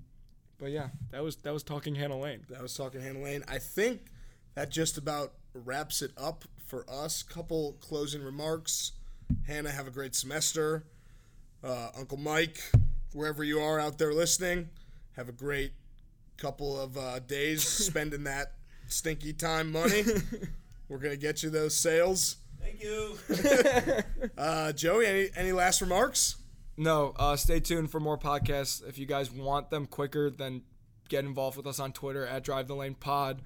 Speaker 4: but yeah, that was that was talking Hannah Lane.
Speaker 1: I was talking to Hannah Lane. I think that just about wraps it up for us. Couple closing remarks. Hannah, have a great semester. Uh, Uncle Mike, wherever you are out there listening, have a great couple of uh, days spending that stinky time money. We're gonna get you those sales.
Speaker 5: Thank you.
Speaker 1: Uh, Joey, any any last remarks?
Speaker 4: No, uh, stay tuned for more podcasts. If you guys want them quicker, then get involved with us on Twitter at Drive the Lane Pod.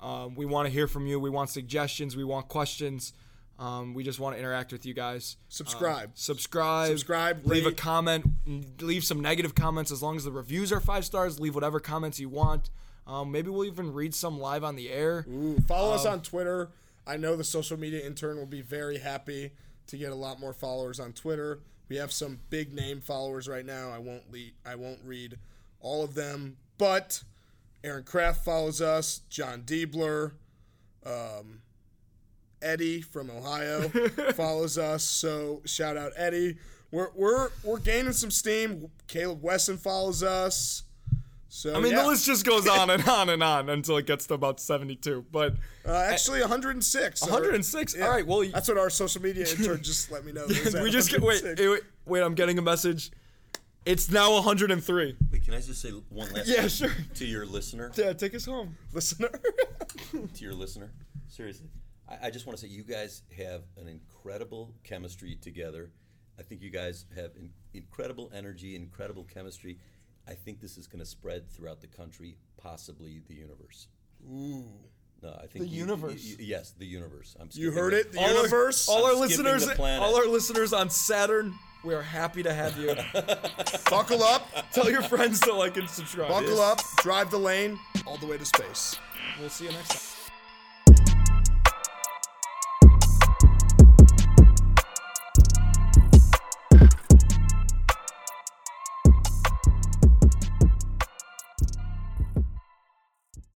Speaker 4: Um, we want to hear from you. We want suggestions. We want questions. Um, we just want to interact with you guys.
Speaker 1: Subscribe.
Speaker 4: Subscribe.
Speaker 1: Subscribe,
Speaker 4: Leave a
Speaker 1: rate.
Speaker 4: comment. n- Leave some negative comments as long as the reviews are five stars. Leave whatever comments you want. Um, maybe we'll even read some live on the air.
Speaker 1: Follow
Speaker 4: Um,
Speaker 1: us on Twitter. I know the social media intern will be very happy to get a lot more followers on Twitter. We have some big name followers right now. I won't le- I won't read all of them, but Aaron Kraft follows us. John Diebler, um, Eddie from Ohio follows us. So shout out Eddie. We're we're we're gaining some steam. Caleb Wesson follows us. So
Speaker 4: I mean, the list just goes on and on and on until it gets to about 72. But
Speaker 1: Uh, actually, 106.
Speaker 4: 106?
Speaker 1: Yeah.
Speaker 4: All right, well,
Speaker 1: that's what our social media intern just let me know. It was at
Speaker 4: we just get wait,
Speaker 1: 106.
Speaker 4: eh, wait wait i'm getting a message it's now 103
Speaker 5: Wait, can I just say one last
Speaker 4: yeah
Speaker 5: thing
Speaker 4: sure
Speaker 5: to your listener?
Speaker 4: yeah take us home
Speaker 1: listener.
Speaker 5: to your listener. Seriously, I, I just want to say you guys have an incredible chemistry together. I think you guys have in, incredible energy, incredible chemistry. I think this is going to spread throughout the country, possibly the universe. Ooh. No, I think
Speaker 4: The
Speaker 5: you-
Speaker 4: universe.
Speaker 5: you- you- yes, the universe. I'm Oh,
Speaker 1: You
Speaker 5: skipping
Speaker 1: heard
Speaker 5: the-
Speaker 1: it. The
Speaker 4: All our-
Speaker 1: universe.
Speaker 4: all our
Speaker 5: I'm skipping
Speaker 4: listeners
Speaker 5: the planet.
Speaker 4: all our listeners on saturn we are happy to have you
Speaker 1: buckle up.
Speaker 4: tell your friends to like and subscribe
Speaker 1: Buckle up. Drive the lane all the way to space.
Speaker 4: we'll see you next time